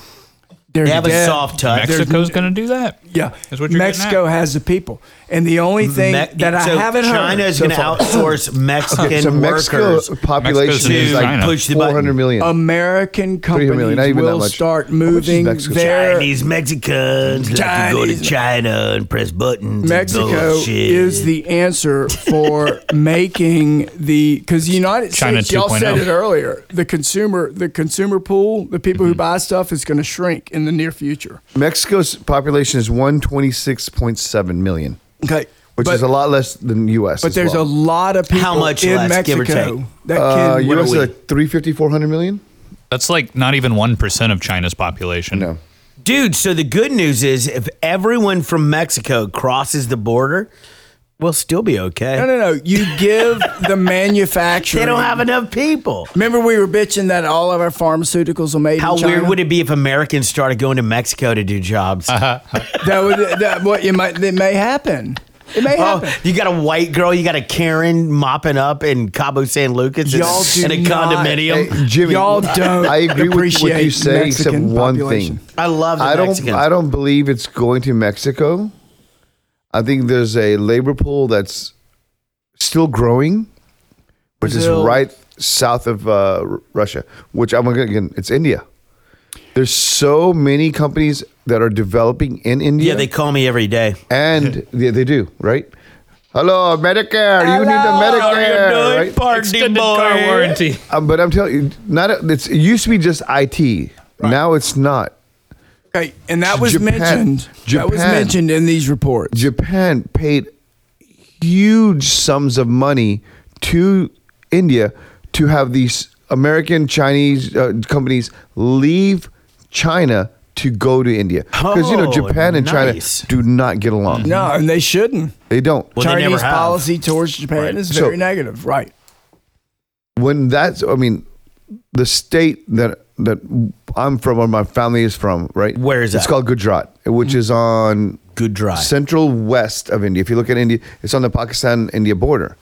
[SPEAKER 4] They're
[SPEAKER 1] They have a
[SPEAKER 4] dead.
[SPEAKER 1] soft touch.
[SPEAKER 2] Mexico's going to do that.
[SPEAKER 4] Uh, Yeah,
[SPEAKER 2] Is what you're getting
[SPEAKER 4] Mexico has the people, and the only thing
[SPEAKER 1] Me-
[SPEAKER 4] that I
[SPEAKER 1] so
[SPEAKER 4] haven't heard
[SPEAKER 1] China is
[SPEAKER 4] so
[SPEAKER 1] going to
[SPEAKER 4] far-
[SPEAKER 1] outsource Mexican
[SPEAKER 3] Okay, so Mexico's
[SPEAKER 1] workers
[SPEAKER 3] population
[SPEAKER 2] Mexico's
[SPEAKER 3] is
[SPEAKER 2] in
[SPEAKER 3] like
[SPEAKER 2] China.
[SPEAKER 1] push the
[SPEAKER 3] four hundred
[SPEAKER 1] button.
[SPEAKER 3] million.
[SPEAKER 4] Um, American
[SPEAKER 3] million,
[SPEAKER 4] companies
[SPEAKER 3] not even that
[SPEAKER 4] will
[SPEAKER 3] much.
[SPEAKER 4] start
[SPEAKER 3] How much is
[SPEAKER 4] moving
[SPEAKER 3] Mexico?
[SPEAKER 4] their
[SPEAKER 1] Chinese Mexicans like to go to
[SPEAKER 4] Chinese-
[SPEAKER 1] China and press buttons.
[SPEAKER 4] Mexico is the answer for making the because the United
[SPEAKER 2] China
[SPEAKER 4] States. Y'all said
[SPEAKER 2] 2.0.
[SPEAKER 4] it earlier. The consumer, the consumer pool, the people
[SPEAKER 2] Mm-hmm.
[SPEAKER 4] who buy stuff is going to shrink in the near future.
[SPEAKER 3] Mexico's population is one twenty six point seven million,
[SPEAKER 4] Okay,
[SPEAKER 3] which
[SPEAKER 4] but,
[SPEAKER 3] is a lot less than U.S.
[SPEAKER 4] But there's a lot of people
[SPEAKER 1] How much
[SPEAKER 4] in
[SPEAKER 1] less, give
[SPEAKER 4] Mexico
[SPEAKER 1] or take?
[SPEAKER 4] that
[SPEAKER 3] uh,
[SPEAKER 4] can.
[SPEAKER 1] what are
[SPEAKER 3] U.S. is
[SPEAKER 1] we?
[SPEAKER 3] like 350, 400 million.
[SPEAKER 2] That's like not even 1% of China's population.
[SPEAKER 3] No,
[SPEAKER 1] Dude, so the good news is if everyone from Mexico crosses the border, we'll still be okay.
[SPEAKER 4] No, no, no. You give the manufacturer.
[SPEAKER 1] They don't have enough people.
[SPEAKER 4] Remember, we were bitching that all of our pharmaceuticals are made
[SPEAKER 1] How
[SPEAKER 4] in China.
[SPEAKER 1] weird would it be if Americans started going to Mexico to do jobs?
[SPEAKER 3] Uh-huh.
[SPEAKER 4] that would that what you might that may happen. It may happen.
[SPEAKER 1] Oh, you got a white girl, you got a Karen mopping up in Cabo San Lucas in,
[SPEAKER 4] Y'all do
[SPEAKER 1] in a
[SPEAKER 4] not-
[SPEAKER 1] condominium.
[SPEAKER 3] Hey, Jimmy,
[SPEAKER 4] Y'all don't
[SPEAKER 3] I agree with what you
[SPEAKER 4] appreciate
[SPEAKER 3] say, except
[SPEAKER 4] Mexican
[SPEAKER 3] one
[SPEAKER 4] population.
[SPEAKER 3] thing.
[SPEAKER 1] I love the
[SPEAKER 3] I don't.
[SPEAKER 1] Mexicans.
[SPEAKER 3] I don't believe it's going to Mexico. I think there's a labor pool that's still growing, which
[SPEAKER 4] Brazil.
[SPEAKER 3] is right south of uh, R- Russia. Which I'm gonna- again, it's India. There's so many companies that are developing in India.
[SPEAKER 1] yeah, they call me every day.
[SPEAKER 3] and they, they do right. Hello, Medicare. you need the Medicare, right?
[SPEAKER 2] Extended car
[SPEAKER 4] eh?
[SPEAKER 2] warranty.
[SPEAKER 3] Um, but I'm telling you, not it's, it used to be just IT. Now it's not.
[SPEAKER 4] Okay, and that was
[SPEAKER 3] Japan-
[SPEAKER 4] mentioned. That was
[SPEAKER 3] Japan.
[SPEAKER 4] mentioned in these reports.
[SPEAKER 3] Japan paid huge sums of money to India to have these American Chinese uh, companies leave China to go to India because you know
[SPEAKER 1] Oh,
[SPEAKER 3] Japan and
[SPEAKER 1] nice.
[SPEAKER 3] China do not get along.
[SPEAKER 4] no, and they shouldn't.
[SPEAKER 3] They don't.
[SPEAKER 1] Well, they never
[SPEAKER 4] Chinese
[SPEAKER 1] have.
[SPEAKER 4] policy towards Japan
[SPEAKER 1] Right.
[SPEAKER 4] is
[SPEAKER 3] So-
[SPEAKER 4] very negative. Right.
[SPEAKER 3] when that's i mean the state that that i'm from or my family is from right
[SPEAKER 1] Where is
[SPEAKER 3] it's
[SPEAKER 1] that? Mm.
[SPEAKER 3] called gujarat which is on
[SPEAKER 1] Good drive.
[SPEAKER 3] central west of india if you look at india it's on the pakistan india border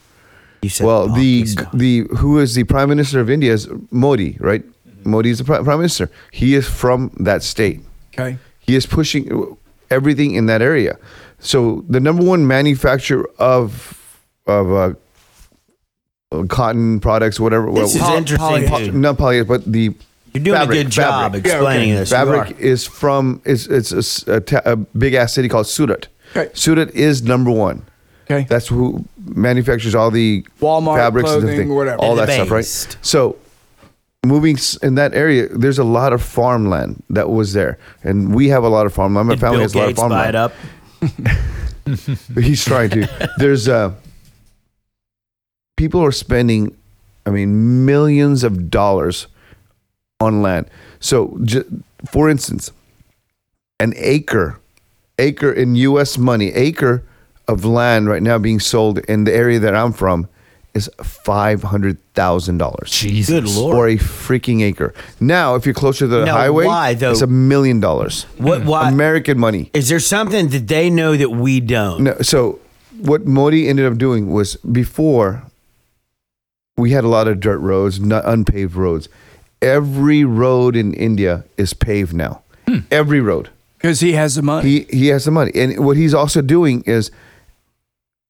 [SPEAKER 1] You said
[SPEAKER 3] well the
[SPEAKER 1] Pakistan.
[SPEAKER 3] the who is the prime minister of india is modi right modi is the pri- prime minister he is from that state
[SPEAKER 4] Okay.
[SPEAKER 3] he is pushing everything in that area. So the number one manufacturer of of uh, uh, cotton products, whatever,
[SPEAKER 1] This is
[SPEAKER 3] well,
[SPEAKER 1] interesting,
[SPEAKER 4] poly-
[SPEAKER 1] dude.
[SPEAKER 3] not polyester, but the
[SPEAKER 1] You're doing
[SPEAKER 3] fabric-
[SPEAKER 1] a good job
[SPEAKER 3] fabric.
[SPEAKER 1] explaining this. You
[SPEAKER 3] Fabric
[SPEAKER 1] are.
[SPEAKER 3] is from it's it's a s- a, ta- a big ass city called Surat.
[SPEAKER 4] Okay.
[SPEAKER 3] Surat is number one.
[SPEAKER 4] Okay.
[SPEAKER 3] That's who manufactures all the
[SPEAKER 4] Walmart,
[SPEAKER 3] fabrics and
[SPEAKER 4] clothing,
[SPEAKER 3] everything,
[SPEAKER 4] whatever.
[SPEAKER 1] And
[SPEAKER 3] all
[SPEAKER 1] the
[SPEAKER 3] that stuff,
[SPEAKER 1] based.
[SPEAKER 3] right? So moving s- in that area, there's a lot of farmland that was there, and we have a lot of farmland. My
[SPEAKER 1] Did
[SPEAKER 3] family
[SPEAKER 1] Bill
[SPEAKER 3] has a lot of
[SPEAKER 1] Gates buy it
[SPEAKER 3] farmland.
[SPEAKER 1] up?
[SPEAKER 3] He's trying to. There's uh, people are spending, I mean, millions of dollars on land. So, j- for instance, an acre, acre in U.S. money, acre of land right now being sold in the area that I'm from is five hundred thousand dollars.
[SPEAKER 2] Jesus.
[SPEAKER 1] Good lord.
[SPEAKER 3] For a freaking acre. Now, if you're closer to the
[SPEAKER 1] Now,
[SPEAKER 3] highway,
[SPEAKER 1] why, though?
[SPEAKER 3] it's a million dollars.
[SPEAKER 1] What? Why?
[SPEAKER 3] American money.
[SPEAKER 1] is there something that they know that we don't?
[SPEAKER 3] No, so what Modi ended up doing was before we had a lot of dirt roads, not unpaved roads. Every road in India is paved now.
[SPEAKER 1] Hmm.
[SPEAKER 3] Every road.
[SPEAKER 4] Because he has the money.
[SPEAKER 3] He he has the money, and what he's also doing is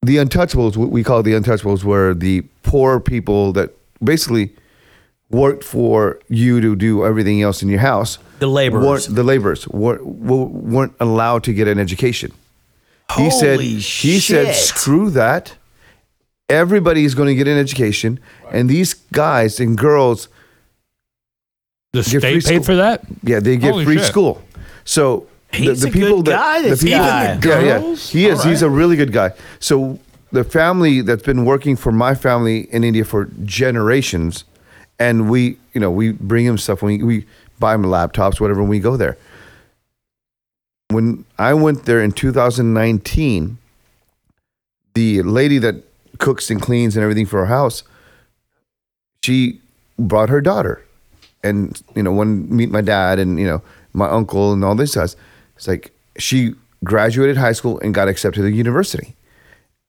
[SPEAKER 3] the untouchables. What we call the untouchables were the poor people that basically worked for you to do everything else in your house.
[SPEAKER 1] The laborers.
[SPEAKER 3] Weren't, the laborers were, were, weren't allowed to get an education. he said.
[SPEAKER 1] Holy
[SPEAKER 3] He said,
[SPEAKER 1] shit.
[SPEAKER 3] "Screw that! Everybody is going to get an education, and these guys and girls."
[SPEAKER 2] The
[SPEAKER 3] Get free
[SPEAKER 2] state
[SPEAKER 3] school.
[SPEAKER 2] paid for that?
[SPEAKER 3] Yeah, they get
[SPEAKER 2] Holy
[SPEAKER 3] free
[SPEAKER 2] shit.
[SPEAKER 3] school. So
[SPEAKER 1] He's a good guy, this guy. Even the
[SPEAKER 2] girls?
[SPEAKER 3] he is.
[SPEAKER 2] All
[SPEAKER 3] He's a really good guy. So the family that's been working for my family in India for generations, and we, you know, we bring him stuff. We we buy him laptops, whatever, when we go there. When I went there in 2019, the lady that cooks and cleans and everything for our house, she brought her daughter and you know one meet my dad and you know my uncle and all this guys it's like she graduated high school and got accepted to university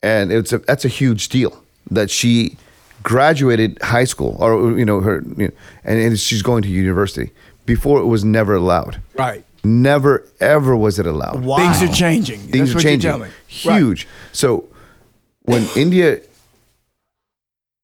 [SPEAKER 3] and it's a that's a huge deal that she graduated high school or you know her you know, and, and she's going to university before it was never allowed
[SPEAKER 4] Right.
[SPEAKER 3] never ever was it allowed
[SPEAKER 1] Why?
[SPEAKER 4] Things are changing.
[SPEAKER 3] things
[SPEAKER 4] That's
[SPEAKER 3] are
[SPEAKER 4] what
[SPEAKER 3] changing.
[SPEAKER 4] You're telling me. Right.
[SPEAKER 3] Huge. So when India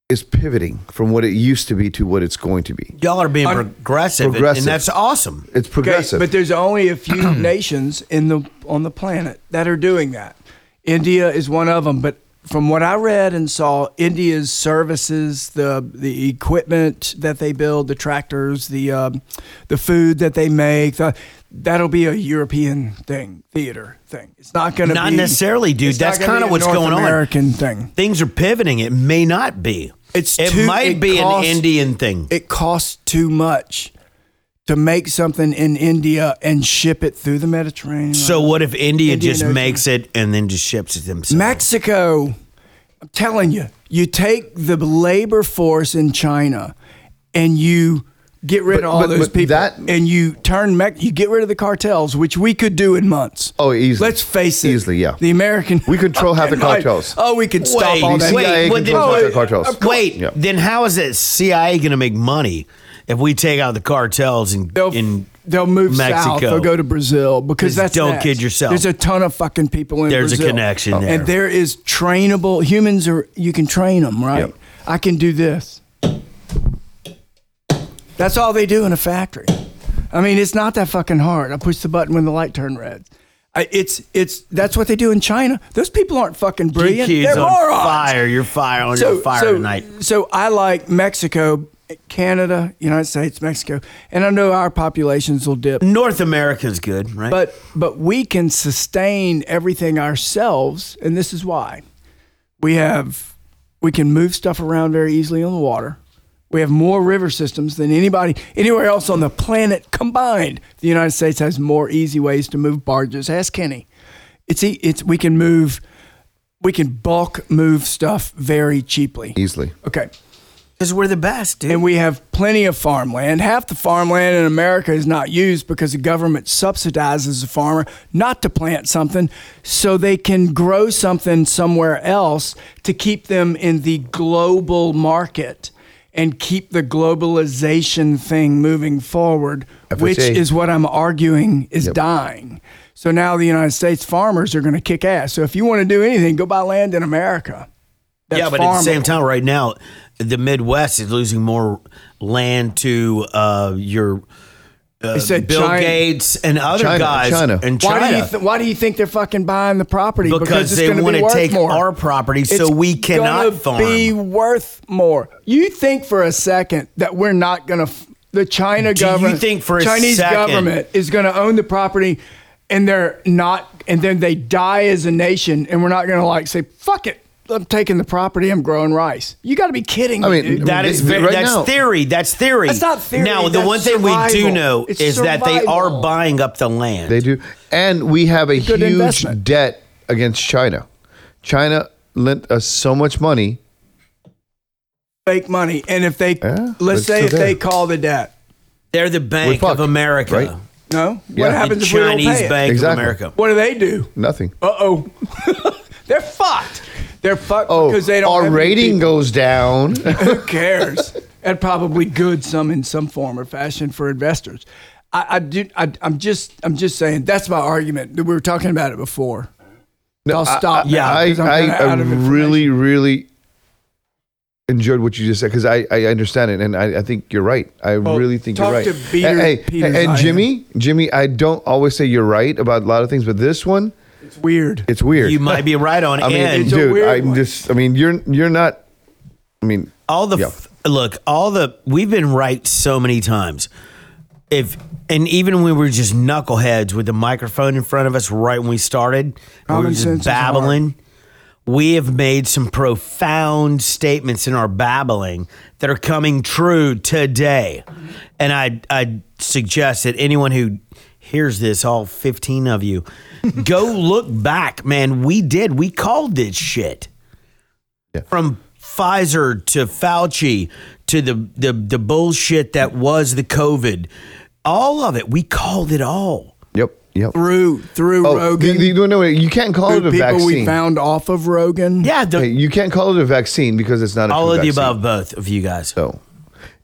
[SPEAKER 3] is pivoting from what it used to be to what it's going to be,
[SPEAKER 1] Y'all are being
[SPEAKER 4] Un-
[SPEAKER 1] progressive, and-
[SPEAKER 3] Progressive.
[SPEAKER 1] and that's awesome.
[SPEAKER 3] it's
[SPEAKER 4] Okay,
[SPEAKER 3] progressive.
[SPEAKER 4] but there's only a few nations in the on the planet that are doing that. India is one of them, but from what I read and saw, India's services, the the equipment that they build, the tractors, the um, the food that they make, the, that'll be a European thing, theater thing. It's not going to
[SPEAKER 1] Not
[SPEAKER 4] be
[SPEAKER 1] necessarily, dude.
[SPEAKER 4] it's not
[SPEAKER 1] That's
[SPEAKER 4] gonna
[SPEAKER 1] kinda
[SPEAKER 4] be a
[SPEAKER 1] what's
[SPEAKER 4] North
[SPEAKER 1] going on.
[SPEAKER 4] American thing.
[SPEAKER 1] Things are pivoting. It may not be.
[SPEAKER 4] It's
[SPEAKER 1] it
[SPEAKER 4] too-
[SPEAKER 1] might
[SPEAKER 4] it
[SPEAKER 1] be
[SPEAKER 4] costs-
[SPEAKER 1] an Indian thing.
[SPEAKER 4] It costs too much to make something in India and ship it through the Mediterranean.
[SPEAKER 1] So what if India
[SPEAKER 4] Indian
[SPEAKER 1] just
[SPEAKER 4] Ocean.
[SPEAKER 1] makes it and then just ships it themselves?
[SPEAKER 4] Mexico, I'm telling you, you take the labor force in China and you get rid
[SPEAKER 3] But-
[SPEAKER 4] of all
[SPEAKER 3] but-
[SPEAKER 4] those
[SPEAKER 3] but
[SPEAKER 4] people
[SPEAKER 3] that-
[SPEAKER 4] and you turn Mex- you get rid of the cartels, which we could do in months.
[SPEAKER 3] Oh, easily.
[SPEAKER 4] Let's face it.
[SPEAKER 3] Easily, yeah.
[SPEAKER 4] The American
[SPEAKER 3] We control half the
[SPEAKER 4] Fucking right.
[SPEAKER 3] cartels.
[SPEAKER 4] Oh, we could stop
[SPEAKER 1] Wait,
[SPEAKER 4] all that.
[SPEAKER 1] wait,
[SPEAKER 3] CIA
[SPEAKER 1] what did-
[SPEAKER 3] controls half
[SPEAKER 1] oh,
[SPEAKER 3] the cartels.
[SPEAKER 4] of course.
[SPEAKER 1] Wait,
[SPEAKER 3] Yeah.
[SPEAKER 1] then how is the CIA going to make money if we take out the cartels and
[SPEAKER 4] They'll,
[SPEAKER 1] in
[SPEAKER 4] they'll move south.
[SPEAKER 1] Mexico?
[SPEAKER 4] They'll go to Brazil because
[SPEAKER 1] Just
[SPEAKER 4] that's
[SPEAKER 1] don't
[SPEAKER 4] next.
[SPEAKER 1] kid yourself.
[SPEAKER 4] There's a ton of fucking people in
[SPEAKER 1] There's a
[SPEAKER 4] Brazil.
[SPEAKER 1] connection there.
[SPEAKER 4] and there is trainable humans. Are you can train them right?
[SPEAKER 3] Yep.
[SPEAKER 4] I can do this. That's all they do in a factory. I mean, it's not that fucking hard. I push the button when the light turned red. I, it's it's that's what they do in China. Those people aren't fucking brilliant.
[SPEAKER 1] DQ's
[SPEAKER 4] They're
[SPEAKER 1] on
[SPEAKER 4] morons.
[SPEAKER 1] fire. Oh, You're fire on your fire tonight.
[SPEAKER 4] So I like Mexico, Canada, United States, Mexico, and I know our populations will dip,
[SPEAKER 1] North America's good, right?
[SPEAKER 4] but but we can sustain everything ourselves, and this is why we have we can move stuff around very easily on the water. We have more river systems than anybody anywhere else on the planet combined. The United States has more easy ways to move barges. Ask Kenny. It's e- it's we can move. We can bulk move stuff very cheaply.
[SPEAKER 3] Easily.
[SPEAKER 4] Okay.
[SPEAKER 1] because we're the best, dude.
[SPEAKER 4] And we have plenty of farmland. Half the farmland in America is not used because the government subsidizes the farmer not to plant something so they can grow something somewhere else to keep them in the global market and keep the globalization thing moving forward, which
[SPEAKER 3] FHA.
[SPEAKER 4] is what I'm arguing is dying. So now the United States farmers are going to kick ass. So if you want to do anything, go buy land in America. that's
[SPEAKER 1] yeah, but at the same
[SPEAKER 4] farmable.
[SPEAKER 1] time, right now, the Midwest is losing more land to uh, your
[SPEAKER 4] They said
[SPEAKER 1] Bill
[SPEAKER 4] giant-
[SPEAKER 1] Gates and other
[SPEAKER 3] China,
[SPEAKER 1] guys
[SPEAKER 3] China.
[SPEAKER 1] and China.
[SPEAKER 4] Why do you th- Why do you think they're fucking buying the property?
[SPEAKER 1] Because
[SPEAKER 4] it's
[SPEAKER 1] they
[SPEAKER 4] gonna be
[SPEAKER 1] wanna
[SPEAKER 4] worth
[SPEAKER 1] take
[SPEAKER 4] more.
[SPEAKER 1] our property so
[SPEAKER 4] It's
[SPEAKER 1] we cannot
[SPEAKER 4] gonna
[SPEAKER 1] farm.
[SPEAKER 4] Be worth more. You think for a second that we're not gonna f- the China
[SPEAKER 1] Do you
[SPEAKER 4] government?
[SPEAKER 1] think for a
[SPEAKER 4] Chinese
[SPEAKER 1] second-
[SPEAKER 4] government is gonna own the property, and they're not, and then they die as a nation, and we're not gonna like say fuck it. I'm taking the property. I'm growing rice. You got to be kidding
[SPEAKER 3] I
[SPEAKER 4] me.
[SPEAKER 3] mean,
[SPEAKER 4] dude.
[SPEAKER 1] That is
[SPEAKER 3] Right
[SPEAKER 1] very, that's
[SPEAKER 3] now-
[SPEAKER 1] theory. That's theory.
[SPEAKER 4] That's not theory,
[SPEAKER 1] Now, the
[SPEAKER 4] that's
[SPEAKER 1] one thing we do
[SPEAKER 4] survival.
[SPEAKER 1] know
[SPEAKER 4] It's
[SPEAKER 1] is that they
[SPEAKER 4] survival.
[SPEAKER 1] are buying up the land.
[SPEAKER 3] They do. And we have a
[SPEAKER 4] Good
[SPEAKER 3] huge
[SPEAKER 4] investment.
[SPEAKER 3] debt against China. China lent us so much money.
[SPEAKER 4] fake money. And if they,
[SPEAKER 3] Yeah, but
[SPEAKER 4] let's
[SPEAKER 3] it's
[SPEAKER 4] say
[SPEAKER 3] still
[SPEAKER 4] if
[SPEAKER 3] there.
[SPEAKER 4] they call the debt,
[SPEAKER 1] They're the Bank
[SPEAKER 3] fucked,
[SPEAKER 1] of America.
[SPEAKER 3] right?
[SPEAKER 4] no,
[SPEAKER 3] Yeah.
[SPEAKER 4] what happens
[SPEAKER 1] The
[SPEAKER 4] if we don't
[SPEAKER 1] Chinese
[SPEAKER 4] pay it?
[SPEAKER 1] Bank
[SPEAKER 3] Exactly.
[SPEAKER 1] of America.
[SPEAKER 4] What do they do?
[SPEAKER 3] Nothing.
[SPEAKER 4] Uh oh. They're fucked. They're fucked
[SPEAKER 3] Oh,
[SPEAKER 4] because they don't.
[SPEAKER 3] our
[SPEAKER 4] have any
[SPEAKER 3] rating goes down.
[SPEAKER 4] people. Who cares? and probably good some in some form or fashion for investors. I, I do. I, I'm just. I'm just saying. That's my argument. We were talking about it before. I'll stop.
[SPEAKER 3] I,
[SPEAKER 4] now
[SPEAKER 3] I,
[SPEAKER 4] 'cause I'm
[SPEAKER 3] I,
[SPEAKER 4] kinda
[SPEAKER 3] I
[SPEAKER 4] out of information.
[SPEAKER 3] really, really enjoyed what you just said because I, I understand it and I, I think you're right. I really think
[SPEAKER 4] talk
[SPEAKER 3] you're right.
[SPEAKER 4] to Peter-
[SPEAKER 3] and, hey,
[SPEAKER 4] Peter's
[SPEAKER 3] and- and
[SPEAKER 4] I am.
[SPEAKER 3] Jimmy, Jimmy, I don't always say you're right about a lot of things, but this one,
[SPEAKER 4] It's weird.
[SPEAKER 3] it's weird.
[SPEAKER 1] You might be right on.
[SPEAKER 3] I mean,
[SPEAKER 1] and
[SPEAKER 4] it's a
[SPEAKER 3] dude,
[SPEAKER 4] weird
[SPEAKER 3] I'm
[SPEAKER 4] one.
[SPEAKER 3] just. I mean, you're you're not. I mean,
[SPEAKER 1] all the
[SPEAKER 3] Yeah.
[SPEAKER 1] f- look all the we've been right so many times if and even when we were just knuckleheads with the microphone in front of us right when we started and we
[SPEAKER 4] Common
[SPEAKER 1] were
[SPEAKER 4] sense
[SPEAKER 1] just
[SPEAKER 4] is
[SPEAKER 1] babbling we have made some profound statements in our babbling that are coming true today and i i suggest that anyone who hears this all 15 of you go look back man we did we called this shit from Pfizer to Fauci to the, the the bullshit that was the COVID, all of it, we called it all.
[SPEAKER 3] yep, yep.
[SPEAKER 4] through through
[SPEAKER 3] Oh, the,
[SPEAKER 4] Rogan.
[SPEAKER 3] the, no, no, you can't call
[SPEAKER 4] through
[SPEAKER 3] it a
[SPEAKER 4] people
[SPEAKER 3] vaccine.
[SPEAKER 4] we found off of Rogan.
[SPEAKER 1] Yeah, the,
[SPEAKER 3] Hey, you can't call it a vaccine because it's not a
[SPEAKER 1] all
[SPEAKER 3] true
[SPEAKER 1] of the
[SPEAKER 3] vaccine.
[SPEAKER 1] above, both of you guys.
[SPEAKER 3] So,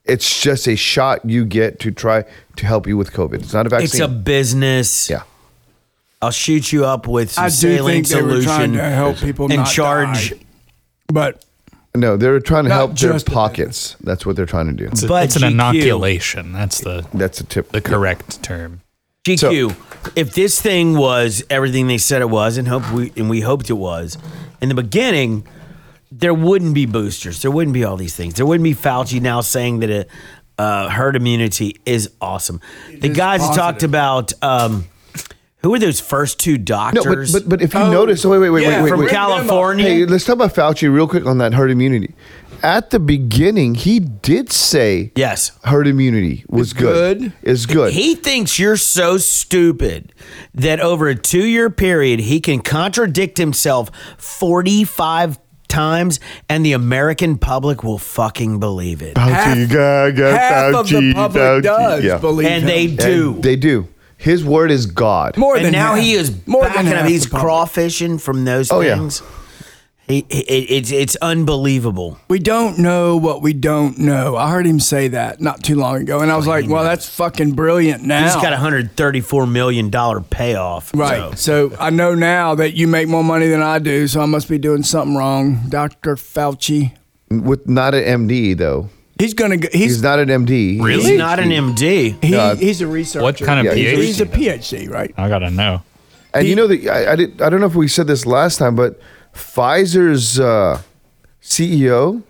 [SPEAKER 3] it's just a shot you get to try to help you with COVID. It's not a vaccine.
[SPEAKER 1] It's a business.
[SPEAKER 3] yeah.
[SPEAKER 1] I'll shoot you up with some
[SPEAKER 4] I do
[SPEAKER 1] saline
[SPEAKER 4] think they were trying
[SPEAKER 1] solution
[SPEAKER 4] to help people
[SPEAKER 1] and
[SPEAKER 4] not
[SPEAKER 1] charge.
[SPEAKER 4] die. But
[SPEAKER 3] No, they're trying to
[SPEAKER 4] Not
[SPEAKER 3] help their
[SPEAKER 4] just the
[SPEAKER 3] pockets. That's what they're trying to do.
[SPEAKER 2] It's, a-
[SPEAKER 1] But
[SPEAKER 2] it's an
[SPEAKER 1] GQ.
[SPEAKER 2] inoculation. That's the
[SPEAKER 3] That's a tip.
[SPEAKER 2] the correct term.
[SPEAKER 1] GQ, if this thing was everything they said it was, and hope we and we hoped it was, in the beginning, there wouldn't be boosters. There wouldn't be all these things. There wouldn't be Fauci now saying that uh, a, uh, herd immunity is awesome. the guys that talked about um, Who were those first two
[SPEAKER 3] No,
[SPEAKER 1] doctors?
[SPEAKER 3] but, but but if you
[SPEAKER 4] Oh,
[SPEAKER 3] notice, so wait, wait, wait,
[SPEAKER 4] yeah,
[SPEAKER 3] wait, wait,
[SPEAKER 1] from
[SPEAKER 3] wait.
[SPEAKER 1] California.
[SPEAKER 3] Hey, let's talk about Fauci real quick on that herd immunity. At the beginning, he did say
[SPEAKER 1] yes.
[SPEAKER 3] herd immunity was good.
[SPEAKER 4] good.
[SPEAKER 3] Is good.
[SPEAKER 1] He thinks you're so stupid that over a two year period, he can contradict himself 45 times and the American public will fucking believe it.
[SPEAKER 3] Fauci, Gaga,
[SPEAKER 4] Half of the
[SPEAKER 3] Fauci,
[SPEAKER 4] public
[SPEAKER 3] Fauci.
[SPEAKER 4] does
[SPEAKER 3] Yeah.
[SPEAKER 4] believe
[SPEAKER 1] And they
[SPEAKER 4] him.
[SPEAKER 1] do.
[SPEAKER 3] And They do. His word is God.
[SPEAKER 4] more
[SPEAKER 1] and
[SPEAKER 4] than
[SPEAKER 1] now
[SPEAKER 4] half.
[SPEAKER 1] he is
[SPEAKER 4] more
[SPEAKER 1] backing
[SPEAKER 4] than
[SPEAKER 1] up.
[SPEAKER 4] half
[SPEAKER 1] He's
[SPEAKER 4] the public.
[SPEAKER 1] crawfishing from those
[SPEAKER 3] Oh, yeah.
[SPEAKER 1] things. He, he- it, it's, it's unbelievable.
[SPEAKER 4] We don't know what we don't know. I heard him say that not too long ago, and I was like, "Well, that's fucking brilliant." Now
[SPEAKER 1] He's got a $134 million payoff.
[SPEAKER 4] right. So. I know now that you make more money than I do, so I must be doing something wrong, Doctor Fauci.
[SPEAKER 3] With not an MD though.
[SPEAKER 4] He's gonna. go- He's
[SPEAKER 3] He's not an MD.
[SPEAKER 2] Really?
[SPEAKER 1] He's not an MD.
[SPEAKER 4] he,
[SPEAKER 3] God.
[SPEAKER 4] he's a researcher.
[SPEAKER 2] What kind of
[SPEAKER 3] Yeah,
[SPEAKER 2] PhD?
[SPEAKER 4] He's a PhD, right?
[SPEAKER 2] I gotta know.
[SPEAKER 3] And you know that I, I did. I don't know if we said this last time, but Pfizer's uh, CEO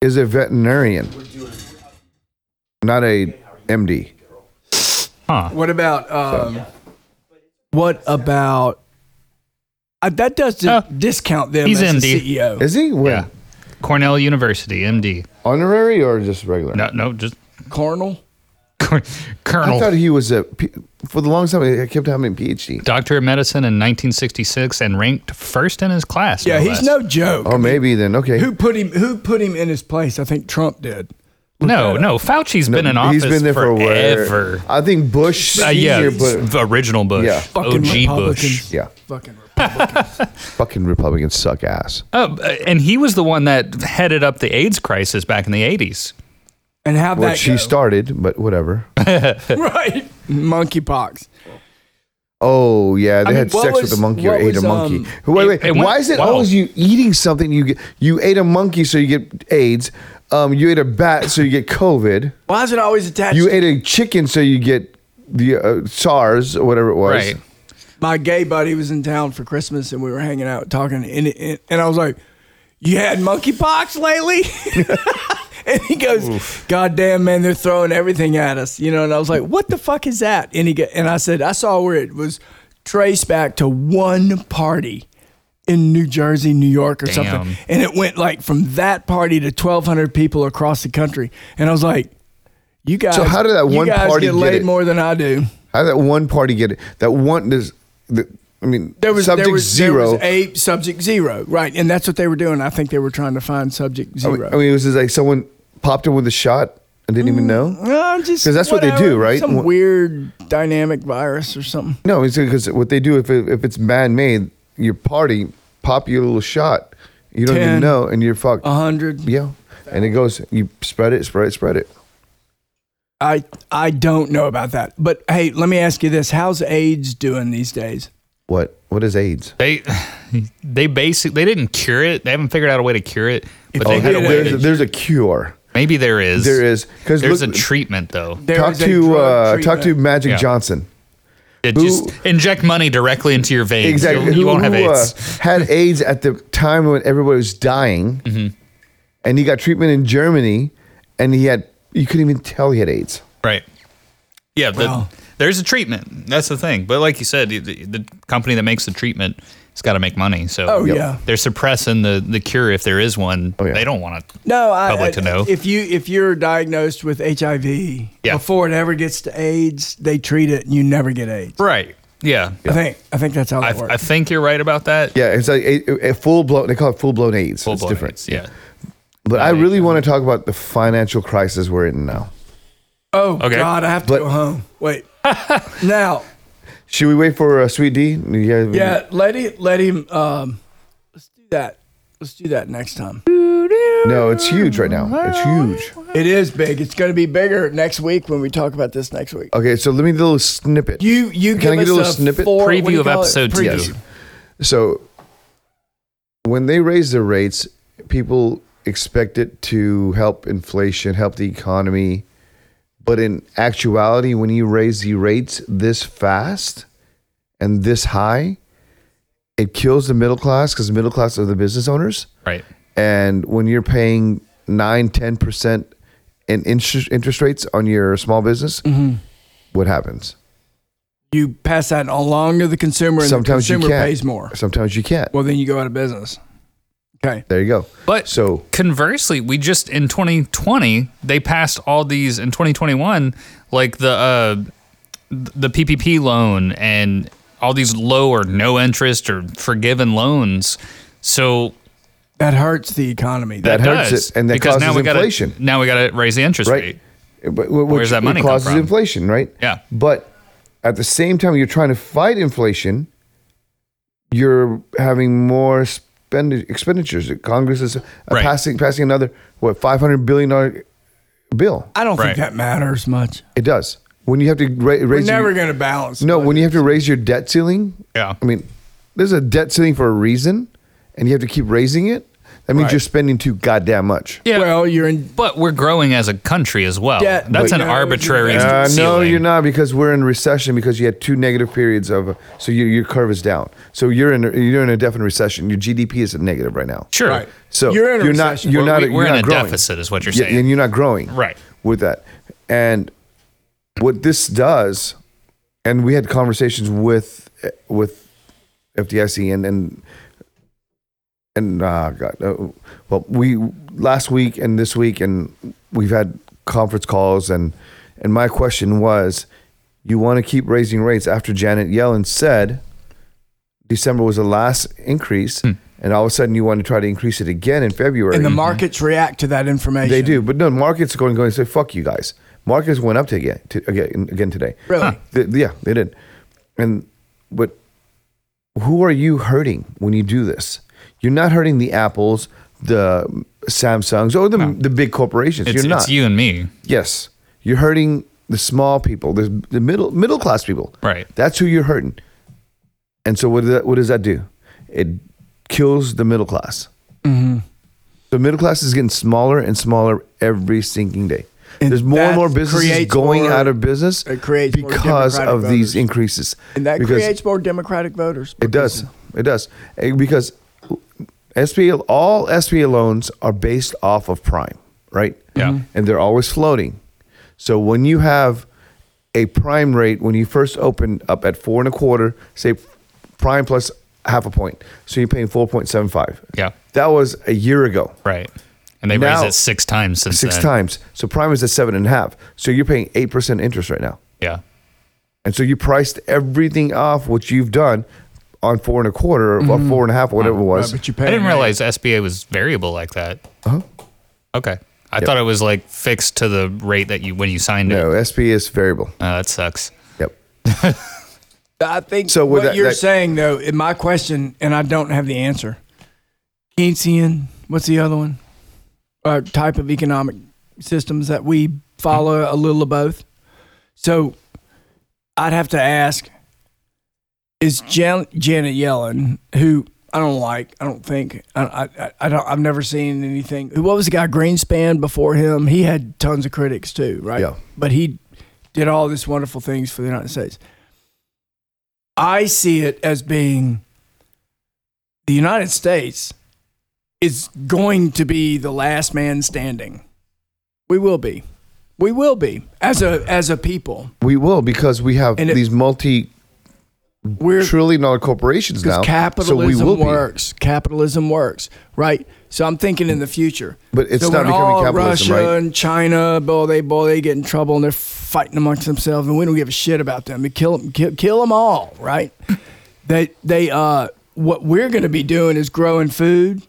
[SPEAKER 3] is a veterinarian, not a MD.
[SPEAKER 2] Huh?
[SPEAKER 4] What about? Um, what about? Uh, that doesn't
[SPEAKER 2] Oh.
[SPEAKER 4] discount them
[SPEAKER 2] He's
[SPEAKER 4] as a E
[SPEAKER 2] MD.
[SPEAKER 4] CEO.
[SPEAKER 3] Is he? When?
[SPEAKER 2] Yeah. Cornell University, MD.
[SPEAKER 3] Honorary or just regular?
[SPEAKER 2] No, no, just
[SPEAKER 4] Colonel.
[SPEAKER 2] cor-
[SPEAKER 3] I
[SPEAKER 2] Colonel.
[SPEAKER 3] thought he was a. P- For the longest time, I kept having PhD.
[SPEAKER 2] Doctor of Medicine in 1966 and ranked first in his class.
[SPEAKER 4] Yeah,
[SPEAKER 2] no
[SPEAKER 4] he's
[SPEAKER 2] less.
[SPEAKER 4] no joke.
[SPEAKER 3] Oh, maybe then. Okay.
[SPEAKER 4] Who put him? Who put him in his place? I think Trump did.
[SPEAKER 2] no, no. Fauci's been in office
[SPEAKER 3] He's been there for
[SPEAKER 2] forever.
[SPEAKER 3] forever. I think Bush.
[SPEAKER 2] Uh,
[SPEAKER 3] senior,
[SPEAKER 2] yeah,
[SPEAKER 3] but
[SPEAKER 2] the original Bush.
[SPEAKER 3] Yeah.
[SPEAKER 4] Fucking
[SPEAKER 2] OG Bush.
[SPEAKER 4] Republicans.
[SPEAKER 3] yeah.
[SPEAKER 4] Fucking Republicans.
[SPEAKER 3] Fucking Republicans suck ass.
[SPEAKER 2] Oh, uh, and he was the one that headed up the AIDS crisis back in the 80s.
[SPEAKER 4] And have that
[SPEAKER 3] Which she
[SPEAKER 4] go?
[SPEAKER 3] started, but whatever.
[SPEAKER 4] right? Monkeypox.
[SPEAKER 3] Oh yeah, they
[SPEAKER 4] mean,
[SPEAKER 3] had
[SPEAKER 4] what
[SPEAKER 3] sex
[SPEAKER 4] was-
[SPEAKER 3] with a monkey or
[SPEAKER 4] what
[SPEAKER 3] ate a
[SPEAKER 4] was,
[SPEAKER 3] monkey.
[SPEAKER 4] um,
[SPEAKER 3] wait, wait.
[SPEAKER 2] it- it went-
[SPEAKER 3] why is it
[SPEAKER 2] wow.
[SPEAKER 3] always you eating something you get? You ate a monkey, so you get AIDS. Um, you ate a bat, so you get COVID.
[SPEAKER 4] Why is it always attached?
[SPEAKER 3] You
[SPEAKER 4] to
[SPEAKER 3] ate a chicken, so you get the uh, SARS or whatever it was.
[SPEAKER 2] Right.
[SPEAKER 4] my gay buddy was in town for Christmas, and we were hanging out talking, and and, and I was like, "You had monkeypox lately?" and he goes, "God damn, man, they're throwing everything at us, you know." And I was like, "What the fuck is that?" And he go, and I said, "I saw where it was traced back to one party." In New Jersey, New York, or something,
[SPEAKER 2] Damn.
[SPEAKER 4] and it went like from that party to twelve hundred people across the country, and I was like, "You guys,
[SPEAKER 3] how did that
[SPEAKER 4] you
[SPEAKER 3] one
[SPEAKER 4] guys
[SPEAKER 3] party
[SPEAKER 4] get
[SPEAKER 3] get
[SPEAKER 4] laid
[SPEAKER 3] it?
[SPEAKER 4] more than I do?"
[SPEAKER 3] How did that one party get it? That one this. The, I mean,
[SPEAKER 4] There was
[SPEAKER 3] subject
[SPEAKER 4] there was,
[SPEAKER 3] zero.
[SPEAKER 4] There was a subject zero, right? And that's what they were doing. I think they were trying to find subject
[SPEAKER 3] I
[SPEAKER 4] zero.
[SPEAKER 3] mean, I mean, it was just like someone popped him with a shot and didn't even know.
[SPEAKER 4] No, Uh, just
[SPEAKER 3] 'Cause that's what they do,
[SPEAKER 4] whatever,
[SPEAKER 3] right?
[SPEAKER 4] Some
[SPEAKER 3] Wh-
[SPEAKER 4] weird dynamic virus or something.
[SPEAKER 3] No, it's because what they do if it, if it's man made, your party pop you a little shot, you don't even
[SPEAKER 4] Ten.
[SPEAKER 3] know, and you're fucked.
[SPEAKER 4] A hundred.
[SPEAKER 3] Yeah, and it goes. You spread it, spread it, spread it.
[SPEAKER 4] I I don't know about that, but hey, let me ask you this: How's AIDS doing these days?
[SPEAKER 3] What? What is AIDS?
[SPEAKER 2] They they basically they didn't cure it. They haven't figured out a way to cure it, but they
[SPEAKER 4] they
[SPEAKER 2] had a
[SPEAKER 4] did,
[SPEAKER 2] way.
[SPEAKER 3] Oh, there's,
[SPEAKER 2] To,
[SPEAKER 3] there's a cure.
[SPEAKER 2] maybe there is.
[SPEAKER 3] There is because
[SPEAKER 2] There's a treatment though.
[SPEAKER 4] There
[SPEAKER 3] talk
[SPEAKER 4] is a
[SPEAKER 3] to
[SPEAKER 4] drug
[SPEAKER 3] uh, talk to
[SPEAKER 4] treatment.
[SPEAKER 3] Magic
[SPEAKER 2] Yeah.
[SPEAKER 3] Johnson.
[SPEAKER 2] It
[SPEAKER 3] who-
[SPEAKER 2] just inject money directly into your veins.
[SPEAKER 3] Exactly.
[SPEAKER 2] You, you
[SPEAKER 3] who-
[SPEAKER 2] won't have
[SPEAKER 3] who, uh,
[SPEAKER 2] AIDS.
[SPEAKER 3] had AIDS at the time when everybody was dying,
[SPEAKER 2] Mm-hmm.
[SPEAKER 3] and he got treatment in Germany, and he had you couldn't even tell he had AIDS.
[SPEAKER 2] Right. Yeah. The,
[SPEAKER 4] Well-
[SPEAKER 2] There's a treatment. That's the thing. But like you said, the, the company that makes the treatment has got to make money. So
[SPEAKER 4] Oh, Yep. yeah.
[SPEAKER 2] they're suppressing the, the cure if there is one.
[SPEAKER 3] Oh, yeah.
[SPEAKER 2] They don't want it.
[SPEAKER 4] No, I,
[SPEAKER 2] Public
[SPEAKER 4] I-
[SPEAKER 2] to know.
[SPEAKER 4] if you if you're diagnosed with HIV
[SPEAKER 2] Yeah.
[SPEAKER 4] before it ever gets to AIDS, they treat it and you never get AIDS.
[SPEAKER 2] Right. Yeah.
[SPEAKER 4] I think I think that's how
[SPEAKER 2] I,
[SPEAKER 4] that works.
[SPEAKER 2] I think you're right about that.
[SPEAKER 3] Yeah, it's like a, a full blown. They call it full blown AIDS.
[SPEAKER 2] Full
[SPEAKER 3] it's
[SPEAKER 2] blown
[SPEAKER 3] different.
[SPEAKER 2] AIDS, Yeah.
[SPEAKER 3] But I really want to talk about the financial crisis we're in now.
[SPEAKER 4] Oh
[SPEAKER 2] Okay.
[SPEAKER 4] God, I have to
[SPEAKER 3] But-
[SPEAKER 4] go home. Wait. now,
[SPEAKER 3] Should we wait for uh, Sweet D? Yeah.
[SPEAKER 4] yeah, let him let him um let's do that. Let's do that next time.
[SPEAKER 3] No, it's huge right now. It's huge.
[SPEAKER 4] It is big. It's gonna be bigger next week when we talk about this next week.
[SPEAKER 3] Okay, so let me do a little snippet.
[SPEAKER 4] You you
[SPEAKER 3] Can I
[SPEAKER 4] give
[SPEAKER 3] get
[SPEAKER 4] us
[SPEAKER 3] a little
[SPEAKER 4] a
[SPEAKER 3] snippet?
[SPEAKER 4] four- what do
[SPEAKER 2] Preview
[SPEAKER 4] you
[SPEAKER 2] of
[SPEAKER 4] call it?
[SPEAKER 2] episode two.
[SPEAKER 4] Preview.
[SPEAKER 3] Yes. So when they raise their rates, people expect it to help inflation, help the economy. But in actuality, when you raise the rates this fast and this high, it kills the middle class because the middle class are the business owners.
[SPEAKER 2] Right.
[SPEAKER 3] and when you're paying 9 10%
[SPEAKER 4] Mm-hmm.
[SPEAKER 3] in interest, interest rates on your small business what happens
[SPEAKER 4] You pass that along to the consumer, and
[SPEAKER 3] Sometimes
[SPEAKER 4] the
[SPEAKER 3] you
[SPEAKER 4] consumer
[SPEAKER 3] can't.
[SPEAKER 4] pays more.
[SPEAKER 3] Sometimes you can't.
[SPEAKER 4] Well, then you go out of business. Okay.
[SPEAKER 3] There you go.
[SPEAKER 2] But
[SPEAKER 3] So-
[SPEAKER 2] conversely, we just in 2020 they passed all these in 2021 like the uh, th- the PPP loan and all these low or no interest or forgiven loans. So
[SPEAKER 4] That hurts the economy.
[SPEAKER 3] That
[SPEAKER 2] that,
[SPEAKER 3] hurts
[SPEAKER 2] does,
[SPEAKER 3] it, and that
[SPEAKER 2] because now
[SPEAKER 3] causes
[SPEAKER 2] we gotta,
[SPEAKER 3] inflation.
[SPEAKER 2] Now we got to raise the interest
[SPEAKER 3] right?
[SPEAKER 2] rate.
[SPEAKER 3] But- but- Which,
[SPEAKER 2] Where's that money
[SPEAKER 3] it
[SPEAKER 2] come
[SPEAKER 3] causes
[SPEAKER 2] from?
[SPEAKER 3] inflation, right?
[SPEAKER 2] Yeah.
[SPEAKER 3] But at the same time, you're trying to fight inflation. You're having more spend expenditures. Congress is uh,
[SPEAKER 2] Right.
[SPEAKER 3] passing passing another what 500 billion dollar bill.
[SPEAKER 4] I don't
[SPEAKER 2] Right.
[SPEAKER 4] think that matters much.
[SPEAKER 3] It does when you have to ra- raise.
[SPEAKER 4] We're
[SPEAKER 3] your-
[SPEAKER 4] never going to balance.
[SPEAKER 3] no, when you have to raise your debt ceiling.
[SPEAKER 2] Yeah.
[SPEAKER 3] I mean, there's a debt ceiling for a reason, and you have to keep raising it. That means
[SPEAKER 4] Right.
[SPEAKER 3] you're spending too goddamn much.
[SPEAKER 2] Yeah.
[SPEAKER 4] Well, you're in.
[SPEAKER 2] but we're growing as a country as well.
[SPEAKER 4] Yeah,
[SPEAKER 2] That's
[SPEAKER 4] but-
[SPEAKER 2] an
[SPEAKER 4] No,
[SPEAKER 2] arbitrary.
[SPEAKER 4] you're
[SPEAKER 3] Uh, no,
[SPEAKER 2] ceiling.
[SPEAKER 3] you're not because we're in recession because you had two negative periods of so your your curve is down. So you're in you're in a definite recession. Your GDP is negative right now.
[SPEAKER 2] Sure.
[SPEAKER 4] Right.
[SPEAKER 3] So
[SPEAKER 4] You're in a
[SPEAKER 3] you're not
[SPEAKER 4] recession.
[SPEAKER 3] you're
[SPEAKER 2] We're-
[SPEAKER 3] not
[SPEAKER 2] we-
[SPEAKER 3] you're
[SPEAKER 2] we're in
[SPEAKER 3] not
[SPEAKER 2] a
[SPEAKER 3] growing.
[SPEAKER 2] deficit is what you're
[SPEAKER 3] Yeah,
[SPEAKER 2] saying.
[SPEAKER 3] and you're not growing
[SPEAKER 2] Right.
[SPEAKER 3] with that. And what this does, and we had conversations with with FDIC and and and uh, God, uh, well, we last week and this week, and we've had conference calls, and and my question was, you want to keep raising rates after Janet Yellen said December was the last increase,
[SPEAKER 2] Hmm.
[SPEAKER 3] and all of a sudden you want to try to increase it again in February.
[SPEAKER 4] And the markets react to that information.
[SPEAKER 3] They do, but no, markets are going going to say fuck you guys. Markets went up to again to, again, again today.
[SPEAKER 4] Really?
[SPEAKER 3] Th- yeah, they did. And but who are you hurting when you do this? You're not hurting the apples, the Samsungs, or the the big corporations.
[SPEAKER 2] It's,
[SPEAKER 3] you're not.
[SPEAKER 2] it's you and me.
[SPEAKER 3] Yes, you're hurting the small people, the, the middle middle class people.
[SPEAKER 2] Right.
[SPEAKER 3] That's who you're hurting. And so what does that, what does that do? It kills the middle class.
[SPEAKER 4] Mm-hmm.
[SPEAKER 3] The middle class is getting smaller and smaller every sinking day.
[SPEAKER 4] And
[SPEAKER 3] There's more and
[SPEAKER 4] that
[SPEAKER 3] more businesses
[SPEAKER 4] creates
[SPEAKER 3] going
[SPEAKER 4] more-
[SPEAKER 3] out of business
[SPEAKER 4] it creates more
[SPEAKER 3] because
[SPEAKER 4] Democratic
[SPEAKER 3] of these
[SPEAKER 4] voters.
[SPEAKER 3] increases.
[SPEAKER 4] And that
[SPEAKER 3] Because-
[SPEAKER 4] creates more Democratic voters.
[SPEAKER 3] it does. It does. Eh, Because SBA, all SBA loans are based off of prime, right?
[SPEAKER 2] Yeah.
[SPEAKER 4] Mm-hmm.
[SPEAKER 2] Mhm.
[SPEAKER 3] And they're always floating. So when you have a prime rate, when you first open up at four and a quarter, say prime plus half a point. So you're paying 4.75.
[SPEAKER 2] Yeah.
[SPEAKER 3] That was a year ago,
[SPEAKER 2] Right. And they
[SPEAKER 3] Now-
[SPEAKER 2] raised it six times since
[SPEAKER 3] six
[SPEAKER 2] then.
[SPEAKER 3] times. So prime is at seven and a half. So you're paying 8% interest right now.
[SPEAKER 2] Yeah.
[SPEAKER 3] And so you priced everything off what you've done on four and a quarter or four and a half, whatever it was.
[SPEAKER 4] But you pay
[SPEAKER 2] I didn't
[SPEAKER 4] them.
[SPEAKER 2] realize SBA was variable like that.
[SPEAKER 3] Uh-huh.
[SPEAKER 2] Okay. I thought it was like fixed to the rate that you when you signed it.
[SPEAKER 3] No, SP is variable.
[SPEAKER 2] Uh, that sucks.
[SPEAKER 3] Yep.
[SPEAKER 4] I think
[SPEAKER 3] So
[SPEAKER 4] so
[SPEAKER 3] with
[SPEAKER 4] what
[SPEAKER 3] that-
[SPEAKER 4] you're
[SPEAKER 3] that-
[SPEAKER 4] saying, though, in my question, and I don't have the answer. Keynesian, what's the other one? Uh, type of economic systems that we follow, a little of both. So I'd have to ask is Jan- Janet Yellen, who I don't like, I don't think, I, I, I- I don't, I've never seen anything. What was the guy Greenspan before him? He had tons of critics too, right?
[SPEAKER 3] Yeah.
[SPEAKER 4] But he did all these wonderful things for the United States. I see it as being the United States is going to be the last man standing. We will be. We will be as a as a people.
[SPEAKER 3] We will because we have
[SPEAKER 4] And it-
[SPEAKER 3] these multi
[SPEAKER 4] We're
[SPEAKER 3] trillion dollar corporations now.
[SPEAKER 4] Because capitalism
[SPEAKER 3] so we will be.
[SPEAKER 4] works. Capitalism works, right? So I'm thinking in the future.
[SPEAKER 3] But it's
[SPEAKER 4] so
[SPEAKER 3] not
[SPEAKER 4] when
[SPEAKER 3] becoming
[SPEAKER 4] all
[SPEAKER 3] capitalism,
[SPEAKER 4] Russia
[SPEAKER 3] right?
[SPEAKER 4] and China, boy, they boy, they get in trouble and they're fighting amongst themselves, and we don't give a shit about them. We kill them, kill, kill them all, right? they they uh, what we're going to be doing is growing food,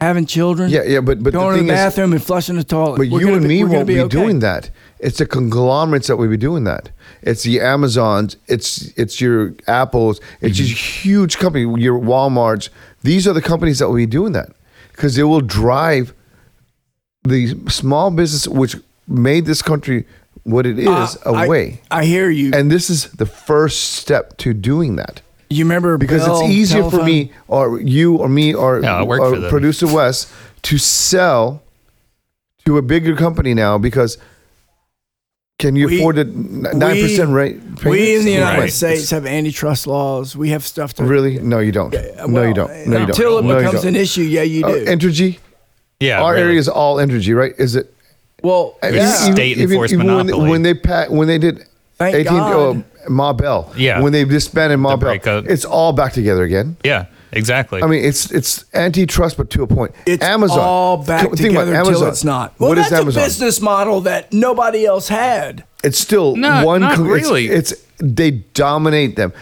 [SPEAKER 4] having children,
[SPEAKER 3] Yeah, yeah, but but
[SPEAKER 4] going
[SPEAKER 3] the
[SPEAKER 4] to
[SPEAKER 3] thing
[SPEAKER 4] the
[SPEAKER 3] is,
[SPEAKER 4] bathroom and flushing the toilet.
[SPEAKER 3] but
[SPEAKER 4] We're
[SPEAKER 3] you
[SPEAKER 4] gonna
[SPEAKER 3] and
[SPEAKER 4] be-
[SPEAKER 3] me
[SPEAKER 4] we're gonna
[SPEAKER 3] won't be,
[SPEAKER 4] okay.
[SPEAKER 3] doing that. It's the conglomerates that will be doing that. It's the Amazons. It's it's your Apples. It's these
[SPEAKER 4] Mm-hmm.
[SPEAKER 3] huge company. Your WalMarts. These are the companies that will be doing that because they will drive the small business which made this country what it is
[SPEAKER 4] Uh, I-
[SPEAKER 3] away.
[SPEAKER 4] I, hear you. And
[SPEAKER 3] and this is the first step to doing that
[SPEAKER 4] you remember
[SPEAKER 3] because
[SPEAKER 4] Bell
[SPEAKER 3] it's easier for
[SPEAKER 4] telephone?
[SPEAKER 3] me or you or me or,
[SPEAKER 2] Yeah, I work
[SPEAKER 3] or
[SPEAKER 2] for them.
[SPEAKER 3] producer Wes to sell to a bigger company now because can you
[SPEAKER 4] We-
[SPEAKER 3] afford a nine percent rate?
[SPEAKER 4] We in the
[SPEAKER 3] payments?
[SPEAKER 4] United
[SPEAKER 2] Right.
[SPEAKER 4] States have antitrust laws. We have stuff to
[SPEAKER 3] Really? No, you don't. no, you
[SPEAKER 4] well,
[SPEAKER 3] don't. No, you don't.
[SPEAKER 4] Until it
[SPEAKER 3] No, you
[SPEAKER 4] becomes
[SPEAKER 3] don't.
[SPEAKER 4] an issue, yeah, you do.
[SPEAKER 3] Uh, energy.
[SPEAKER 2] Yeah.
[SPEAKER 3] Our
[SPEAKER 2] really.
[SPEAKER 3] area is all energy, right? Is it?
[SPEAKER 4] well,
[SPEAKER 3] I
[SPEAKER 4] yeah.
[SPEAKER 2] state enforced
[SPEAKER 3] when,
[SPEAKER 2] monopoly.
[SPEAKER 3] when they pa- when they did
[SPEAKER 4] Thank
[SPEAKER 3] AT&T,
[SPEAKER 4] God.
[SPEAKER 3] oh, Ma Bell.
[SPEAKER 2] Yeah.
[SPEAKER 3] When they disbanded Ma
[SPEAKER 2] The
[SPEAKER 3] Bell,
[SPEAKER 2] breakup.
[SPEAKER 3] it's all back together again.
[SPEAKER 2] Yeah, exactly.
[SPEAKER 3] I mean, it's it's antitrust, but to a point.
[SPEAKER 4] It's
[SPEAKER 3] Amazon
[SPEAKER 4] all back
[SPEAKER 3] Think about
[SPEAKER 4] together until
[SPEAKER 3] Amazon.
[SPEAKER 4] it's not. Well,
[SPEAKER 3] What is
[SPEAKER 4] that's
[SPEAKER 3] Amazon?
[SPEAKER 4] a business model that nobody else had.
[SPEAKER 3] It's still
[SPEAKER 2] No,
[SPEAKER 3] one.
[SPEAKER 2] not
[SPEAKER 3] cl- it's-
[SPEAKER 2] really.
[SPEAKER 3] It's, they dominate them.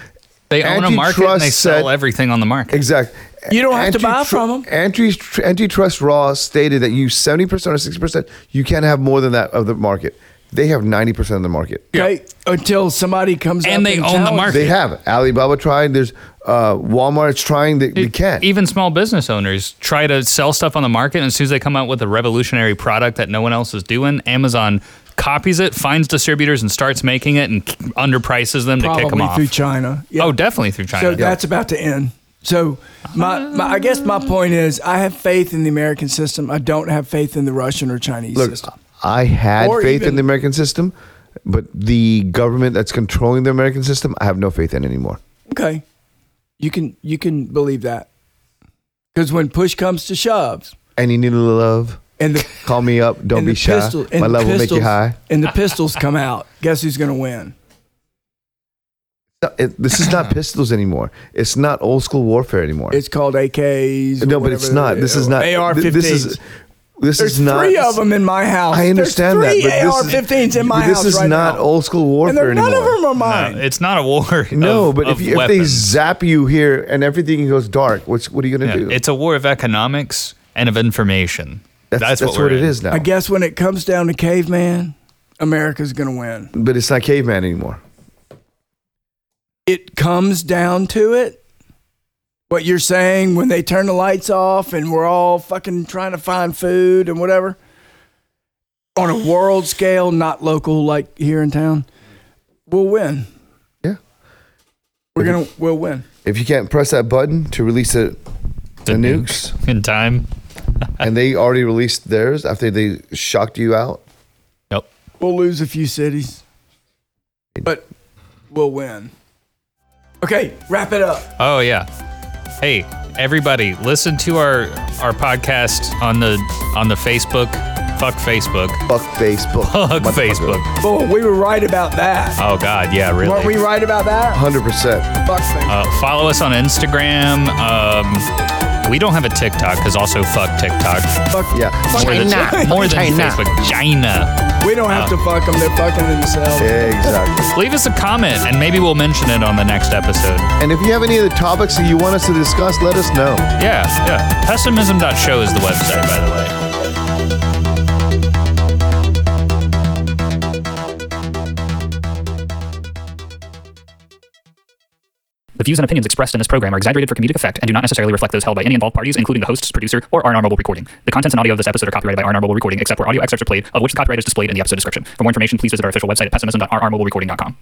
[SPEAKER 2] they own a market and
[SPEAKER 3] antitrust
[SPEAKER 2] they sell
[SPEAKER 3] said-
[SPEAKER 2] everything on the market.
[SPEAKER 3] Exact.
[SPEAKER 4] You don't have to buy from 'em.
[SPEAKER 3] Antitrust, antitrust law stated that you seventy percent or sixty percent. You can't have more than that of the market. They have ninety percent of the market.
[SPEAKER 4] Okay, until somebody comes
[SPEAKER 2] And
[SPEAKER 4] up
[SPEAKER 2] they
[SPEAKER 4] and
[SPEAKER 2] own the
[SPEAKER 4] challenges-
[SPEAKER 2] market.
[SPEAKER 3] They have Alibaba trying. There's uh, Walmart's trying. They, they can't.
[SPEAKER 2] Even small business owners try to sell stuff on the market, and as soon as they come out with a revolutionary product that no one else is doing, Amazon copies it, finds distributors, and starts making it and k- underprices them to kick them
[SPEAKER 4] probably
[SPEAKER 2] off.
[SPEAKER 4] through China. Yeah.
[SPEAKER 2] Oh, definitely through
[SPEAKER 4] So
[SPEAKER 2] China.
[SPEAKER 4] that's about to end. So my, my I guess my point is I have faith in the American system. I don't have faith in the Russian or Chinese system.
[SPEAKER 3] I had
[SPEAKER 4] Or
[SPEAKER 3] faith
[SPEAKER 4] even-
[SPEAKER 3] in the American system, but the government that's controlling the American system, I have no faith in anymore.
[SPEAKER 4] Okay. You can you can believe that. Cuz when push comes to shove
[SPEAKER 3] And you need a little love.
[SPEAKER 4] and the
[SPEAKER 3] Call me up. Don't
[SPEAKER 4] and
[SPEAKER 3] be
[SPEAKER 4] the
[SPEAKER 3] shy.
[SPEAKER 4] pistol- and
[SPEAKER 3] My
[SPEAKER 4] the
[SPEAKER 3] love will make you
[SPEAKER 4] pistols-
[SPEAKER 3] high.
[SPEAKER 4] And the pistols come out. Guess who's going to win?
[SPEAKER 3] No, it- this is not pistols anymore. It's not old school warfare anymore.
[SPEAKER 4] It's called AKs. or
[SPEAKER 3] no, but it's
[SPEAKER 4] whatever.
[SPEAKER 3] not. This is not.
[SPEAKER 4] AR-15s.
[SPEAKER 3] th- This is. This
[SPEAKER 4] There's
[SPEAKER 3] is not.
[SPEAKER 4] three of them in my house.
[SPEAKER 3] I understand that,
[SPEAKER 4] There's three
[SPEAKER 3] but this is-
[SPEAKER 4] AR-15s in my
[SPEAKER 3] but this
[SPEAKER 4] house
[SPEAKER 3] is
[SPEAKER 4] right
[SPEAKER 3] not
[SPEAKER 4] now.
[SPEAKER 3] old school
[SPEAKER 4] and they're-
[SPEAKER 3] warfare
[SPEAKER 4] none
[SPEAKER 3] anymore.
[SPEAKER 4] of them are mine.
[SPEAKER 2] No, it's not a war.
[SPEAKER 3] no,
[SPEAKER 2] of-
[SPEAKER 3] but
[SPEAKER 2] of
[SPEAKER 3] if, you, if they
[SPEAKER 2] weapons.
[SPEAKER 3] zap you here and everything goes dark, what's what are you gonna
[SPEAKER 2] Yeah,
[SPEAKER 3] do?
[SPEAKER 2] it's a war of economics and of information.
[SPEAKER 3] that's, that's,
[SPEAKER 2] what,
[SPEAKER 3] what,
[SPEAKER 2] we're
[SPEAKER 3] it
[SPEAKER 2] in.
[SPEAKER 3] is now.
[SPEAKER 4] I guess when it comes down to caveman, America's going to win.
[SPEAKER 3] but it's not caveman anymore.
[SPEAKER 4] It comes down to it. What you're saying when they turn the lights off and we're all fucking trying to find food and whatever on a world scale, not local like here in town, we'll win.
[SPEAKER 3] Yeah.
[SPEAKER 4] We're going to, we'll win.
[SPEAKER 3] If you can't press that button to release it, the, nukes,
[SPEAKER 2] Mm-hmm. in time.
[SPEAKER 3] and they already released theirs after they shocked you out.
[SPEAKER 2] Nope.
[SPEAKER 4] We'll lose a few cities, but we'll win. Okay, wrap it up.
[SPEAKER 2] Oh yeah. Hey, everybody, listen to our our podcast on the on the Facebook. Fuck Facebook.
[SPEAKER 3] Fuck Facebook.
[SPEAKER 2] Fuck Facebook.
[SPEAKER 4] Boom, we were right about that.
[SPEAKER 2] Oh God, yeah, really.
[SPEAKER 4] Weren't we right about that?
[SPEAKER 3] Hundred percent.
[SPEAKER 4] Fuck things.
[SPEAKER 2] Uh, follow us on Instagram. Um, we don't have a TikTok because also fuck TikTok.
[SPEAKER 4] Fuck
[SPEAKER 3] Yeah.
[SPEAKER 2] More than, more than Facebook. China.
[SPEAKER 4] We don't have to fuck them. They're fucking themselves.
[SPEAKER 3] Exactly.
[SPEAKER 2] Leave us a comment and maybe we'll mention it on the next episode.
[SPEAKER 3] And if you have any other topics that you want us to discuss, let us know.
[SPEAKER 2] Yeah, yeah. Pessimism.show is the website, by the way.
[SPEAKER 5] The views and opinions expressed in this program are exaggerated for comedic effect and do not necessarily reflect those held by any involved parties, including the hosts, producer, or RNR Mobile Recording. The contents and audio of this episode are copyrighted by RNR Mobile Recording, except where audio excerpts are played, of which the copyright is displayed in the episode description. For more information, please visit our official website at pessimism.rrmobilerecording.com.